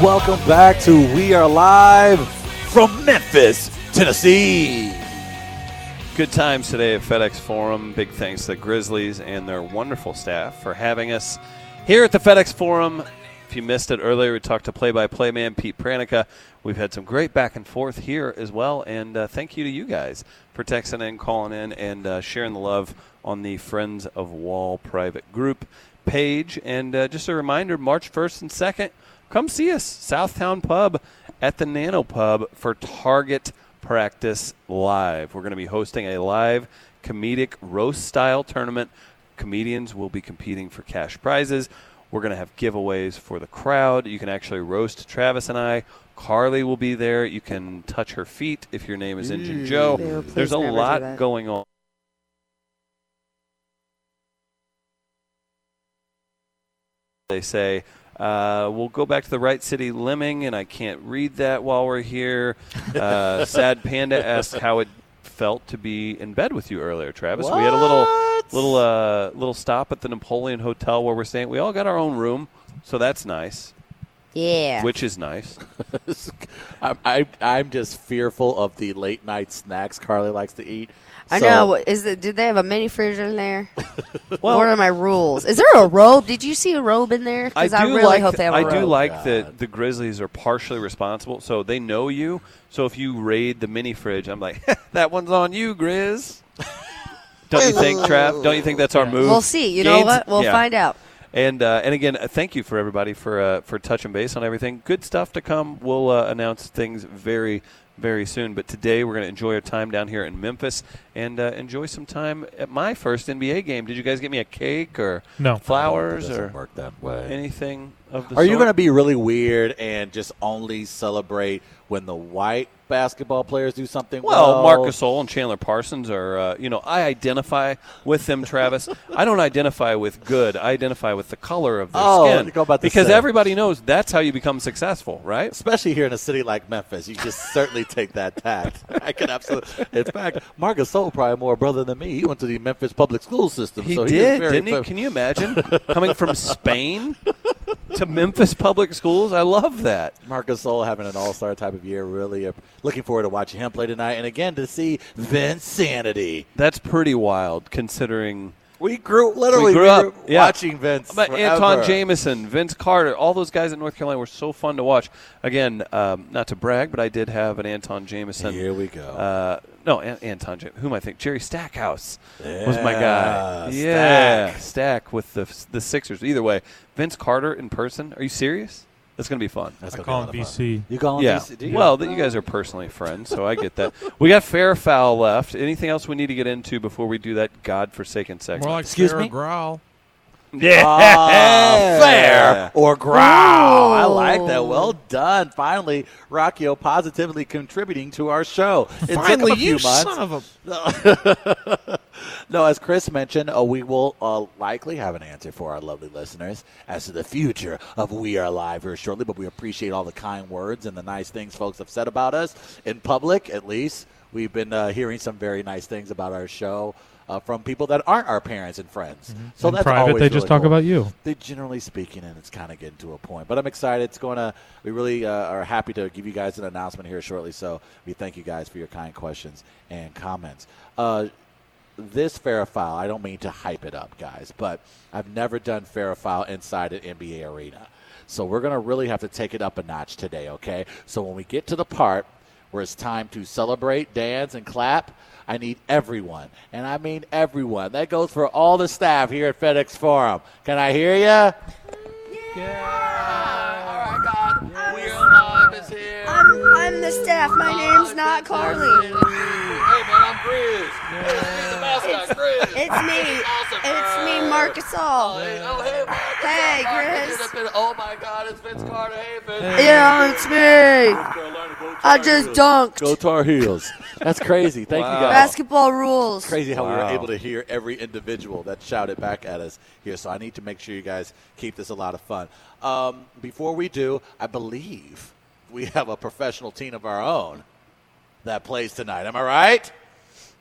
Speaker 6: Welcome back to We Are Live from Memphis, Tennessee.
Speaker 7: Good times today at FedEx Forum. Big thanks to the Grizzlies and their wonderful staff for having us here at the FedEx Forum. If you missed it earlier, we talked to play-by-play man Pete Pranica. We've had some great back and forth here as well, and uh, thank you to you guys for texting in, calling in, and uh, sharing the love on the Friends of Wall private group page. And uh, just a reminder, March 1st and 2nd, come see us, Southtown Pub at the Nano Pub for Target practice live. We're going to be hosting a live comedic roast style tournament. Comedians will be competing for cash prizes. We're going to have giveaways for the crowd. You can actually roast Travis and I. Carly will be there. You can touch her feet if your name is Injun
Speaker 11: Ew.
Speaker 7: Joe.
Speaker 11: Ew, please
Speaker 7: There's a
Speaker 11: never do
Speaker 7: lot
Speaker 11: that.
Speaker 7: going on. they say. Uh, we'll go back to the right city lemming, and I can't read that while we're here. Uh, Sad Panda asked how it felt to be in bed with you earlier, Travis. We had a little little uh, little stop at the Napoleon Hotel where we're staying. We all got our own room, so that's nice,
Speaker 9: Yeah.
Speaker 7: which is nice.
Speaker 6: I'm, I, I'm just fearful of the late night snacks Carly likes to eat.
Speaker 9: I
Speaker 6: So-
Speaker 9: know. Is it? Did they have a mini fridge in there?
Speaker 7: Well-
Speaker 9: what are my rules? Is there a robe? Did you see a robe in there? Because I, really hope they have a
Speaker 7: I
Speaker 9: robe.
Speaker 7: do like that the Grizzlies are partially responsible, so they know you. So if you raid the mini fridge, I'm like, that one's on you, Grizz. Don't you think, Trav? Don't you think that's our move?
Speaker 9: We'll see. You know
Speaker 7: Gaines-
Speaker 9: what? We'll
Speaker 7: Yeah.
Speaker 9: find out.
Speaker 7: And uh, and again, uh, thank you for everybody for uh, for touching base on everything. Good stuff to come. We'll uh, announce things very very soon. But today we're going to enjoy our time down here in Memphis and uh, enjoy some time at my first NBA game. Did you guys get me a cake or
Speaker 10: No.
Speaker 7: flowers
Speaker 6: It doesn't
Speaker 7: or
Speaker 6: work that way.
Speaker 7: anything of the
Speaker 6: Are you
Speaker 7: sort?
Speaker 6: going to be really weird and just only celebrate when the white basketball players do something
Speaker 7: Well,
Speaker 6: well?
Speaker 7: Marc Gasol and Chandler Parsons are, uh, you know, I identify with them, Travis. I don't identify with good. I identify with the color of their
Speaker 6: Oh,
Speaker 7: skin.
Speaker 6: go about the
Speaker 7: because
Speaker 6: same.
Speaker 7: everybody knows that's how you become successful, right?
Speaker 6: Especially here in a city like Memphis, you just certainly take that tact. I can absolutely. In fact, Marc Gasol probably more a brother than me. He went to the Memphis public school system.
Speaker 7: He
Speaker 6: so he
Speaker 7: did,
Speaker 6: was very
Speaker 7: didn't he?
Speaker 6: fam-
Speaker 7: Can you imagine coming from Spain to Memphis public schools? I love that.
Speaker 6: Marc Gasol having an All Star type of year. Really uh, looking forward to watching him play tonight, and again to see Vince Sanity.
Speaker 7: That's pretty wild, considering
Speaker 6: We grew literally
Speaker 7: we grew up yeah.
Speaker 6: watching Vince.
Speaker 7: But
Speaker 6: forever.
Speaker 7: Anton Jameson, Vince Carter, all those guys at North Carolina were so fun to watch. Again, um, not to brag, but I did have an Anton Jameson.
Speaker 6: Here we go.
Speaker 7: Uh, no, An- Anton Jameson. Whom I think Jerry Stackhouse was my guy.
Speaker 6: Yeah,
Speaker 7: Yeah, Stack with the the Sixers. Either way, Vince Carter in person. Are you serious? It's going to be fun. That's
Speaker 10: I gonna be call a lot him of fun. BC.
Speaker 6: You call him
Speaker 7: yeah.
Speaker 6: BC, do you?
Speaker 7: Well, th- you guys are personally friends, so I get that. we got fair foul left. Anything else we need to get into before we do that godforsaken segment?
Speaker 8: More like fair or growl.
Speaker 7: Yeah,
Speaker 6: Ah,
Speaker 7: fair
Speaker 6: or growl.
Speaker 7: Ooh.
Speaker 6: I like that. Well done. Finally, Rockio positively contributing to our show. It took
Speaker 8: Finally,
Speaker 6: a few
Speaker 8: you
Speaker 6: months.
Speaker 8: son of
Speaker 6: a. no, as Chris mentioned, uh, we will uh, likely have an answer for our lovely listeners as to the future of We Are Live here shortly. But we appreciate all the kind words and the nice things folks have said about us in public, at least. We've been uh, hearing some very nice things about our show uh, from people that aren't our parents and friends. So
Speaker 10: Mm-hmm. In
Speaker 6: that's
Speaker 10: private,
Speaker 6: always
Speaker 10: they just
Speaker 6: really
Speaker 10: talk
Speaker 6: cool.
Speaker 10: about you.
Speaker 6: They generally speaking, and it's kind of getting to a point. But I'm excited. It's going to. We really uh, are happy to give you guys an announcement here shortly. So we thank you guys for your kind questions and comments. Uh, this Farafile, I don't mean to hype it up, guys, but I've never done Farafile inside an NBA arena. So we're going to really have to take it up a notch today, okay? So when we get to the part where it's time to celebrate, dance, and clap, I need everyone. And I mean everyone. That goes for all the staff here at FedEx Forum. Can I hear you? Yeah. All right, God. We are live is here.
Speaker 9: I'm, I'm the staff. My name's not Carly.
Speaker 6: Hey, man, I'm Grizz. the mascot, Grizz.
Speaker 9: It's me. It's me, Marcus All. Hey, Chris.
Speaker 6: Oh my God, it's Vince Carter. Hey, Vince.
Speaker 9: Yeah, it's me. I just dunked.
Speaker 6: Go Tar Heels. That's crazy. Thank you guys.
Speaker 9: Basketball rules.
Speaker 6: It's crazy how we were
Speaker 7: Wow.
Speaker 6: able to hear every individual that shouted back at us here. So I need to make sure you guys keep this a lot of fun. Um, before we do, I believe we have a professional team of our own that plays tonight. Am I right?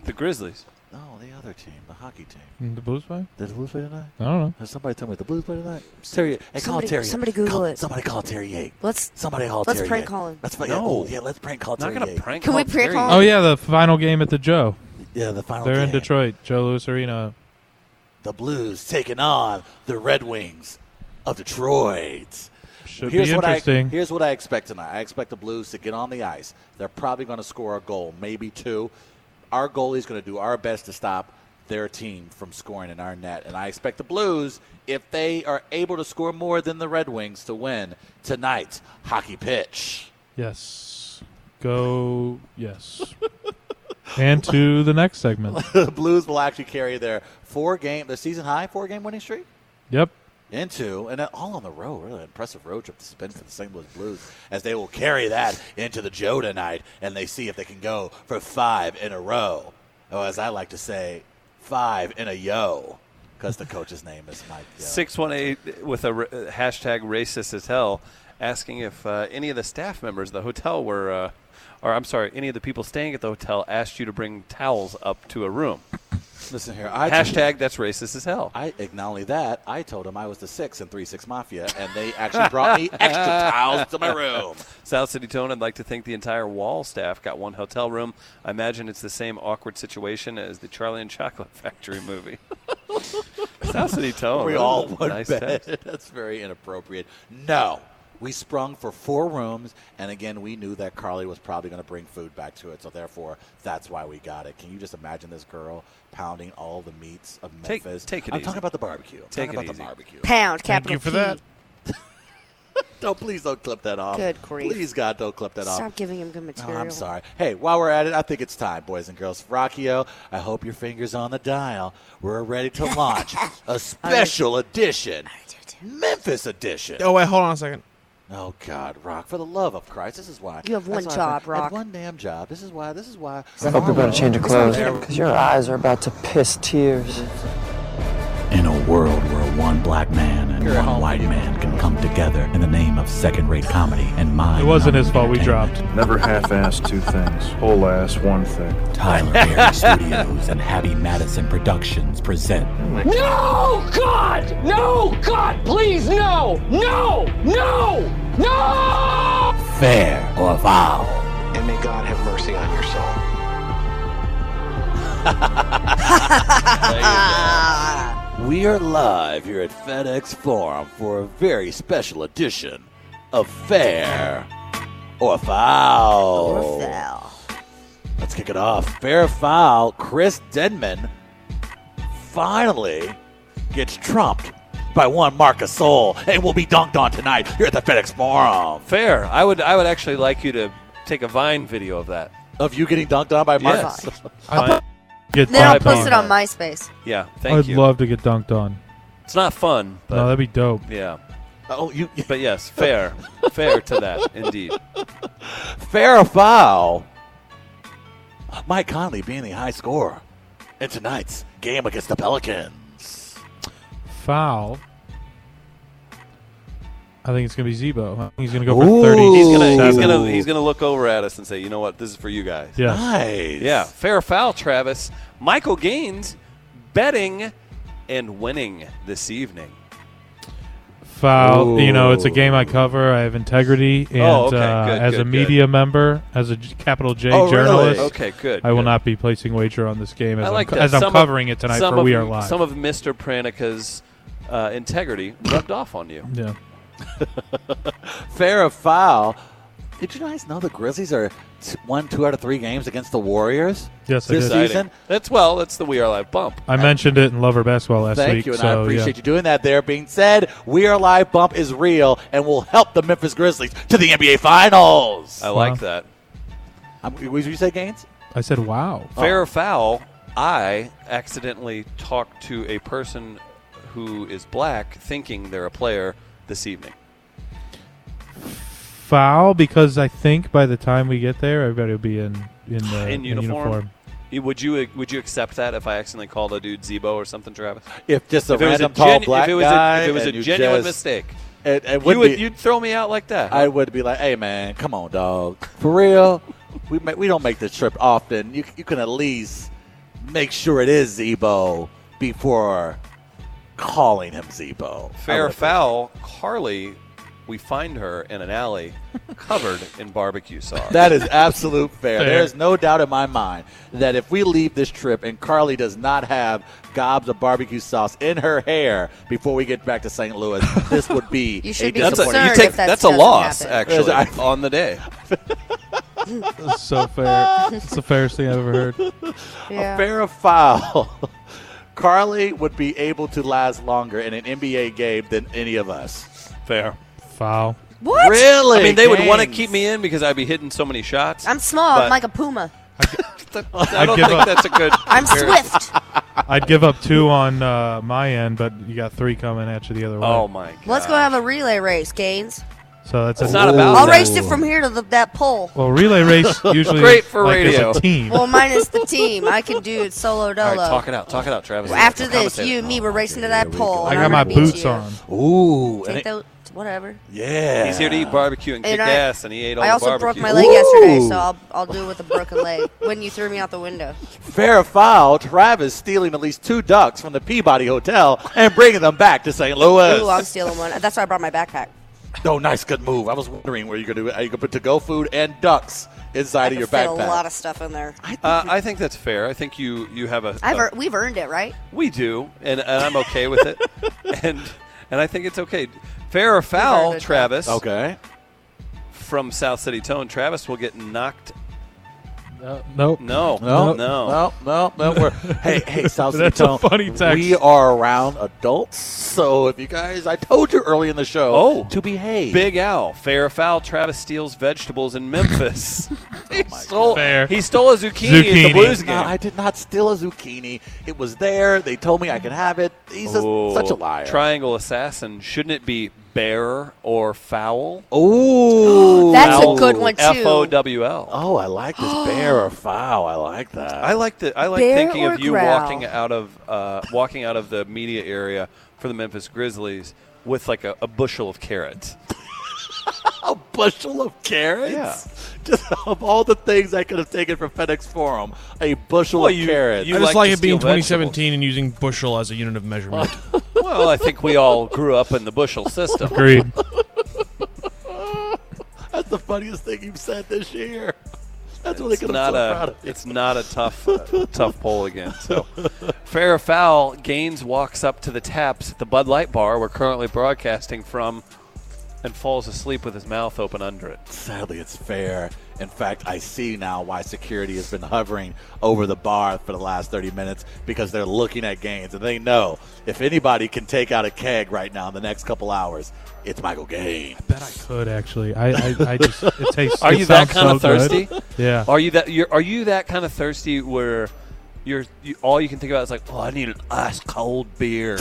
Speaker 7: The Grizzlies.
Speaker 6: No, the other team, the hockey team.
Speaker 10: Mm, The Blues play?
Speaker 6: Did the Blues play tonight?
Speaker 10: I don't know.
Speaker 6: Has somebody told me the Blues play tonight? Terry, hey, call
Speaker 9: Somebody-
Speaker 6: Terry.
Speaker 9: somebody Google
Speaker 6: Call-
Speaker 9: it.
Speaker 6: Somebody call Terry Yate.
Speaker 9: Let's
Speaker 6: somebody call
Speaker 9: let's
Speaker 6: Terry.
Speaker 9: prank
Speaker 6: Yate.
Speaker 9: call him.
Speaker 6: Let's prank.
Speaker 7: No.
Speaker 6: Oh, yeah, let's prank call
Speaker 7: Not
Speaker 6: Terry.
Speaker 7: gonna
Speaker 6: Yate.
Speaker 7: prank
Speaker 9: Can we
Speaker 7: call
Speaker 9: prank
Speaker 7: Terry.
Speaker 9: call him?
Speaker 10: Oh yeah, the final game at the Joe.
Speaker 6: Yeah, the final.
Speaker 10: They're in
Speaker 6: game.
Speaker 10: Detroit, Joe Louis Arena.
Speaker 6: The Blues taking on the Red Wings of Detroit.
Speaker 10: Should
Speaker 6: here's
Speaker 10: be
Speaker 6: what I
Speaker 10: interesting.
Speaker 6: here's what I expect tonight. I expect the Blues to get on the ice. They're probably going to score a goal, maybe two. Our goalie's going to do our best to stop their team from scoring in our net, and I expect the Blues, if they are able to score more than the Red Wings, to win tonight's hockey pitch.
Speaker 10: Yes. Go. Yes. and to the next segment.
Speaker 6: the Blues will actually carry their four game, their season high four game winning streak.
Speaker 10: Yep.
Speaker 6: into and all on the road. Really impressive road trip to spend for the St. Louis Blues as they will carry that into the Joe tonight and they see if they can go for five in a row. Or as I like to say, five in a yo, because the coach's name is Mike Yo.
Speaker 7: 618 with a ra- uh, hashtag racist as hell asking if uh, any of the staff members of the hotel were, uh, or I'm sorry, any of the people staying at the hotel asked you to bring towels up to a room.
Speaker 6: Listen here, I
Speaker 7: hashtag that's racist as hell.
Speaker 6: I acknowledge that. I told them I was the six in Three Six Mafia, and they actually brought me extra towels to my room.
Speaker 7: South City Tone, I'd like to think the entire wall staff got one hotel room. I imagine it's the same awkward situation as the Charlie and Chocolate Factory movie. South City Tone.
Speaker 6: we all
Speaker 7: that's Oh, a
Speaker 6: one
Speaker 7: nice
Speaker 6: bed.
Speaker 7: text.
Speaker 6: That's very inappropriate. No, we sprung for four rooms, and again, we knew that Carly was probably going to bring food back to it, so therefore, that's why we got it. Can you just imagine this girl pounding all the meats of
Speaker 7: Take-
Speaker 6: Memphis?
Speaker 7: take it
Speaker 6: I'm
Speaker 7: easy.
Speaker 6: talking about the barbecue. I'm
Speaker 7: Take
Speaker 6: talking
Speaker 7: it
Speaker 6: about
Speaker 7: easy.
Speaker 6: the barbecue.
Speaker 9: Pound. Capital
Speaker 8: you for
Speaker 9: P.
Speaker 8: that.
Speaker 6: Don't please don't clip that off.
Speaker 9: Good grief.
Speaker 6: Please God, don't clip that off.
Speaker 9: Stop giving him good
Speaker 6: No,
Speaker 9: material.
Speaker 6: I'm sorry. Hey, while we're at it, I think it's time, boys and girls. Rockio, I hope your fingers on the dial. We're ready to launch a special edition, Memphis edition.
Speaker 8: Oh wait, hold on a second.
Speaker 6: Oh God, Rock! For the love of Christ, this is why
Speaker 9: You have one
Speaker 6: that's why I-
Speaker 9: job,
Speaker 6: I have
Speaker 9: Rock.
Speaker 6: One damn job. This is why. This is why.
Speaker 13: I hope you're about to change your clothes because your eyes are about to piss tears.
Speaker 14: In a world where one black man and one white man can come together in the name of second-rate comedy and mine.
Speaker 10: It wasn't his fault. We dropped.
Speaker 15: Never half-ass two things. Whole-ass one thing.
Speaker 14: Tyler Perry Studios and Happy Madison Productions present.
Speaker 5: Oh
Speaker 16: No, God! No, God, please, no! No! No! No!
Speaker 14: Fair or foul.
Speaker 5: And may God have mercy on your soul.
Speaker 6: We are live here at FedEx Forum for a very special edition of Fair or Foul.
Speaker 9: Or
Speaker 6: Oh.
Speaker 9: foul.
Speaker 6: Let's kick it off. Fair or Foul. Chris Denman finally gets trumped by one Marcus Soul and will be dunked on tonight here at the FedEx Forum.
Speaker 7: Fair. I would I would actually like you to take a Vine video of that.
Speaker 6: Of you getting dunked on by
Speaker 7: Marcus?
Speaker 10: Get
Speaker 9: Then I'll
Speaker 10: dunked
Speaker 9: post
Speaker 10: on.
Speaker 9: it on MySpace.
Speaker 7: Yeah, thank
Speaker 10: I'd
Speaker 7: you.
Speaker 10: love to get dunked on.
Speaker 7: It's not fun, but
Speaker 10: no, that'd be dope.
Speaker 7: yeah.
Speaker 6: Oh, you.
Speaker 7: But yes, fair, fair to that indeed.
Speaker 6: Fair or foul? Mike Conley being the high scorer in tonight's game against the Pelicans.
Speaker 10: Foul. I think it's gonna be Zebo. I think he's gonna go for thirty.
Speaker 7: He's gonna he's gonna he's gonna look over at us and say, you know what, this is for you guys.
Speaker 10: Yeah.
Speaker 6: Nice.
Speaker 7: Yeah. Fair or foul, Travis. Michael Gaines betting and winning this evening.
Speaker 10: foul. You know, it's a game I cover. I have integrity, and
Speaker 7: Oh, okay.
Speaker 10: uh,
Speaker 7: Good,
Speaker 10: as
Speaker 7: good,
Speaker 10: a
Speaker 7: good.
Speaker 10: media member, as a J- capital J
Speaker 7: Oh, really?
Speaker 10: journalist,
Speaker 7: Okay, good,
Speaker 10: I will
Speaker 7: good.
Speaker 10: not be placing wager on this game
Speaker 7: I
Speaker 10: as
Speaker 7: like
Speaker 10: I'm,
Speaker 7: that.
Speaker 10: as I'm
Speaker 7: Some of-
Speaker 10: covering it tonight
Speaker 7: some
Speaker 10: for
Speaker 7: of,
Speaker 10: We Are Live.
Speaker 7: Some of Mr. Pranica's uh, integrity rubbed off on you.
Speaker 10: yeah.
Speaker 6: Fair or foul? Did you guys know the Grizzlies are t- one, two out of three games against the Warriors
Speaker 10: Yes, I
Speaker 6: this
Speaker 10: did.
Speaker 6: season?
Speaker 7: That's well. That's the We Are Live bump.
Speaker 10: I mentioned it in Lover Basketball last
Speaker 6: Thank
Speaker 10: week.
Speaker 6: you, and
Speaker 10: so,
Speaker 6: I appreciate
Speaker 10: yeah.
Speaker 6: you doing that. There being said, we are live. Bump is real, and will help the Memphis Grizzlies to the NBA Finals.
Speaker 7: I like that.
Speaker 6: Um, what did you say, Gaines?
Speaker 10: I said, "Wow,
Speaker 6: oh.
Speaker 7: Oh. Fair or foul? I accidentally talked to a person who is black, thinking they're a player this evening.
Speaker 10: foul," because I think by the time we get there, everybody will be in in, uh,
Speaker 7: in uniform. You- Would you would you accept that if I accidentally called a dude Zebo or something, Travis?
Speaker 6: If just a
Speaker 7: it was
Speaker 6: random tall
Speaker 7: genu-
Speaker 6: black
Speaker 7: if it was
Speaker 6: guy
Speaker 7: a, if it was
Speaker 6: and
Speaker 7: a
Speaker 6: you
Speaker 7: genuine
Speaker 6: just-
Speaker 7: mistake,
Speaker 6: It- it
Speaker 7: you
Speaker 6: would
Speaker 7: would
Speaker 6: be-
Speaker 7: you'd throw me out like that.
Speaker 6: I would be like, "Hey, man, come on, dog. For real, we ma- we don't make this trip often. You you can at least make sure it is Zebo before calling him Zebo."
Speaker 7: Fair or foul, Carly. We find her in an alley, covered in barbecue sauce.
Speaker 6: That is absolute fair.
Speaker 7: Fair.
Speaker 6: There is no doubt in my mind that if we leave this trip and Carly does not have gobs of barbecue sauce in her hair before we get back to St. Louis, this would be
Speaker 9: You
Speaker 6: a
Speaker 9: should be
Speaker 7: That's a,
Speaker 6: disappointment.
Speaker 7: you take, that's a loss, actually,
Speaker 6: Yes, I-
Speaker 7: on the day.
Speaker 10: That's so fair. It's the fairest thing I've ever heard.
Speaker 9: Yeah.
Speaker 6: A fair or foul. Carly would be able to last longer in an NBA game than any of us.
Speaker 7: Fair.
Speaker 10: Foul.
Speaker 9: What?
Speaker 6: Really?
Speaker 7: I mean, they would want to
Speaker 6: Gaines.
Speaker 7: keep me in because I'd be hitting so many shots.
Speaker 9: I'm small.
Speaker 7: but
Speaker 9: I'm like a puma.
Speaker 7: I don't
Speaker 10: give
Speaker 7: think
Speaker 10: up.
Speaker 7: that's a good.
Speaker 9: I'm
Speaker 7: comparison.
Speaker 9: swift.
Speaker 10: I'd give up two on uh, my end, but you got three coming at you the other way.
Speaker 7: Oh my god!
Speaker 9: Let's go have a relay race, Gaines.
Speaker 10: So that's
Speaker 7: It's
Speaker 10: a, uh,
Speaker 7: not about
Speaker 9: I'll
Speaker 7: that.
Speaker 9: race it from here to the, that pole.
Speaker 10: Well, relay race usually
Speaker 7: Great for
Speaker 10: like, is
Speaker 7: radio.
Speaker 10: a team.
Speaker 9: Well, minus the team, I can do it solo
Speaker 7: All
Speaker 9: dolo.
Speaker 7: right, talk it out. Talk it out, Travis.
Speaker 9: Well, After
Speaker 7: Let's
Speaker 9: this,
Speaker 7: commentate.
Speaker 9: you and me, we're racing to that pole.
Speaker 10: I
Speaker 9: and
Speaker 10: got
Speaker 9: I'm
Speaker 10: my
Speaker 9: gonna beat
Speaker 10: boots
Speaker 9: you.
Speaker 10: on.
Speaker 6: Ooh. and
Speaker 9: Take
Speaker 6: it-
Speaker 9: those, whatever.
Speaker 6: yeah.
Speaker 7: He's here to eat barbecue and,
Speaker 9: And
Speaker 7: kick
Speaker 9: I-
Speaker 7: ass, and he ate all
Speaker 9: I
Speaker 7: the
Speaker 9: also broke
Speaker 7: barbecue.
Speaker 9: my leg yesterday,
Speaker 6: Ooh.
Speaker 9: so I'll, I'll do it with a broken leg when you threw me out the window.
Speaker 6: Fair or foul, Travis stealing at least two ducks from the Peabody Hotel and bringing them back to St. Louis.
Speaker 9: Ooh, I'm stealing one. That's why I brought my backpack.
Speaker 6: Oh, nice, good move. I was wondering where you could do it. You could put to-go food and ducks inside
Speaker 9: I
Speaker 6: of your
Speaker 9: could fit
Speaker 6: backpack.
Speaker 9: a lot of stuff in there.
Speaker 7: Uh, I think that's fair. I think you you have a.
Speaker 9: I've
Speaker 7: a-
Speaker 9: ear- we've earned it, right?
Speaker 7: we do, and, and I'm okay with it, and and I think it's okay. Fair or
Speaker 9: heard
Speaker 7: foul,
Speaker 9: it.
Speaker 7: Travis
Speaker 6: okay.
Speaker 7: from South City Tone. Travis will get knocked.
Speaker 10: Nope.
Speaker 7: No,
Speaker 6: No,
Speaker 7: no.
Speaker 6: no, no, no. We're, hey, hey, South City
Speaker 10: That's a
Speaker 6: Tone.
Speaker 10: funny text.
Speaker 6: We are around adults, so if you guys, I told you early in the show,
Speaker 7: Oh.
Speaker 6: to behave.
Speaker 7: Big Al, fair or foul? Travis steals vegetables in Memphis.
Speaker 6: Oh
Speaker 7: he, stole,
Speaker 10: Fair.
Speaker 7: he stole a zucchini, in the
Speaker 10: Zucchini.
Speaker 7: Blues game.
Speaker 6: No, I did not steal a zucchini. It was there. They told me I could have it. He's just
Speaker 10: Oh.
Speaker 7: Ooh,
Speaker 6: such a liar.
Speaker 7: Triangle assassin. Shouldn't it be bear or foul?
Speaker 6: Ooh,
Speaker 9: That's a good one, too.
Speaker 7: F O W L.
Speaker 6: Oh, I like this bear or foul. I like that.
Speaker 7: I like the I like
Speaker 9: Bear
Speaker 7: thinking
Speaker 9: or
Speaker 7: of you
Speaker 9: growl?
Speaker 7: walking out of uh, walking out of the media area for the Memphis Grizzlies with like a, a bushel of carrots.
Speaker 6: a bushel of carrots?
Speaker 7: Yeah.
Speaker 6: Just of all the things I could have taken from FedEx Forum, a bushel
Speaker 7: Well,
Speaker 6: of
Speaker 7: you-
Speaker 6: carrots.
Speaker 7: you-
Speaker 8: I just
Speaker 7: like
Speaker 8: like
Speaker 7: to
Speaker 8: it being
Speaker 7: steal
Speaker 8: 2017 and using bushel as a unit of measurement.
Speaker 7: well, I think we all grew up in the bushel system.
Speaker 10: Agreed.
Speaker 6: That's the funniest thing you've said this year. That's what they
Speaker 7: It's
Speaker 6: could
Speaker 7: not
Speaker 6: have so proud
Speaker 7: a
Speaker 6: of. you.
Speaker 7: it's not a tough uh, tough poll again. So fair or foul, Gaines walks up to the taps at the Bud Light bar we're currently broadcasting from and falls asleep with his mouth open under it.
Speaker 6: Sadly, it's fair. In fact, I see now why security has been hovering over the bar for the last 30 minutes because they're looking at Gaines and they know if anybody can take out a keg right now in the next couple hours, it's Michael Gaines.
Speaker 10: bet I could actually. I, I, I just it tastes.
Speaker 7: Are
Speaker 10: it
Speaker 7: you that
Speaker 10: sounds
Speaker 7: kind
Speaker 10: so
Speaker 7: of thirsty?
Speaker 10: Good. Yeah.
Speaker 7: Are you that? You're, are you that kind of thirsty where you're you, all you can think about is like, oh, I need an ice cold beer,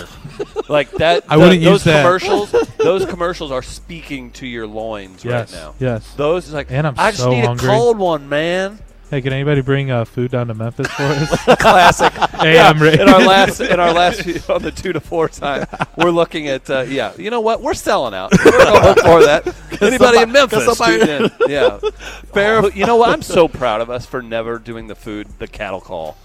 Speaker 7: like that.
Speaker 10: I
Speaker 7: the-
Speaker 10: wouldn't
Speaker 7: those
Speaker 10: use that.
Speaker 7: commercials. those commercials are speaking to your loins
Speaker 10: Yes,
Speaker 7: right now.
Speaker 10: yes.
Speaker 7: Those is like,
Speaker 10: And I'm
Speaker 7: I just
Speaker 10: so
Speaker 7: need
Speaker 10: hungry."
Speaker 7: a cold one, man.
Speaker 10: Hey, can anybody bring uh, food down to Memphis for us?
Speaker 7: Classic.
Speaker 10: hey,
Speaker 7: Yeah,
Speaker 10: I'm ready.
Speaker 7: In our last, in our last, few- on the two to four time, we're looking at. Uh, yeah, you know what? We're selling out. We're going for that. Anybody in
Speaker 6: somebody-
Speaker 7: Memphis?
Speaker 6: 'cause somebody-
Speaker 7: tune in. Yeah. Fair. You know what? I'm so proud of us for never doing the food, the cattle call.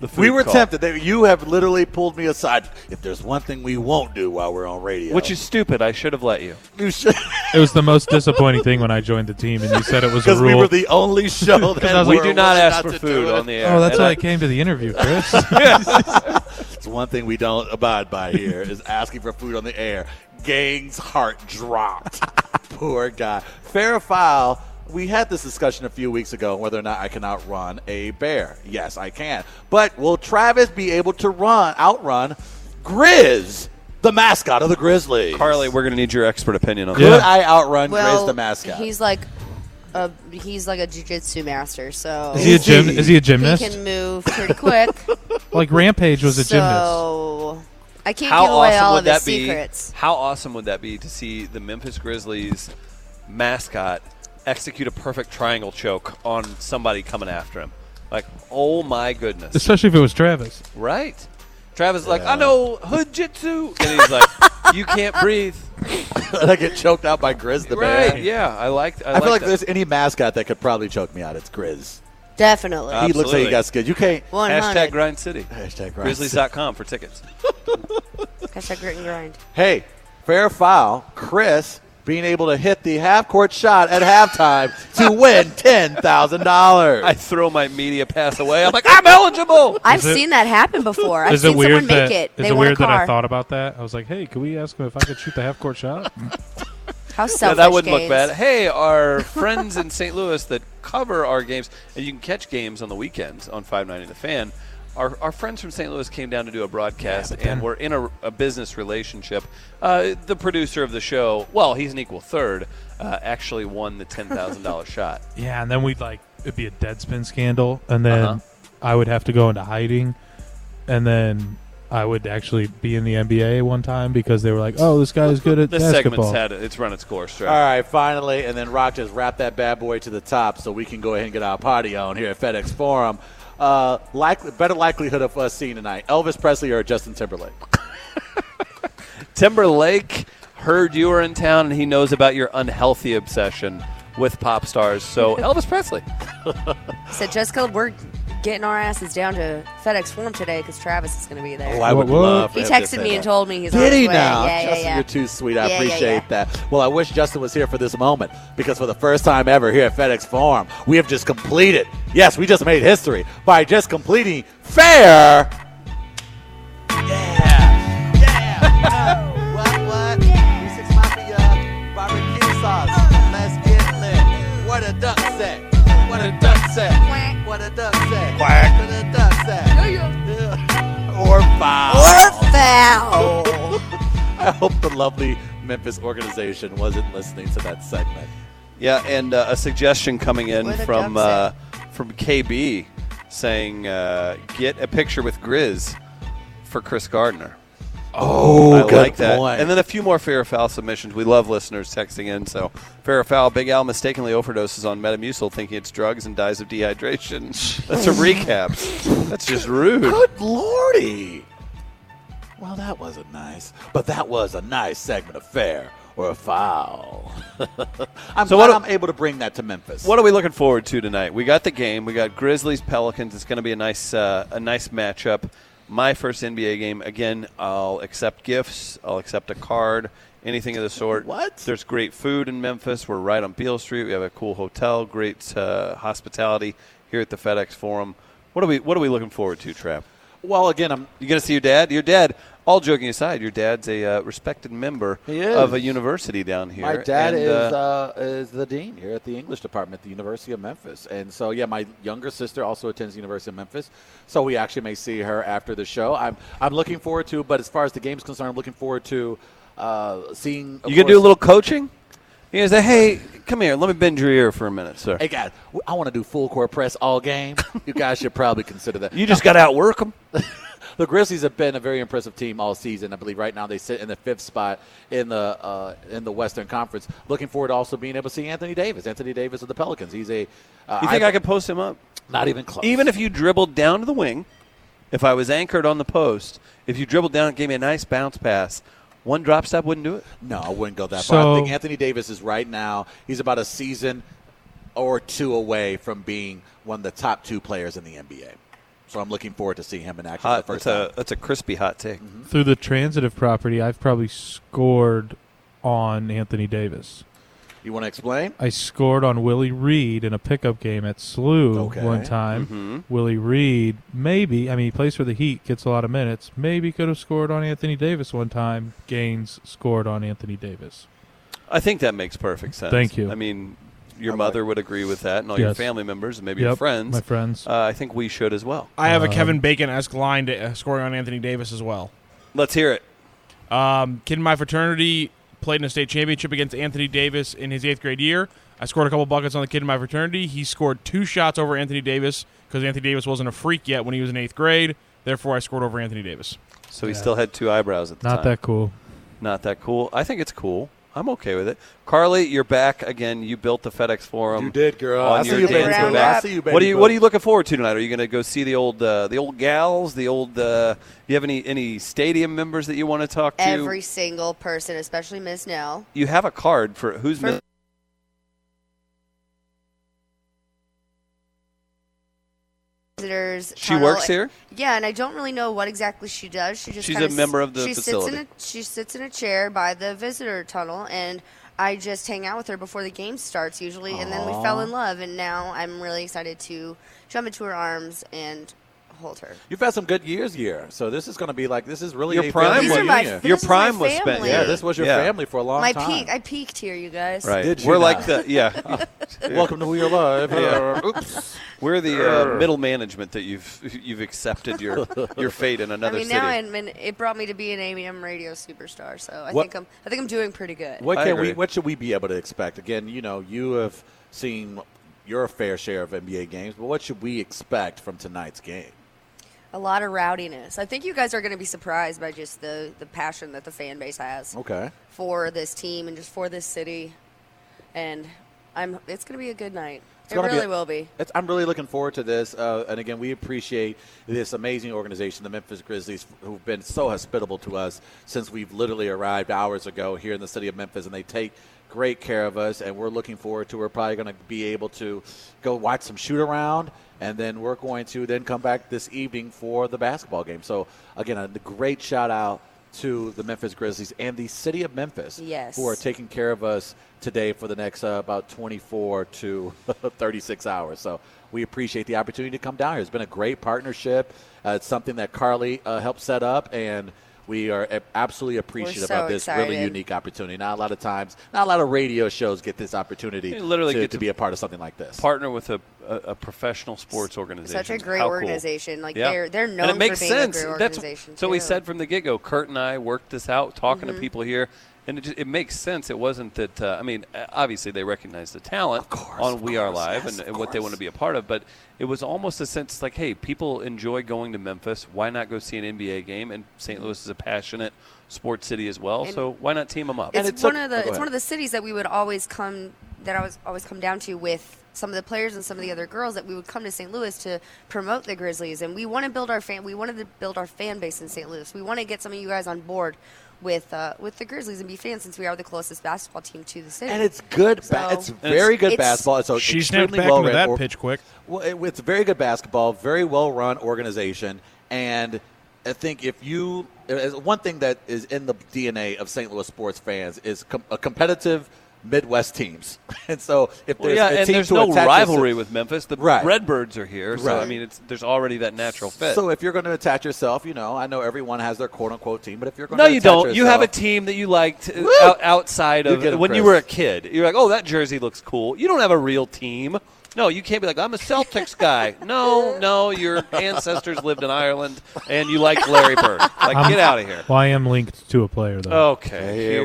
Speaker 7: The food
Speaker 6: we were
Speaker 7: call.
Speaker 6: tempted. They, you have literally pulled me aside. If there's one thing we won't do while we're on radio,
Speaker 7: which is stupid. I should have let you.
Speaker 6: you should.
Speaker 10: It was the most disappointing thing when I joined the team, and you said it was a
Speaker 6: Because
Speaker 10: rule.
Speaker 6: we were the only show
Speaker 10: 'Cause I
Speaker 6: that
Speaker 10: was
Speaker 7: we
Speaker 10: like,
Speaker 7: do not ask for
Speaker 6: to
Speaker 7: food
Speaker 6: do it.
Speaker 7: on the air.
Speaker 10: Oh, that's
Speaker 7: And
Speaker 10: why
Speaker 7: I-
Speaker 10: I came to the interview, Chris.
Speaker 6: It's one thing we don't abide by here is asking for food on the air. Gang's heart dropped. Poor guy. Fair or foul. We had this discussion a few weeks ago on whether or not I can outrun a bear. Yes, I can. But will Travis be able to run outrun Grizz, the mascot of the Grizzlies?
Speaker 7: Carly, we're going to need your expert opinion on
Speaker 6: Could
Speaker 7: that.
Speaker 6: I outrun
Speaker 9: well,
Speaker 6: Grizz, the mascot?
Speaker 9: he's like a he's like a jujitsu master. So
Speaker 10: Is he a gym- is he a gymnast?
Speaker 9: He can move pretty quick.
Speaker 10: like Rampage was a gymnast.
Speaker 9: So I can't
Speaker 7: How
Speaker 9: give away
Speaker 7: awesome
Speaker 9: all
Speaker 7: would
Speaker 9: of his
Speaker 7: that be?
Speaker 9: secrets.
Speaker 7: How awesome would that be to see the Memphis Grizzlies mascot execute a perfect triangle choke on somebody coming after him? Like, oh my goodness!
Speaker 10: Especially if it was Travis.
Speaker 7: Right. Travis is like,
Speaker 6: Yeah.
Speaker 7: I know hood jitsu. And he's like, you can't breathe.
Speaker 6: and I get choked out by Grizz the bear.
Speaker 7: Right. Yeah. I like I,
Speaker 6: I, feel like
Speaker 7: that.
Speaker 6: there's any mascot that could probably choke me out. It's Grizz.
Speaker 9: Definitely.
Speaker 6: He looks like he got skids. You can't.
Speaker 9: 100.
Speaker 7: Hashtag grind city.
Speaker 6: Hashtag grind city.
Speaker 7: Grizzlies.com for tickets.
Speaker 9: Hashtag grit and grind.
Speaker 6: Hey, fair foul. Chris being able to hit the half court shot at halftime to win ten thousand dollars.
Speaker 7: I throw my media pass away. I'm like, I'm eligible.
Speaker 9: I've
Speaker 10: it-
Speaker 9: seen that happen before. I've
Speaker 10: is it
Speaker 9: seen
Speaker 10: weird
Speaker 9: someone
Speaker 10: that
Speaker 9: make
Speaker 10: is
Speaker 9: it. They
Speaker 10: it
Speaker 9: won a
Speaker 10: weird that
Speaker 9: car.
Speaker 10: I thought about that? I was like, hey, can we ask him if I could shoot the half court shot?
Speaker 9: How selfish.
Speaker 7: Yeah, that wouldn't look
Speaker 9: Gaines.
Speaker 7: bad. Hey, our friends in St. Louis that cover our games, and you can catch games on the weekends on 590 The Fan. Our, our friends from St. Louis came down to do a broadcast, and we're in a, a business relationship. Uh, the producer of the show, well, he's an equal third, uh, actually won the $10,000 shot.
Speaker 10: Yeah, and then we'd like it'd be a Deadspin scandal, and then I would have to go into hiding, and then I would actually be in the NBA one time because they were like, "Oh, this guy's good at
Speaker 7: This
Speaker 10: basketball."
Speaker 7: segment's had it's run its course,
Speaker 6: All
Speaker 7: right?
Speaker 6: right, finally, and then Rock just wrapped that bad boy to the top, so we can go ahead and get our party on here at FedEx Forum. Uh, likely, better likelihood of us seeing tonight: Elvis Presley or Justin Timberlake.
Speaker 7: Timberlake heard you were in town, and he knows about your unhealthy obsession with pop stars. So, Elvis Presley.
Speaker 9: Said Jessica, we're getting our asses down to FedEx Forum today because Travis is going to be there.
Speaker 6: Oh, I would
Speaker 10: What, what?
Speaker 6: love. for
Speaker 9: He
Speaker 6: him to
Speaker 9: texted
Speaker 6: say
Speaker 9: me and
Speaker 6: that.
Speaker 9: told me he's on
Speaker 6: Did
Speaker 9: his
Speaker 6: he
Speaker 9: way.
Speaker 6: now?
Speaker 9: Yeah, yeah,
Speaker 6: Justin,
Speaker 9: yeah.
Speaker 6: you're too sweet.
Speaker 9: Yeah,
Speaker 6: I
Speaker 9: yeah,
Speaker 6: appreciate
Speaker 9: yeah.
Speaker 6: that. Well, I wish Justin was here for this moment because for the first time ever here at FedEx Forum, we have just completed. Yes, we just made history by just completing fair. What a duck set. What a duck set. What a duck set. What a duck set. Or foul.
Speaker 9: Or foul.
Speaker 6: I hope the lovely Memphis organization wasn't listening to that segment.
Speaker 7: Yeah, and uh, a suggestion coming in
Speaker 9: Where the
Speaker 7: from uh,
Speaker 9: ducks
Speaker 7: from KB saying uh, get a picture with Grizz for Chris Gardner.
Speaker 6: Oh,
Speaker 7: I
Speaker 6: good
Speaker 7: like that.
Speaker 6: point.
Speaker 7: And then a few more fair or foul submissions. We love listeners texting in. So fair or foul, Big Al mistakenly overdoses on Metamucil, thinking it's drugs and dies of dehydration. That's a recap. That's just rude.
Speaker 6: Good lordy. Well, that wasn't nice, but that was a nice segment of fair or a foul. I'm
Speaker 7: So
Speaker 6: glad
Speaker 7: what-
Speaker 6: I'm able to bring that to Memphis.
Speaker 7: What are we looking forward to tonight? We got the game. We got Grizzlies Pelicans. It's going to be a nice uh, a nice matchup. My first NBA game. Again, I'll accept gifts. I'll accept a card. Anything of the sort.
Speaker 6: What?
Speaker 7: There's great food in Memphis. We're right on Beale Street. We have a cool hotel. Great uh, hospitality here at the FedEx Forum. What are we What are we looking forward to, Trap?
Speaker 6: Well, again, I'm.
Speaker 7: You're going to see your dad. Your dad. All joking aside, your dad's a uh, respected member
Speaker 6: He is.
Speaker 7: of a university down here.
Speaker 6: My dad
Speaker 7: and,
Speaker 6: is
Speaker 7: uh,
Speaker 6: uh, is the dean here at the English department at the University of Memphis, and so yeah, my younger sister also attends the University of Memphis. So we actually may see her after the show. I'm I'm looking forward to, but as far as the game's concerned, I'm looking forward to uh, seeing. of
Speaker 7: you can do a
Speaker 6: course-
Speaker 7: little coaching. You can say, "Hey, come here. Let me bend your ear for a minute, sir."
Speaker 6: Hey guys, w- I want to do full court press all game. you guys should probably consider that.
Speaker 7: You just got to outwork them.
Speaker 6: the Grizzlies have been a very impressive team all season. I believe right now they sit in the fifth spot in the uh, in the Western Conference. Looking forward to also being able to see Anthony Davis. Anthony Davis of the Pelicans. He's a. Uh,
Speaker 7: You think I, could post him up?
Speaker 6: Not even close.
Speaker 7: Even if you dribbled down to the wing, if I was anchored on the post, if you dribbled down and gave me a nice bounce pass, one drop step wouldn't do it.
Speaker 6: No, I wouldn't go that far.
Speaker 7: So-
Speaker 6: I think Anthony Davis is right now. He's about a season or two away from being one of the top two players in the NBA. So I'm looking forward to seeing him in action for
Speaker 7: Hot.
Speaker 6: the first
Speaker 7: That's
Speaker 6: time. Mm-hmm.
Speaker 7: a that's a crispy hot take.
Speaker 10: Through the transitive property, I've probably scored on Anthony Davis.
Speaker 6: You want to explain?
Speaker 10: I scored on Willie Reed in a pickup game at SLU
Speaker 6: Okay.
Speaker 10: one time.
Speaker 7: Mm-hmm.
Speaker 6: Mhm.
Speaker 10: Willie Reed, maybe, I mean, he plays for the Heat, gets a lot of minutes. Maybe could have scored on Anthony Davis one time. Gaines scored on Anthony Davis.
Speaker 7: I think that makes perfect sense.
Speaker 10: Thank you.
Speaker 7: I mean, your mother would agree with that, and all your
Speaker 10: Yes.
Speaker 7: family members, and maybe your
Speaker 10: Yep,
Speaker 7: friends.
Speaker 10: my friends.
Speaker 7: Uh, I think we should as well.
Speaker 8: I have a
Speaker 7: Um,
Speaker 8: Kevin Bacon esque line to, uh, scoring on Anthony Davis as well.
Speaker 7: Let's hear it.
Speaker 8: Um, kid in my fraternity played in a state championship against Anthony Davis in his eighth grade year. I scored a couple buckets on the kid in my fraternity. He scored two shots over Anthony Davis because Anthony Davis wasn't a freak yet when he was in eighth grade. Therefore, I scored over Anthony Davis.
Speaker 7: So he still had two eyebrows at the
Speaker 10: Not
Speaker 7: time.
Speaker 10: that cool.
Speaker 7: Not that cool. I think it's cool. I'm okay with it. Carly, you're back again. You built the FedEx Forum.
Speaker 6: You did, girl.
Speaker 7: On
Speaker 6: I see
Speaker 7: your
Speaker 6: you,
Speaker 7: dance
Speaker 6: baby
Speaker 7: to
Speaker 6: boo.
Speaker 7: back.
Speaker 6: I see you, baby
Speaker 7: What are you
Speaker 6: boo.
Speaker 7: What are you looking forward to tonight? Are you going to go see the old uh, the old gals? The old uh, You have any any stadium members that you want to talk to?
Speaker 9: Every single person, especially Miss Nell.
Speaker 7: you have a card for who's
Speaker 9: For-
Speaker 7: Miss-
Speaker 9: Visitors.
Speaker 7: She
Speaker 9: tunnel.
Speaker 7: works here?
Speaker 9: Yeah, and I don't really know what exactly she does. She just
Speaker 7: She's
Speaker 9: kinda
Speaker 7: a member
Speaker 9: s-
Speaker 7: of the
Speaker 9: she
Speaker 7: facility.
Speaker 9: Sits in a, she sits in a chair by the visitor tunnel, and I just hang out with her before the game starts usually, and then we
Speaker 7: Aw.
Speaker 9: fell in love, and now I'm really excited to jump into her arms and hold her.
Speaker 6: You've had some good years here, so this is going to be like this is really
Speaker 7: Your
Speaker 6: a
Speaker 7: prime was-
Speaker 6: family
Speaker 7: These are my-
Speaker 6: reunion.
Speaker 7: your this is my prime was spent family.
Speaker 6: Yeah, this was your
Speaker 7: Yeah.
Speaker 6: family for a long
Speaker 9: My
Speaker 6: time.
Speaker 9: peak, I peaked here, you guys.
Speaker 7: Right.
Speaker 6: Did you
Speaker 7: We're
Speaker 6: now?
Speaker 7: like the yeah.
Speaker 6: Welcome to We Are Live.
Speaker 7: Yeah.
Speaker 6: Oops.
Speaker 7: We're the uh,
Speaker 6: Grr.
Speaker 7: middle management that you've you've accepted your your fate in
Speaker 9: I
Speaker 7: another
Speaker 9: mean,
Speaker 7: city.
Speaker 9: now I'm in, it brought me to be an AM radio superstar, so I
Speaker 6: What-
Speaker 9: think I'm I think I'm doing pretty good.
Speaker 6: What can we? What should we be able to expect? Again, you know, you have seen your fair share of NBA games, but what should we expect from tonight's game?
Speaker 9: A lot of rowdiness. I think you guys are going to be surprised by just the the passion that the fan base has
Speaker 6: Okay.
Speaker 9: for this team and just for this city, and I'm it's going to be a good night. it
Speaker 6: gonna
Speaker 9: really
Speaker 6: a-
Speaker 9: will be.
Speaker 6: It's, I'm really looking forward to this. Uh, and again, we appreciate this amazing organization, the Memphis Grizzlies, who've been so hospitable to us since we've literally arrived hours ago here in the city of Memphis, and they take great care of us. And we're looking forward to. We're probably going to be able to go watch some shoot around, and then we're going to then come back this evening for the basketball game. So again, a great shout out. To the Memphis Grizzlies and the city of Memphis,
Speaker 9: Yes.
Speaker 6: who are taking care of us today for the next uh, about 24 to 36 hours. So we appreciate the opportunity to come down here. It's been a great partnership. Uh, it's something that Carly uh, helped set up, and we are a- absolutely appreciative
Speaker 9: so
Speaker 6: of this really
Speaker 9: excited.
Speaker 6: unique opportunity. Not a lot of times, not a lot of radio shows get this opportunity
Speaker 7: You literally
Speaker 6: to,
Speaker 7: get
Speaker 6: to
Speaker 7: to
Speaker 6: be a part of something like this.
Speaker 7: partner with a, a, a professional sports organization.
Speaker 9: Such a great
Speaker 7: How cool.
Speaker 9: organization. Like, they're- they're known
Speaker 7: and
Speaker 9: for
Speaker 7: it makes
Speaker 9: being a
Speaker 7: sense.
Speaker 9: great
Speaker 7: That's-
Speaker 9: organization,
Speaker 7: So we
Speaker 9: too.
Speaker 7: said from the get go. Kurt and I worked this out, talking
Speaker 9: Mhm.
Speaker 7: to people here, and it, just, it makes sense. It wasn't that. Uh, I mean, uh, obviously they recognize the talent on We Are Live
Speaker 11: yes,
Speaker 7: and,
Speaker 11: of
Speaker 7: and what they
Speaker 11: course.
Speaker 7: want to be a part of, but it was almost a sense like, hey, people enjoy going to Memphis. Why not go see an NBA game? And St. Louis is a passionate sports city as well,
Speaker 9: Mm-hmm. And-
Speaker 7: so why not team them up?
Speaker 9: It's, one of the it's one of the cities that we would always come that I was always come down to with some of the players and some of the other girls that we would come to St. Louis to promote the Grizzlies and we want to build our fan we wanted to build our fan base in St. Louis. We want to get some of you guys on board with uh, with the Grizzlies and be fans since we are the closest basketball team to the city.
Speaker 6: And it's good. Ba-
Speaker 9: So-
Speaker 6: it's very good
Speaker 9: It's-
Speaker 6: basketball. It's a
Speaker 8: She snapped
Speaker 6: extremely
Speaker 8: back
Speaker 6: well
Speaker 8: into
Speaker 6: run
Speaker 8: that
Speaker 6: or-
Speaker 8: pitch quick.
Speaker 6: Well, it, it's very good basketball, very well run organization, and I think if you as one thing that is in the DNA of St. Louis sports fans is com- a competitive Midwest teams. and so if
Speaker 7: Well,
Speaker 6: there's
Speaker 7: yeah,
Speaker 6: a
Speaker 7: and
Speaker 6: team
Speaker 7: there's
Speaker 6: to
Speaker 7: no
Speaker 6: attach
Speaker 7: rivalry
Speaker 6: yourself-
Speaker 7: with Memphis. The
Speaker 6: Right.
Speaker 7: Redbirds are here, so I
Speaker 6: Right.
Speaker 7: mean, it's there's already that natural fit.
Speaker 6: So if you're going to attach yourself, you know, I know everyone has their quote unquote team, but if you're going
Speaker 7: no,
Speaker 6: to
Speaker 7: you
Speaker 6: attach
Speaker 7: don't. You have a
Speaker 6: yourself-
Speaker 7: team that you liked uh, out, outside
Speaker 6: You
Speaker 7: of
Speaker 6: get it,
Speaker 7: when you
Speaker 6: Chris.
Speaker 7: were a kid. You're like, oh, that jersey looks cool. You don't have a real team. No, you can't be like, I'm a Celtics guy. No, no, your ancestors lived in Ireland and you liked Larry Bird. Like,
Speaker 10: I'm-
Speaker 7: get out of here. Oh,
Speaker 10: Well, I am linked to a player though.
Speaker 7: Okay, here,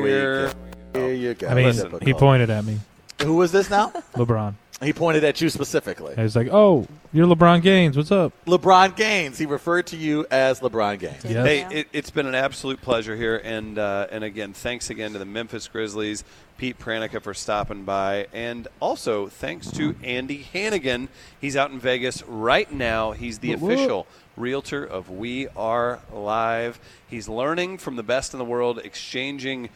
Speaker 6: Here you go.
Speaker 10: I mean,
Speaker 6: Typical.
Speaker 10: he pointed at me,
Speaker 6: Who was this now?
Speaker 10: LeBron.
Speaker 6: he pointed at you specifically.
Speaker 10: He's like, "Oh, you're LeBron James. What's up?"
Speaker 6: LeBron Gaines. He referred to you as LeBron Gaines.
Speaker 10: Yes.
Speaker 7: Hey, it, it's been an absolute pleasure here, and uh, and again, thanks again to the Memphis Grizzlies, Pete Pranica for stopping by, and also thanks to Andy Hannigan. He's out in Vegas right now. He's the
Speaker 11: Whoop, whoop.
Speaker 7: official realtor of We Are Live. He's learning from the best in the world, exchanging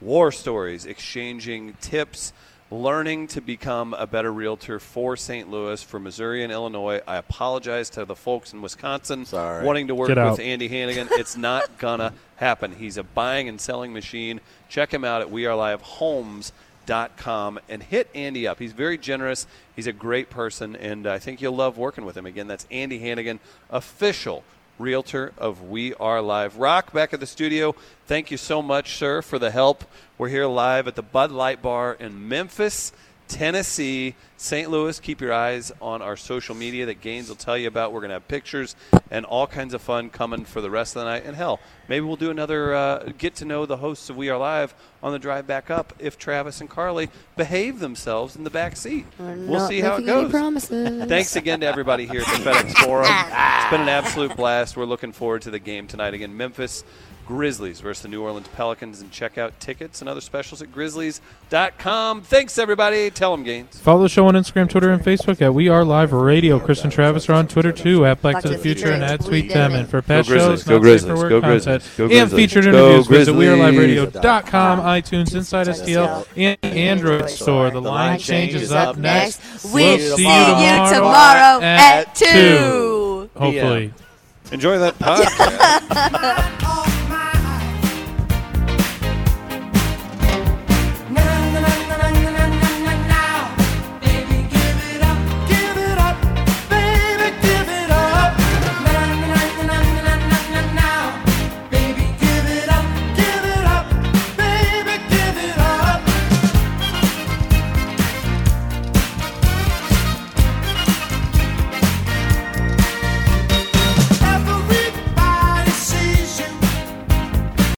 Speaker 7: war stories, exchanging tips. Learning to become a better realtor for St. Louis, for Missouri and Illinois. I apologize to the folks in Wisconsin wanting to work
Speaker 10: Get
Speaker 7: with
Speaker 10: out.
Speaker 7: Andy Hannigan. It's not gonna happen. He's a buying and selling machine. Check him out at wearelivehomes.com and hit Andy up. He's very generous. He's a great person, and I think you'll love working with him. Again, that's Andy Hannigan, official realtor of We Are Live. Rock back at the studio. Thank you so much, sir, for the help. We're here live at the Bud Light Bar in Memphis. Tennessee, St. Louis. Keep your eyes on our social media that Gaines will tell you about. We're going to have pictures and all kinds of fun coming for the rest of the night. And hell, maybe we'll do another uh, get to know the hosts of We Are Live on the drive back up if Travis and Carly behave themselves in the back seat. We'll
Speaker 9: not
Speaker 7: see how it
Speaker 9: making any
Speaker 7: goes.
Speaker 9: promises.
Speaker 7: Thanks again to everybody here at the FedEx Forum. It's been an absolute blast. We're looking forward to the game tonight again. Memphis Grizzlies versus the New Orleans Pelicans. And check out tickets and other specials at grizzlies.com. Thanks, everybody. Tell them, Gaines.
Speaker 10: Follow the show on Instagram, Twitter, and Facebook at We Are Live Radio. Chris and Travis are on Twitter too at Black to the Future and at Tweet Them. And for past
Speaker 11: Go Grizzlies,
Speaker 10: shows,
Speaker 11: go
Speaker 10: not safe
Speaker 11: Grizzlies,
Speaker 10: for work
Speaker 11: go
Speaker 10: content
Speaker 11: Grizzlies, go
Speaker 10: and
Speaker 11: Grizzlies.
Speaker 10: featured
Speaker 11: Go
Speaker 10: interviews, visit
Speaker 11: Grizzlies.
Speaker 10: WeAreLiveRadio.com, iTunes, Inside STL, and Android Store. The line changes up next.
Speaker 9: We'll see you tomorrow at two.
Speaker 10: Hopefully.
Speaker 7: Enjoy that podcast.